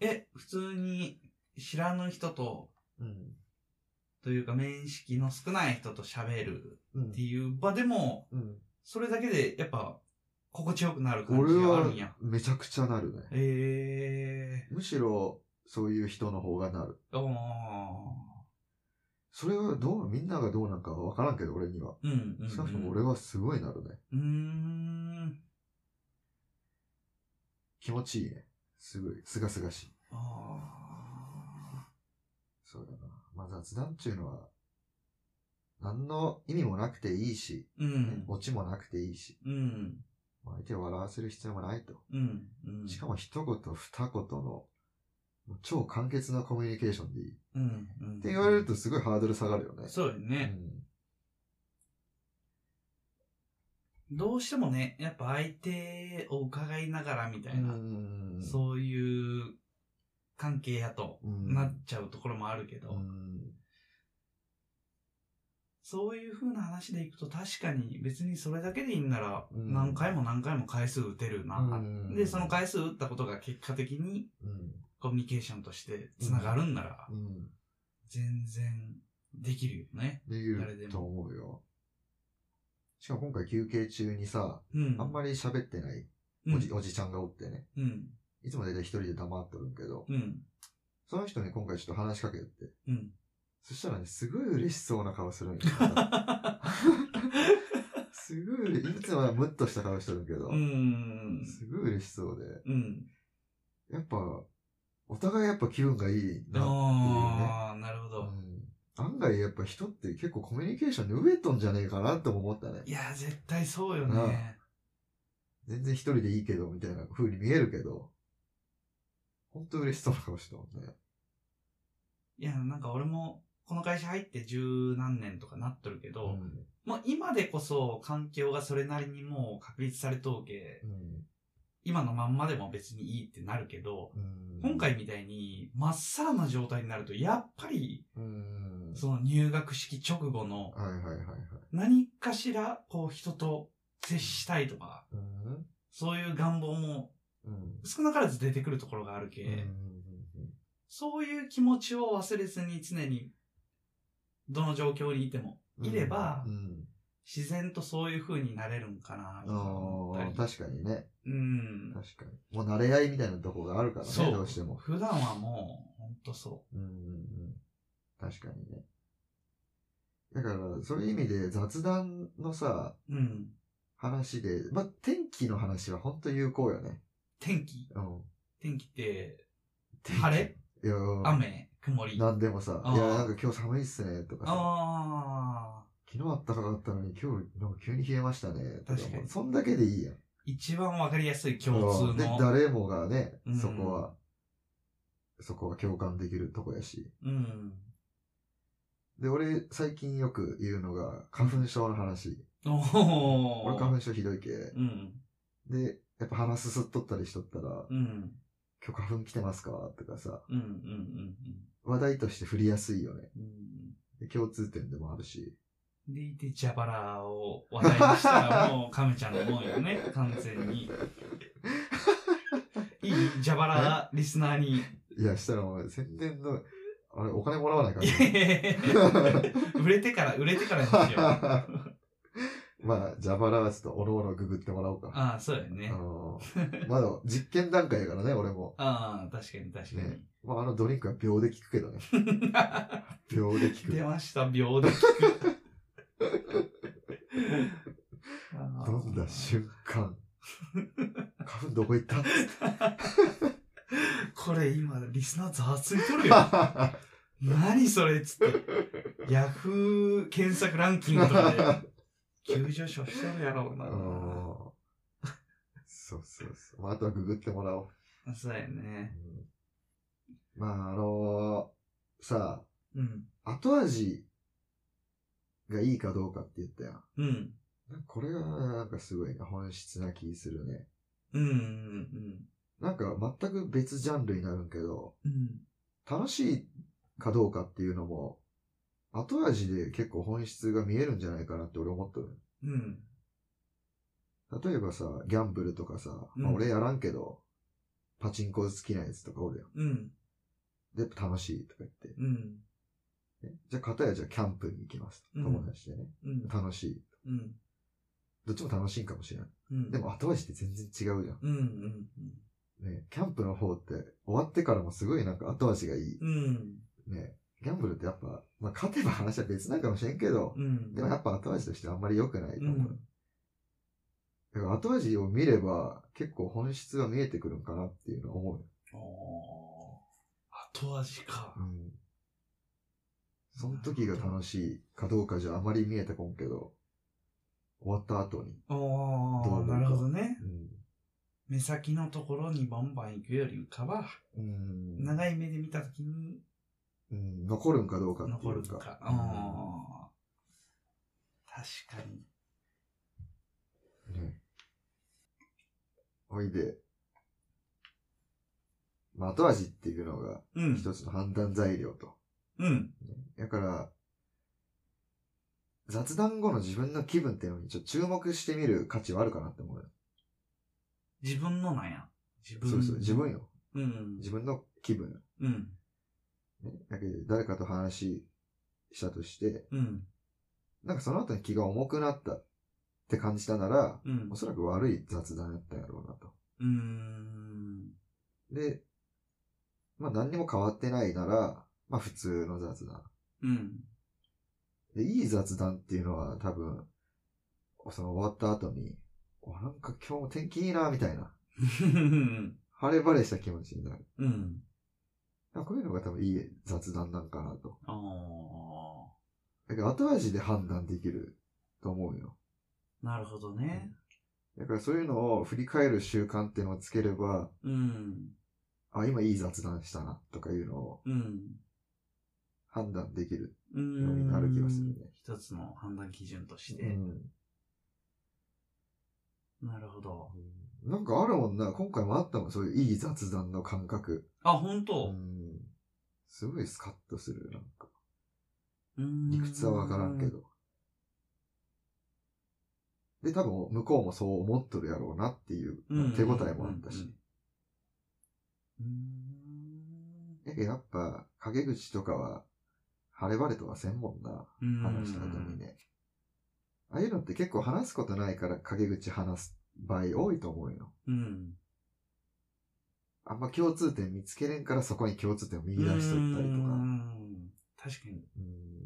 Speaker 1: え、普通に知らぬ人と、
Speaker 2: うん。
Speaker 1: というか面識の少ない人と喋る
Speaker 2: う
Speaker 1: っていう場でも、
Speaker 2: ん。
Speaker 1: それだけでやっぱ心地よくなる感
Speaker 2: 俺
Speaker 1: じがあ
Speaker 2: は
Speaker 1: るんや。
Speaker 2: めちゃくちゃなるね。
Speaker 1: え
Speaker 2: むしろそういう人の方がなる。
Speaker 1: ー。お
Speaker 2: それはどう、みんながどうなんかはわからんけど俺には。
Speaker 1: ー。うん、うん。
Speaker 2: 少なくとも俺はすごいなるね。
Speaker 1: うーん。
Speaker 2: 気持ちいいね。すごい、すがすがしい。
Speaker 1: あ
Speaker 2: そうだな。まあ雑談っていうのは、何の意味もなくていいし、
Speaker 1: ー。うん。
Speaker 2: オチもなくていいし、
Speaker 1: うん。
Speaker 2: まあ相手を笑わせる必要もないと。
Speaker 1: うん。うん。
Speaker 2: しかも一言二言の、もう超簡潔なコミュニケーションでいい。っ
Speaker 1: うん。うん。って
Speaker 2: 言われるとすごいハードル下がるよね。
Speaker 1: そうよ
Speaker 2: う
Speaker 1: ね。
Speaker 2: ん。
Speaker 1: どうしてもね、やっぱ相手を伺いながらみたいな、
Speaker 2: うん。
Speaker 1: そういう関係やと
Speaker 2: うん。
Speaker 1: なっちゃうところもあるけど、
Speaker 2: うん。
Speaker 1: そういう風な話でいくと確かに別にそれだけでいいんなら
Speaker 2: うん
Speaker 1: 何回も何回も回数打てるな。
Speaker 2: うん
Speaker 1: で、その回数打ったことが結果的に
Speaker 2: うん。
Speaker 1: コミュニケーションとして繋がるんなら
Speaker 2: うん。
Speaker 1: 全然できるよね。
Speaker 2: でき
Speaker 1: 誰で
Speaker 2: る
Speaker 1: も
Speaker 2: と思うよ。しかも今回休憩中にさ、
Speaker 1: うん。
Speaker 2: あんまり喋ってない
Speaker 1: り
Speaker 2: おじ、おじちゃんがおってね。
Speaker 1: うん。
Speaker 2: いつも大体一人で黙っとるんけど、
Speaker 1: うん。
Speaker 2: その人に今回ちょっと話しかけてって。
Speaker 1: うん。
Speaker 2: そしたらね、すごい嬉しそうな顔する んよ。すごい嬉いつもはムッとした顔してるけど、
Speaker 1: うん。
Speaker 2: すごい嬉しそう
Speaker 1: うん。
Speaker 2: で、やっぱ、お互いやっぱ気分がいいな。
Speaker 1: ああ、なるほ
Speaker 2: う
Speaker 1: ど。
Speaker 2: ん、案外やっぱ人って結構コミュニケーションで飢えとんじゃねえかなって思ったね
Speaker 1: い。や、絶対そうよね。
Speaker 2: 全然一人でいいけど、みたいな風に見えるけど、ほんと嬉しそうな顔してたもんね。
Speaker 1: いや、なんか俺も、この会社入って十何年とかなっとるけど、
Speaker 2: ん
Speaker 1: もう今でこそ環境がそれなりにもう確立されとうけ、
Speaker 2: うん
Speaker 1: 今のまんまでも別にいいってなるけど、
Speaker 2: うん
Speaker 1: 今、回みたいに、まっさらな状態になると、やっぱり、
Speaker 2: うん。
Speaker 1: その入学式直後の、
Speaker 2: はいはいはいはい。
Speaker 1: 何かしら、こう、人と接したいとか、
Speaker 2: うん。
Speaker 1: そういう願望も
Speaker 2: うん。
Speaker 1: 少なからず出てくるところがあるけ、そういう気持ちを忘れずに常に、どの状況にいても、
Speaker 2: うん
Speaker 1: いれば
Speaker 2: うん。
Speaker 1: 自然とそういう風になれるんかな、とか思った
Speaker 2: ああ、
Speaker 1: り。
Speaker 2: 確かにね。
Speaker 1: うん。
Speaker 2: 確かに。もう慣れ合いみたいなとこがあるから
Speaker 1: そ
Speaker 2: ね、
Speaker 1: う
Speaker 2: どうしても。
Speaker 1: 普段はもう、ほんとそ
Speaker 2: うんうんうん。確かにね。だから、そういう意味で雑談のさ、
Speaker 1: う。うん。
Speaker 2: 話で、まあ、天気の話は本当有効よね。
Speaker 1: 天気
Speaker 2: うん。
Speaker 1: 天気って、
Speaker 2: 天気
Speaker 1: 晴れ
Speaker 2: いやー、
Speaker 1: 雨曇り。あ
Speaker 2: なんでもさ、
Speaker 1: あー
Speaker 2: いや、なんか今日寒いっすね、とかさ、
Speaker 1: あ
Speaker 2: 昨日あったかかったのに今日、なんか急に冷えましたね、とか
Speaker 1: 確かに
Speaker 2: そんだけでいいやん。
Speaker 1: ー、一番わかりやすい共
Speaker 2: う
Speaker 1: 通
Speaker 2: んで
Speaker 1: の。
Speaker 2: 誰もがね
Speaker 1: うん、
Speaker 2: そこは、そこは共感できるとこやし。
Speaker 1: うん。
Speaker 2: で、俺、最近よく言うのが、花粉症の話。
Speaker 1: お
Speaker 2: 俺花
Speaker 1: ー。
Speaker 2: 粉症ひどいけ。
Speaker 1: うん。
Speaker 2: で、やっぱ鼻すすっとったりしとったら、
Speaker 1: うん。
Speaker 2: 今日花粉来てますかとかさ、
Speaker 1: うん。うん。うん。
Speaker 2: 話題として振りやすいよね。
Speaker 1: うんうん。
Speaker 2: で共通点でもあるし。
Speaker 1: でいて、蛇腹を話題にした らもう、亀ちゃんのもんよね、完全に。いい蛇腹リスナー に。
Speaker 2: いや、したらお前、宣伝の、あれ、お金もらわないか
Speaker 1: い
Speaker 2: ら、
Speaker 1: やいやいや売れてから、売れてからにしよう。あ
Speaker 2: まあ、ジャバラはちょっとおろおろググってもらおうか。
Speaker 1: あ、そうだよね
Speaker 2: あ。のーまだ実験段階やからね、俺も。
Speaker 1: ああ、確かに確かに。
Speaker 2: ねまあ、あのドリンクは秒で効く けどね。秒で効
Speaker 1: 出
Speaker 2: く。
Speaker 1: ました、秒で聞く。あー
Speaker 2: 飲んだ瞬 間。花粉どこ行った
Speaker 1: これ今、リスナーざわついとるよ。何それっつって。ヤフー検索ランキン グとかで急上昇してるやろう
Speaker 2: う
Speaker 1: な。
Speaker 2: んそうそうそう。まあ、あとはググってもらおう。
Speaker 1: そうやね。
Speaker 2: うんまあ、あのーさ
Speaker 1: うん。
Speaker 2: あ、後味がいいかどうかって言ったやん。
Speaker 1: うん。
Speaker 2: なんかこれがなんかすごいな本質な気するね。
Speaker 1: うん。うん。
Speaker 2: なんか全く別ジャンルになるんけど、
Speaker 1: うん。
Speaker 2: 楽しいかどうかっていうのも、後味で結構本質が見えるんじゃないかなって俺思っとる。
Speaker 1: うん。
Speaker 2: 例えばさ、ギャンブルとかさ、まあ、
Speaker 1: うん
Speaker 2: 俺やらんけど、パチンコ好きなやつとかおるやん。
Speaker 1: うん。
Speaker 2: で、やっぱ楽しいとか言って。
Speaker 1: うん。
Speaker 2: ねじゃあ、片やじゃあキャンプに行きます。
Speaker 1: うん
Speaker 2: 友達でね。
Speaker 1: うん。
Speaker 2: 楽しい。
Speaker 1: うん。
Speaker 2: どっちも楽しいんかもしれない。
Speaker 1: うん。
Speaker 2: でも後味って全然違うじゃん。
Speaker 1: うん。うん。
Speaker 2: ね、キャンプの方って終わってからもすごいなんか後味がいい。
Speaker 1: うん。うん。
Speaker 2: ね、ギャンブルってやっぱ、まあ、勝てば話は別なんかもしれんけど、
Speaker 1: うん。
Speaker 2: でもやっぱ後味としてあんまり良くないと思う。
Speaker 1: うん
Speaker 2: だから後味を見れば結構本質が見えてくるんかなっていうのは思うよ。
Speaker 1: おー後味か。
Speaker 2: うん。その時が楽しいかどうかじゃあまり見えてこんけど、終わった後に。
Speaker 1: お
Speaker 2: どう思
Speaker 1: ー
Speaker 2: うか
Speaker 1: なるほどね。
Speaker 2: うん。
Speaker 1: 目先のところにバンバン行くよりかは、
Speaker 2: うん。
Speaker 1: 長い目で見たときに
Speaker 2: うん、残るんかどうかってい
Speaker 1: 残る
Speaker 2: う
Speaker 1: と
Speaker 2: か。
Speaker 1: か。
Speaker 2: うん
Speaker 1: あー確かに。
Speaker 2: ね。おいで。まあ、後味っていうのが
Speaker 1: うん。
Speaker 2: 一つの判断材料と。
Speaker 1: うん。
Speaker 2: だから、雑談後の自分の気分っていうのにちょっと注目してみる価値はあるかなって思うよ。
Speaker 1: 自分のなんや。自分
Speaker 2: そうそう、自分よ。
Speaker 1: うん。
Speaker 2: 自分の気分。
Speaker 1: うん。
Speaker 2: ね、だけど誰かと話したとして、
Speaker 1: うん。
Speaker 2: なんかその後に気が重くなったって感じたなら、
Speaker 1: うん
Speaker 2: お。そらく悪い雑談やったんやろうなと。
Speaker 1: うーん。
Speaker 2: で、まあ何にも変わってないなら、まあ普通の雑談。
Speaker 1: うん。
Speaker 2: で、いい雑談っていうのは多分、その終わった後に、おなんか今日も天気いいな、みたいな。晴れ晴れした気持ちになる。
Speaker 1: うん。
Speaker 2: なんかこういうのが多分いい雑談なんかなと。
Speaker 1: あ
Speaker 2: だから後味で判断できると思うよ。
Speaker 1: あ。なるほどね。
Speaker 2: だからそういうのを振り返る習慣っていうのをつければ、
Speaker 1: うん。
Speaker 2: あ、今いい雑談したな、とかいうのを
Speaker 1: うん。
Speaker 2: 判断できる。
Speaker 1: うー。
Speaker 2: ようんになる気がするね
Speaker 1: 一つの判断基準として。
Speaker 2: うん
Speaker 1: なるほど。
Speaker 2: なんかあるもんな。今回もあったもん。そういういい雑談の感覚。
Speaker 1: あ、本当
Speaker 2: うん。すごいスカッとする。なんか。
Speaker 1: うーん
Speaker 2: 理屈はわからんけ。ど。で、多分、向こうもそう思っとるやろうなっていう
Speaker 1: うん
Speaker 2: 手応えもあったし。。
Speaker 1: うーん
Speaker 2: え、やっぱ、陰口とかは、晴れ晴れとはせんもんな。
Speaker 1: うーん。
Speaker 2: 話した後にね。ああいうのって結構話すことないから陰口話す場合多いと思うよ。
Speaker 1: うん。
Speaker 2: あんま共通点見つけれんからそこに共通点を見出しとったりと
Speaker 1: うー
Speaker 2: か。
Speaker 1: ん確かに。
Speaker 2: うん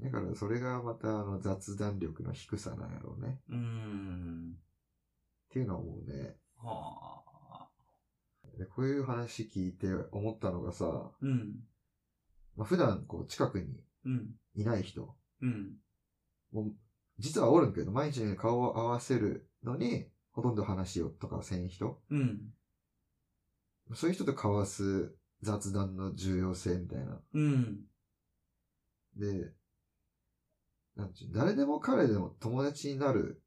Speaker 2: だからそれがまたあの雑談力の低さなんやろうね。
Speaker 1: うーん。
Speaker 2: っていうのは思うね。
Speaker 1: はあ。
Speaker 2: でこういう話聞いて思ったのがさ、
Speaker 1: うん。
Speaker 2: まあ、普段こう近くに
Speaker 1: うん。
Speaker 2: いない人、
Speaker 1: うん。
Speaker 2: もう実はおるんけど毎日のように顔を合わせるのにほとんど話をとかせん人、
Speaker 1: うん。
Speaker 2: そういう人と交わす雑談の重要性みたいな。
Speaker 1: うん。
Speaker 2: で、なんちゅう、誰でも彼でも友達になる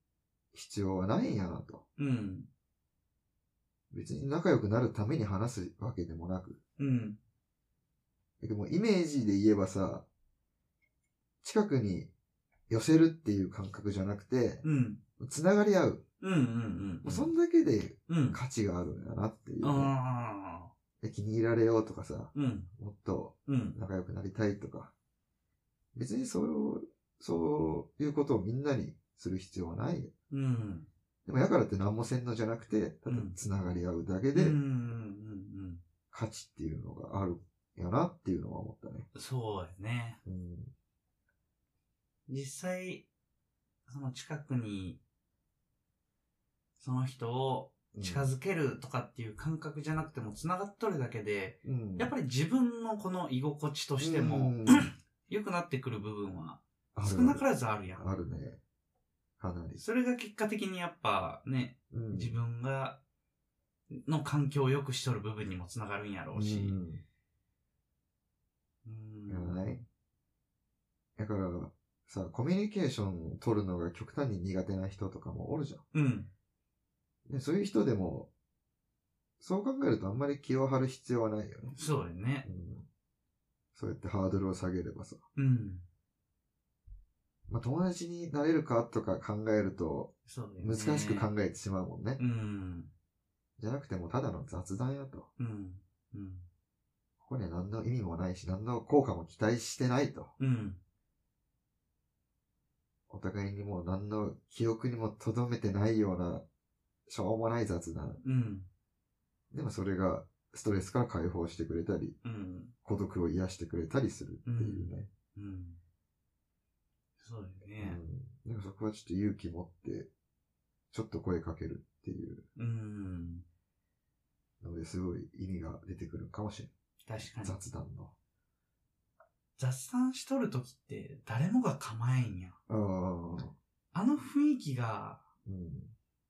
Speaker 2: 必要はないんやなと。
Speaker 1: うん。
Speaker 2: 別に仲良くなるために話すわけでもなく。
Speaker 1: うん。
Speaker 2: でもイメージで言えばさ、近くに寄せるっていう感覚じゃなくて、
Speaker 1: うん。
Speaker 2: つながり合う。
Speaker 1: うん。うん。
Speaker 2: もうそんだけで
Speaker 1: うん。
Speaker 2: 価値があるんだなっていうね、
Speaker 1: ああ。
Speaker 2: で気に入られようとかさ、
Speaker 1: うん。
Speaker 2: もっと
Speaker 1: うん。
Speaker 2: 仲良くなりたいとか。別にそう、そういうことをみんなにする必要はないよ。
Speaker 1: うん。
Speaker 2: でもやからって何もせんのじゃなくて、ただ
Speaker 1: うん
Speaker 2: つながり合うだけ
Speaker 1: うん。う
Speaker 2: で
Speaker 1: ん。うん。
Speaker 2: 価値っていうのがあるんやなっていうのは思ったね。
Speaker 1: そうやね。
Speaker 2: うん。
Speaker 1: 実際、その近くに、その人を近づけるとかっていう感覚じゃなくても繋がっとるだけで、
Speaker 2: うん。
Speaker 1: やっぱり自分のこの居心地として
Speaker 2: う
Speaker 1: も
Speaker 2: ん、
Speaker 1: 良くなってくる部分は
Speaker 2: ある
Speaker 1: 少なからずあるやん。
Speaker 2: あるね。かなり。
Speaker 1: それが結果的にやっぱね、
Speaker 2: うん
Speaker 1: 自分が、の環境を良くしとる部分にも繋がるんやろう
Speaker 2: う
Speaker 1: し。
Speaker 2: ん
Speaker 1: う
Speaker 2: いや
Speaker 1: ん。
Speaker 2: ない。だから、さ、コミュニケーションを取るのが極端に苦手な人とかもおるじゃ
Speaker 1: うん。
Speaker 2: ん。でそういう人でも、そう考えるとあんまり気を張る必要はないよね。
Speaker 1: そうやね
Speaker 2: う。ん、そうやってハードルを下げればさ。
Speaker 1: うん。
Speaker 2: まあ、友達になれるかとか考えると、
Speaker 1: そうだよね。
Speaker 2: 難しく考えてしまうもんね。
Speaker 1: うん。
Speaker 2: じゃなくてもうただの雑談やと。
Speaker 1: うん。うん。
Speaker 2: ここには何の意味もないし、何の効果も期待してないと。
Speaker 1: うん。
Speaker 2: お互いにもう何の記憶にも留めてないような、しょうもない雑談。
Speaker 1: うん。
Speaker 2: でもそれがストレスから解放してくれたり、
Speaker 1: うん。
Speaker 2: 孤独を癒してくれたりするっていうね。
Speaker 1: うん。そうだ
Speaker 2: う
Speaker 1: よね。
Speaker 2: んなんかそこはちょっと勇気持って、ちょっと声かけるっていう
Speaker 1: うん。
Speaker 2: のですごい意味が出てくるかもしれ
Speaker 1: 確か
Speaker 2: ない。
Speaker 1: に。
Speaker 2: 雑談の。
Speaker 1: 雑談しとるときって誰もが構えんやん。
Speaker 2: ああ。
Speaker 1: あの雰囲気が
Speaker 2: うん。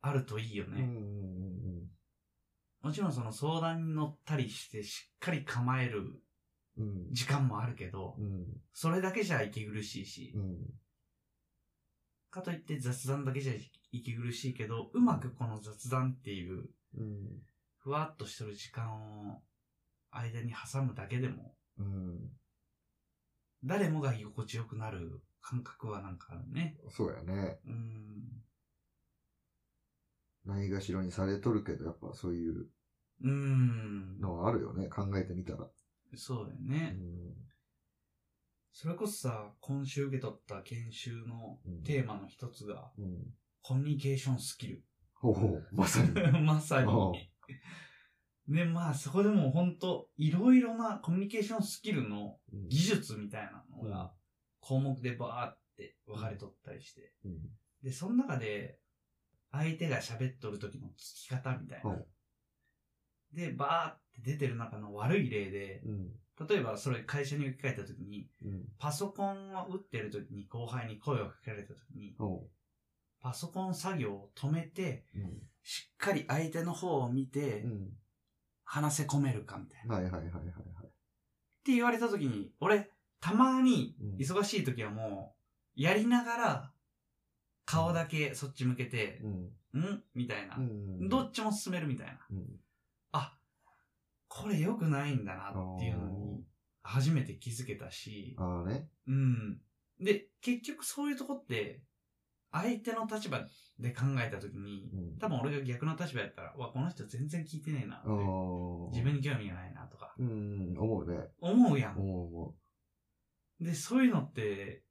Speaker 1: あるといいよ
Speaker 2: うんうん
Speaker 1: ね。もちろんその相談に乗ったりしてしっかり構える
Speaker 2: うんうん。
Speaker 1: 時間もあるけど
Speaker 2: う、ん。
Speaker 1: それだけじゃ息苦しいし
Speaker 2: う、ん。
Speaker 1: かといって雑談だけじゃ息苦しいけど、うまくこの雑談っていう
Speaker 2: うん。
Speaker 1: ふわっとしとる時間を間に挟むだけでも、
Speaker 2: うん。
Speaker 1: 誰もが居心地よくなる感覚はなんかあるね。
Speaker 2: そうやね。
Speaker 1: うん。
Speaker 2: ないがしろにされとるけど、やっぱそういう
Speaker 1: うん。
Speaker 2: のはあるよね。考えてみたら。
Speaker 1: そうだよ
Speaker 2: う
Speaker 1: ね。
Speaker 2: ん。
Speaker 1: それこそさ、今週受け取った研修のテーマの一つが、
Speaker 2: うん。
Speaker 1: コミュニケーションスキル。
Speaker 2: ほうほう。まさに。
Speaker 1: まさに
Speaker 2: うん。
Speaker 1: ね、まあそこでもほんと、いろいろなコミュニケーションスキルの
Speaker 2: うん
Speaker 1: 技術みたいなのが、項目でバーって分かれとったりして。
Speaker 2: うん
Speaker 1: で、その中で、相手が喋っとる時の聞き方みたいな
Speaker 2: はい。
Speaker 1: で、バーって出てる中の悪い例で、
Speaker 2: うん。
Speaker 1: 例えばそれ会社に置き換えた時に、
Speaker 2: うん。
Speaker 1: パソコンを打ってる時に後輩に声をかけられた時に、
Speaker 2: ほう。
Speaker 1: パソコン作業を止めて、
Speaker 2: う
Speaker 1: しっかり相手の方を見て、
Speaker 2: ん。
Speaker 1: 話せ込めるかみたいな。っ
Speaker 2: はいはいはいはいはい。
Speaker 1: て言われた時に、俺、たまに
Speaker 2: うん、
Speaker 1: 忙しい時はもう、やりながら、顔だけそっち向けて、
Speaker 2: うん。
Speaker 1: んみたいな
Speaker 2: う。ん。
Speaker 1: どっちも進めるみたいな。
Speaker 2: うん。
Speaker 1: あ、これ良くないんだなっていうのに、初めて気づけたし、
Speaker 2: ああね。
Speaker 1: うん。で、結局そういうとこって、相手の立場で考えたときに、
Speaker 2: うん。
Speaker 1: 多分俺が逆の立場やったら、うわ、この人全然聞いてねえなって、
Speaker 2: ああ。
Speaker 1: 自分に興味がないなとか、
Speaker 2: うん、思うね。
Speaker 1: 思うやん。
Speaker 2: 思う思
Speaker 1: で、そういうのって、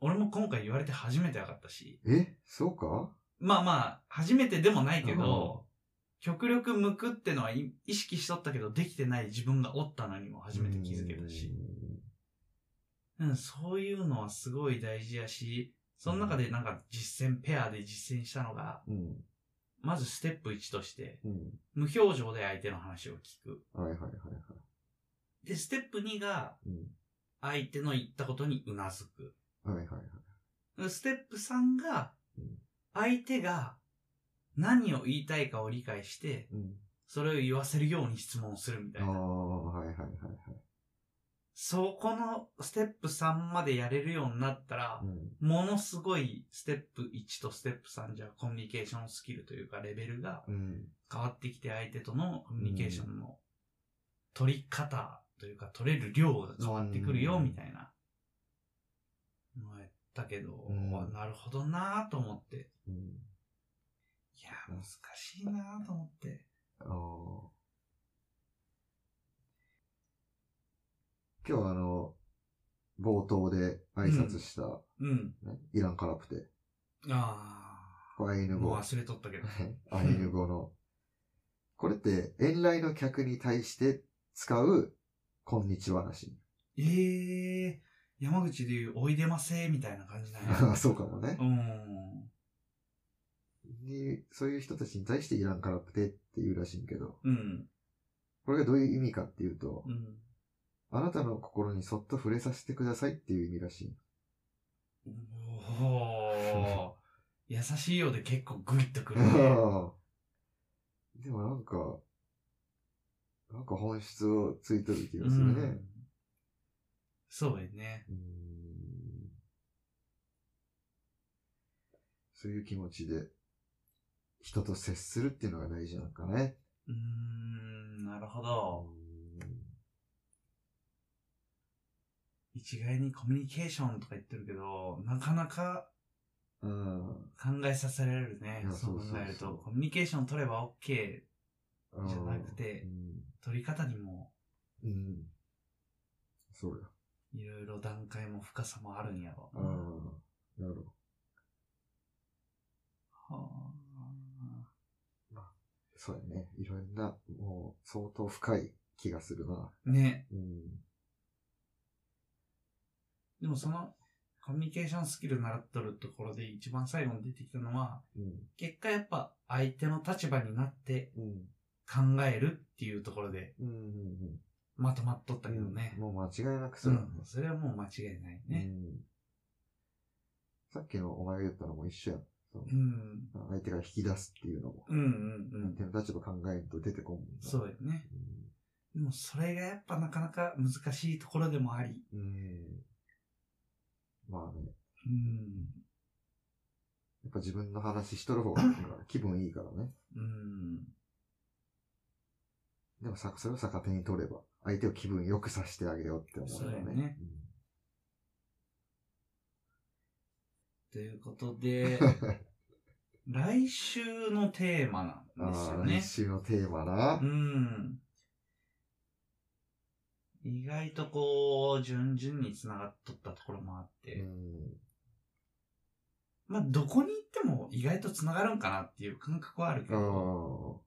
Speaker 1: 俺も今回言われて初めて分かったし、
Speaker 2: う。えそうか
Speaker 1: まあまあ、初めてでもないけど、極力向くってのはい意識しとったけど、できてない自分がおったのにも初めて気づけたし、。うん、そういうのはすごい大事やし、その中でなんか実践、ペアで実践したのが、
Speaker 2: うん。
Speaker 1: まずステップ1として、
Speaker 2: うん。
Speaker 1: 無表情で相手の話を聞く。
Speaker 2: はいはいはいはい。
Speaker 1: で、ステップ2が、
Speaker 2: うん。
Speaker 1: 相手の言ったことにうなずく。
Speaker 2: はいはいはい。
Speaker 1: ステップ3が
Speaker 2: うん、
Speaker 1: 相手が何を言いたいかを理解して、
Speaker 2: うん。
Speaker 1: それを言わせるように質問をするみたい
Speaker 2: あ
Speaker 1: な。
Speaker 2: あ、はいはいはいはい。
Speaker 1: そこのステップ3までやれるようになったら
Speaker 2: う、ん。
Speaker 1: ものすごいステップ1とステップ3じゃコミュニケーションスキルというかレベルが
Speaker 2: うん。
Speaker 1: 変わってきて相手とのコミュニケーションの取り方というか取れる量が変わってくるよ
Speaker 2: うん
Speaker 1: みたいな。のやったけど、
Speaker 2: うん
Speaker 1: わなるほどなぁと思って。
Speaker 2: うん。
Speaker 1: いや、難しいなぁと思って。
Speaker 2: ああ。今日はあの、冒頭で挨拶した、
Speaker 1: うん。
Speaker 2: ねイランカラプテ。
Speaker 1: あ
Speaker 2: これアイ
Speaker 1: あ。
Speaker 2: ヌ
Speaker 1: もう
Speaker 2: 語。
Speaker 1: 忘れとったけど。
Speaker 2: アイヌ語の。これって、遠来の客に対して使う、こんにちはらしい。
Speaker 1: ええー、山口でいうおいでませみたいな感じなん や。
Speaker 2: そうかもね
Speaker 1: う。ん。
Speaker 2: にそういう人たちに対してイランカラプテっていうらしいんけど、
Speaker 1: うん。
Speaker 2: これがどういう意味かっていうと、
Speaker 1: うん。
Speaker 2: あなたの心にそっと触れさせてくださいっていう意味らしい。
Speaker 1: おー。優しいようで結構グイッとく るね。
Speaker 2: でもなんか、なんか本質をついてる気がする
Speaker 1: う
Speaker 2: ね。
Speaker 1: んそうやね。
Speaker 2: うーんそういう気持ちで、人と接するっていうのが大事なのかね。
Speaker 1: うーん、なるほ
Speaker 2: う
Speaker 1: ど。一概にコミュニケーションとか言ってるけど、なかなか
Speaker 2: ーん。うん
Speaker 1: 考えさせられるね
Speaker 2: い。や
Speaker 1: そう考
Speaker 2: そうそうそう
Speaker 1: えると。コミュニケーション取れば OK。じゃなくて取り方にも、
Speaker 2: うん。うん。そうや。
Speaker 1: いろいろ段階も深さもあるんやろ
Speaker 2: ああ。なるほど。
Speaker 1: は
Speaker 2: そうやね。いろんな、もう、相当深い気がするな。
Speaker 1: あね。
Speaker 2: うん。
Speaker 1: でもその、コミュニケーションスキル習っとるところで一番最後に出てきたのは、
Speaker 2: うん。
Speaker 1: 結果やっぱ相手の立場になって
Speaker 2: うん。
Speaker 1: 考えるっていうところで
Speaker 2: うん。うん。
Speaker 1: まとまっとったけどね。
Speaker 2: もう間違いなく
Speaker 1: う
Speaker 2: そうだね
Speaker 1: ん。それはもう間違いないね。
Speaker 2: うん。さっきのお前が言ったのも一緒やん。そう
Speaker 1: うん。
Speaker 2: 相手が引き出すっていうのも。
Speaker 1: うんうんうん
Speaker 2: 相。手の立場考えると出てこんもんな
Speaker 1: そうよね。
Speaker 2: う
Speaker 1: でもそれがやっぱなかなか難しいところでもあり。
Speaker 2: ん。うん。まあね。
Speaker 1: うん。
Speaker 2: やっぱ自分の話しとる方がなんか気分いいからね。
Speaker 1: うん。
Speaker 2: でもさ、それを逆手に取れば、相手を気分よくさせてあげようって思うよ
Speaker 1: そうやね。ということで、 来週のテーマ
Speaker 2: うん、
Speaker 1: なんです
Speaker 2: あ
Speaker 1: よ
Speaker 2: あ、
Speaker 1: ね
Speaker 2: 来。週のテーマな
Speaker 1: う。ん。意外とこう、順々に繋がっとったところもあって、
Speaker 2: うん。
Speaker 1: まあ、どこに行っても意外と繋がるんかなっていう感覚はあるけ
Speaker 2: ああ
Speaker 1: ど、。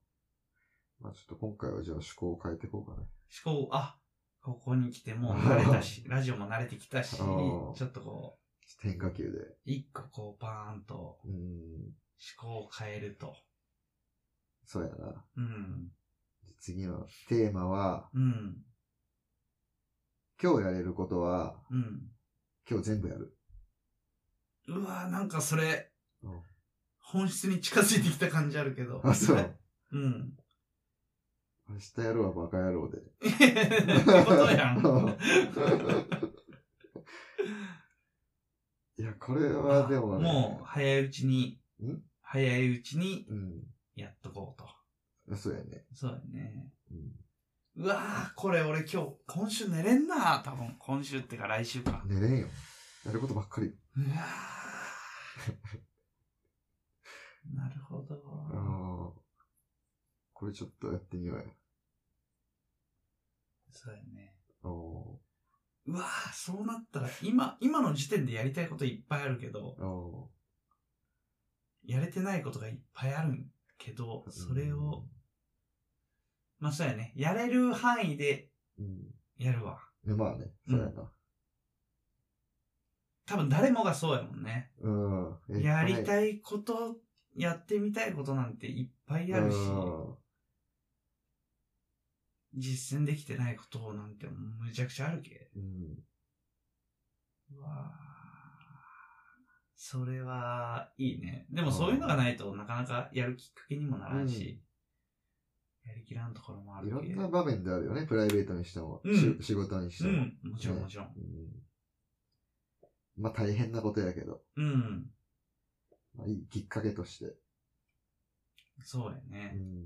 Speaker 2: まあちょっと今回はじゃあ趣向を変えていこうかな。
Speaker 1: 思考、あ、ここに来てもう慣れたし、 ラジオも慣れてきたし、ち
Speaker 2: あ
Speaker 1: ょ
Speaker 2: ー
Speaker 1: っとこ
Speaker 2: 変化球で。
Speaker 1: う、一個こうパーンと
Speaker 2: うん。
Speaker 1: 思考を変えると。
Speaker 2: そうやな。
Speaker 1: うん。
Speaker 2: 次のテーマは、
Speaker 1: うん。
Speaker 2: 今日やれることは、
Speaker 1: うん。
Speaker 2: 今日全部やる。
Speaker 1: うわーなんかそれ
Speaker 2: うん、
Speaker 1: 本質に近づいてきた感じあるけ ど。
Speaker 2: あ、そう。。
Speaker 1: うん。
Speaker 2: 明日やろうはバカ野郎
Speaker 1: っ
Speaker 2: で。
Speaker 1: てことやん。
Speaker 2: いや、これはでもね、
Speaker 1: もう、早いうちに
Speaker 2: ん、
Speaker 1: 早いうちに
Speaker 2: う
Speaker 1: やっとこうと。
Speaker 2: ん。そうやね。
Speaker 1: そうだね。
Speaker 2: うん
Speaker 1: うわぁ、これ俺今日、今週寝れんな多分、今週ってか来週か。
Speaker 2: 寝れんよ。やることばっかりよ。
Speaker 1: うわぁ。 なるほど。
Speaker 2: ああ。これちょっとやってみようや。
Speaker 1: そうだね。
Speaker 2: あー
Speaker 1: うわぁ、そうなったら、今、今の時点でやりたいこといっぱいあるけど、
Speaker 2: あー。
Speaker 1: やれてないことがいっぱいあるけど、それを、まあそうやね。やれる範囲で
Speaker 2: うん。
Speaker 1: やるわ。
Speaker 2: うん。まあね、そうやな。
Speaker 1: 多分誰もがそうやもんね。
Speaker 2: うん。
Speaker 1: やり
Speaker 2: い
Speaker 1: たいこと、やってみたいことなんていっぱいあるし、実践できてないことなんてむちゃくちゃあるけ。
Speaker 2: うん。
Speaker 1: うわーそれは、いいね。でもそういうのがないとなかなかやるきっかけにもならんし、やりきらんところもあ
Speaker 2: い
Speaker 1: る
Speaker 2: ろ
Speaker 1: け。
Speaker 2: んな場面であるよね。プライベートにしても、
Speaker 1: うん
Speaker 2: し仕事にして
Speaker 1: う
Speaker 2: も。
Speaker 1: ん、もちろん
Speaker 2: ね
Speaker 1: もちろん。
Speaker 2: うんまあ大変なことやけど、
Speaker 1: うん、
Speaker 2: まあ、いいきっかけとして。
Speaker 1: そうや
Speaker 2: う
Speaker 1: ね。
Speaker 2: ん。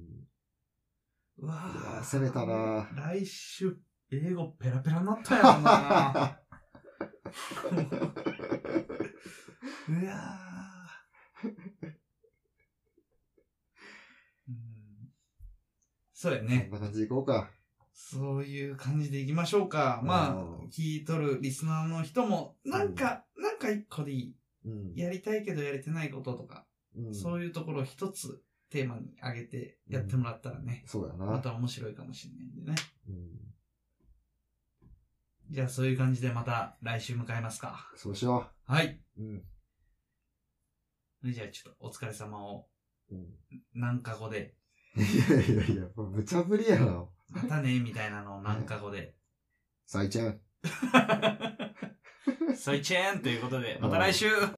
Speaker 1: うわ
Speaker 2: い
Speaker 1: ー
Speaker 2: や攻めたなー
Speaker 1: 来週、英語ペラペラになったや ろなうわーうんそうや
Speaker 2: そん
Speaker 1: ね。
Speaker 2: な感じでい こうか。
Speaker 1: そういう感じでいきましょうか。まあ
Speaker 2: う、
Speaker 1: 聞いとるリスナーの人も、なんか、なんか一個でいい。
Speaker 2: うん。
Speaker 1: やりたいけどやれてないこととか、
Speaker 2: うん、
Speaker 1: そういうところを一つテーマに挙げてやってもらったらね、
Speaker 2: そうやな。
Speaker 1: また面白いかもしれないんでね。
Speaker 2: うん。
Speaker 1: じゃあそういう感じでまた来週迎えますか。
Speaker 2: そうしよ
Speaker 1: はい。
Speaker 2: う。うん。
Speaker 1: じゃあちょっとお疲れ様を
Speaker 2: うん。
Speaker 1: 何か語で、
Speaker 2: いやいやいや、もう無茶ぶりやな。
Speaker 1: またね、みたいなのを何か語 で。
Speaker 2: さいちゃん。
Speaker 1: ソイチェーンということで、また来週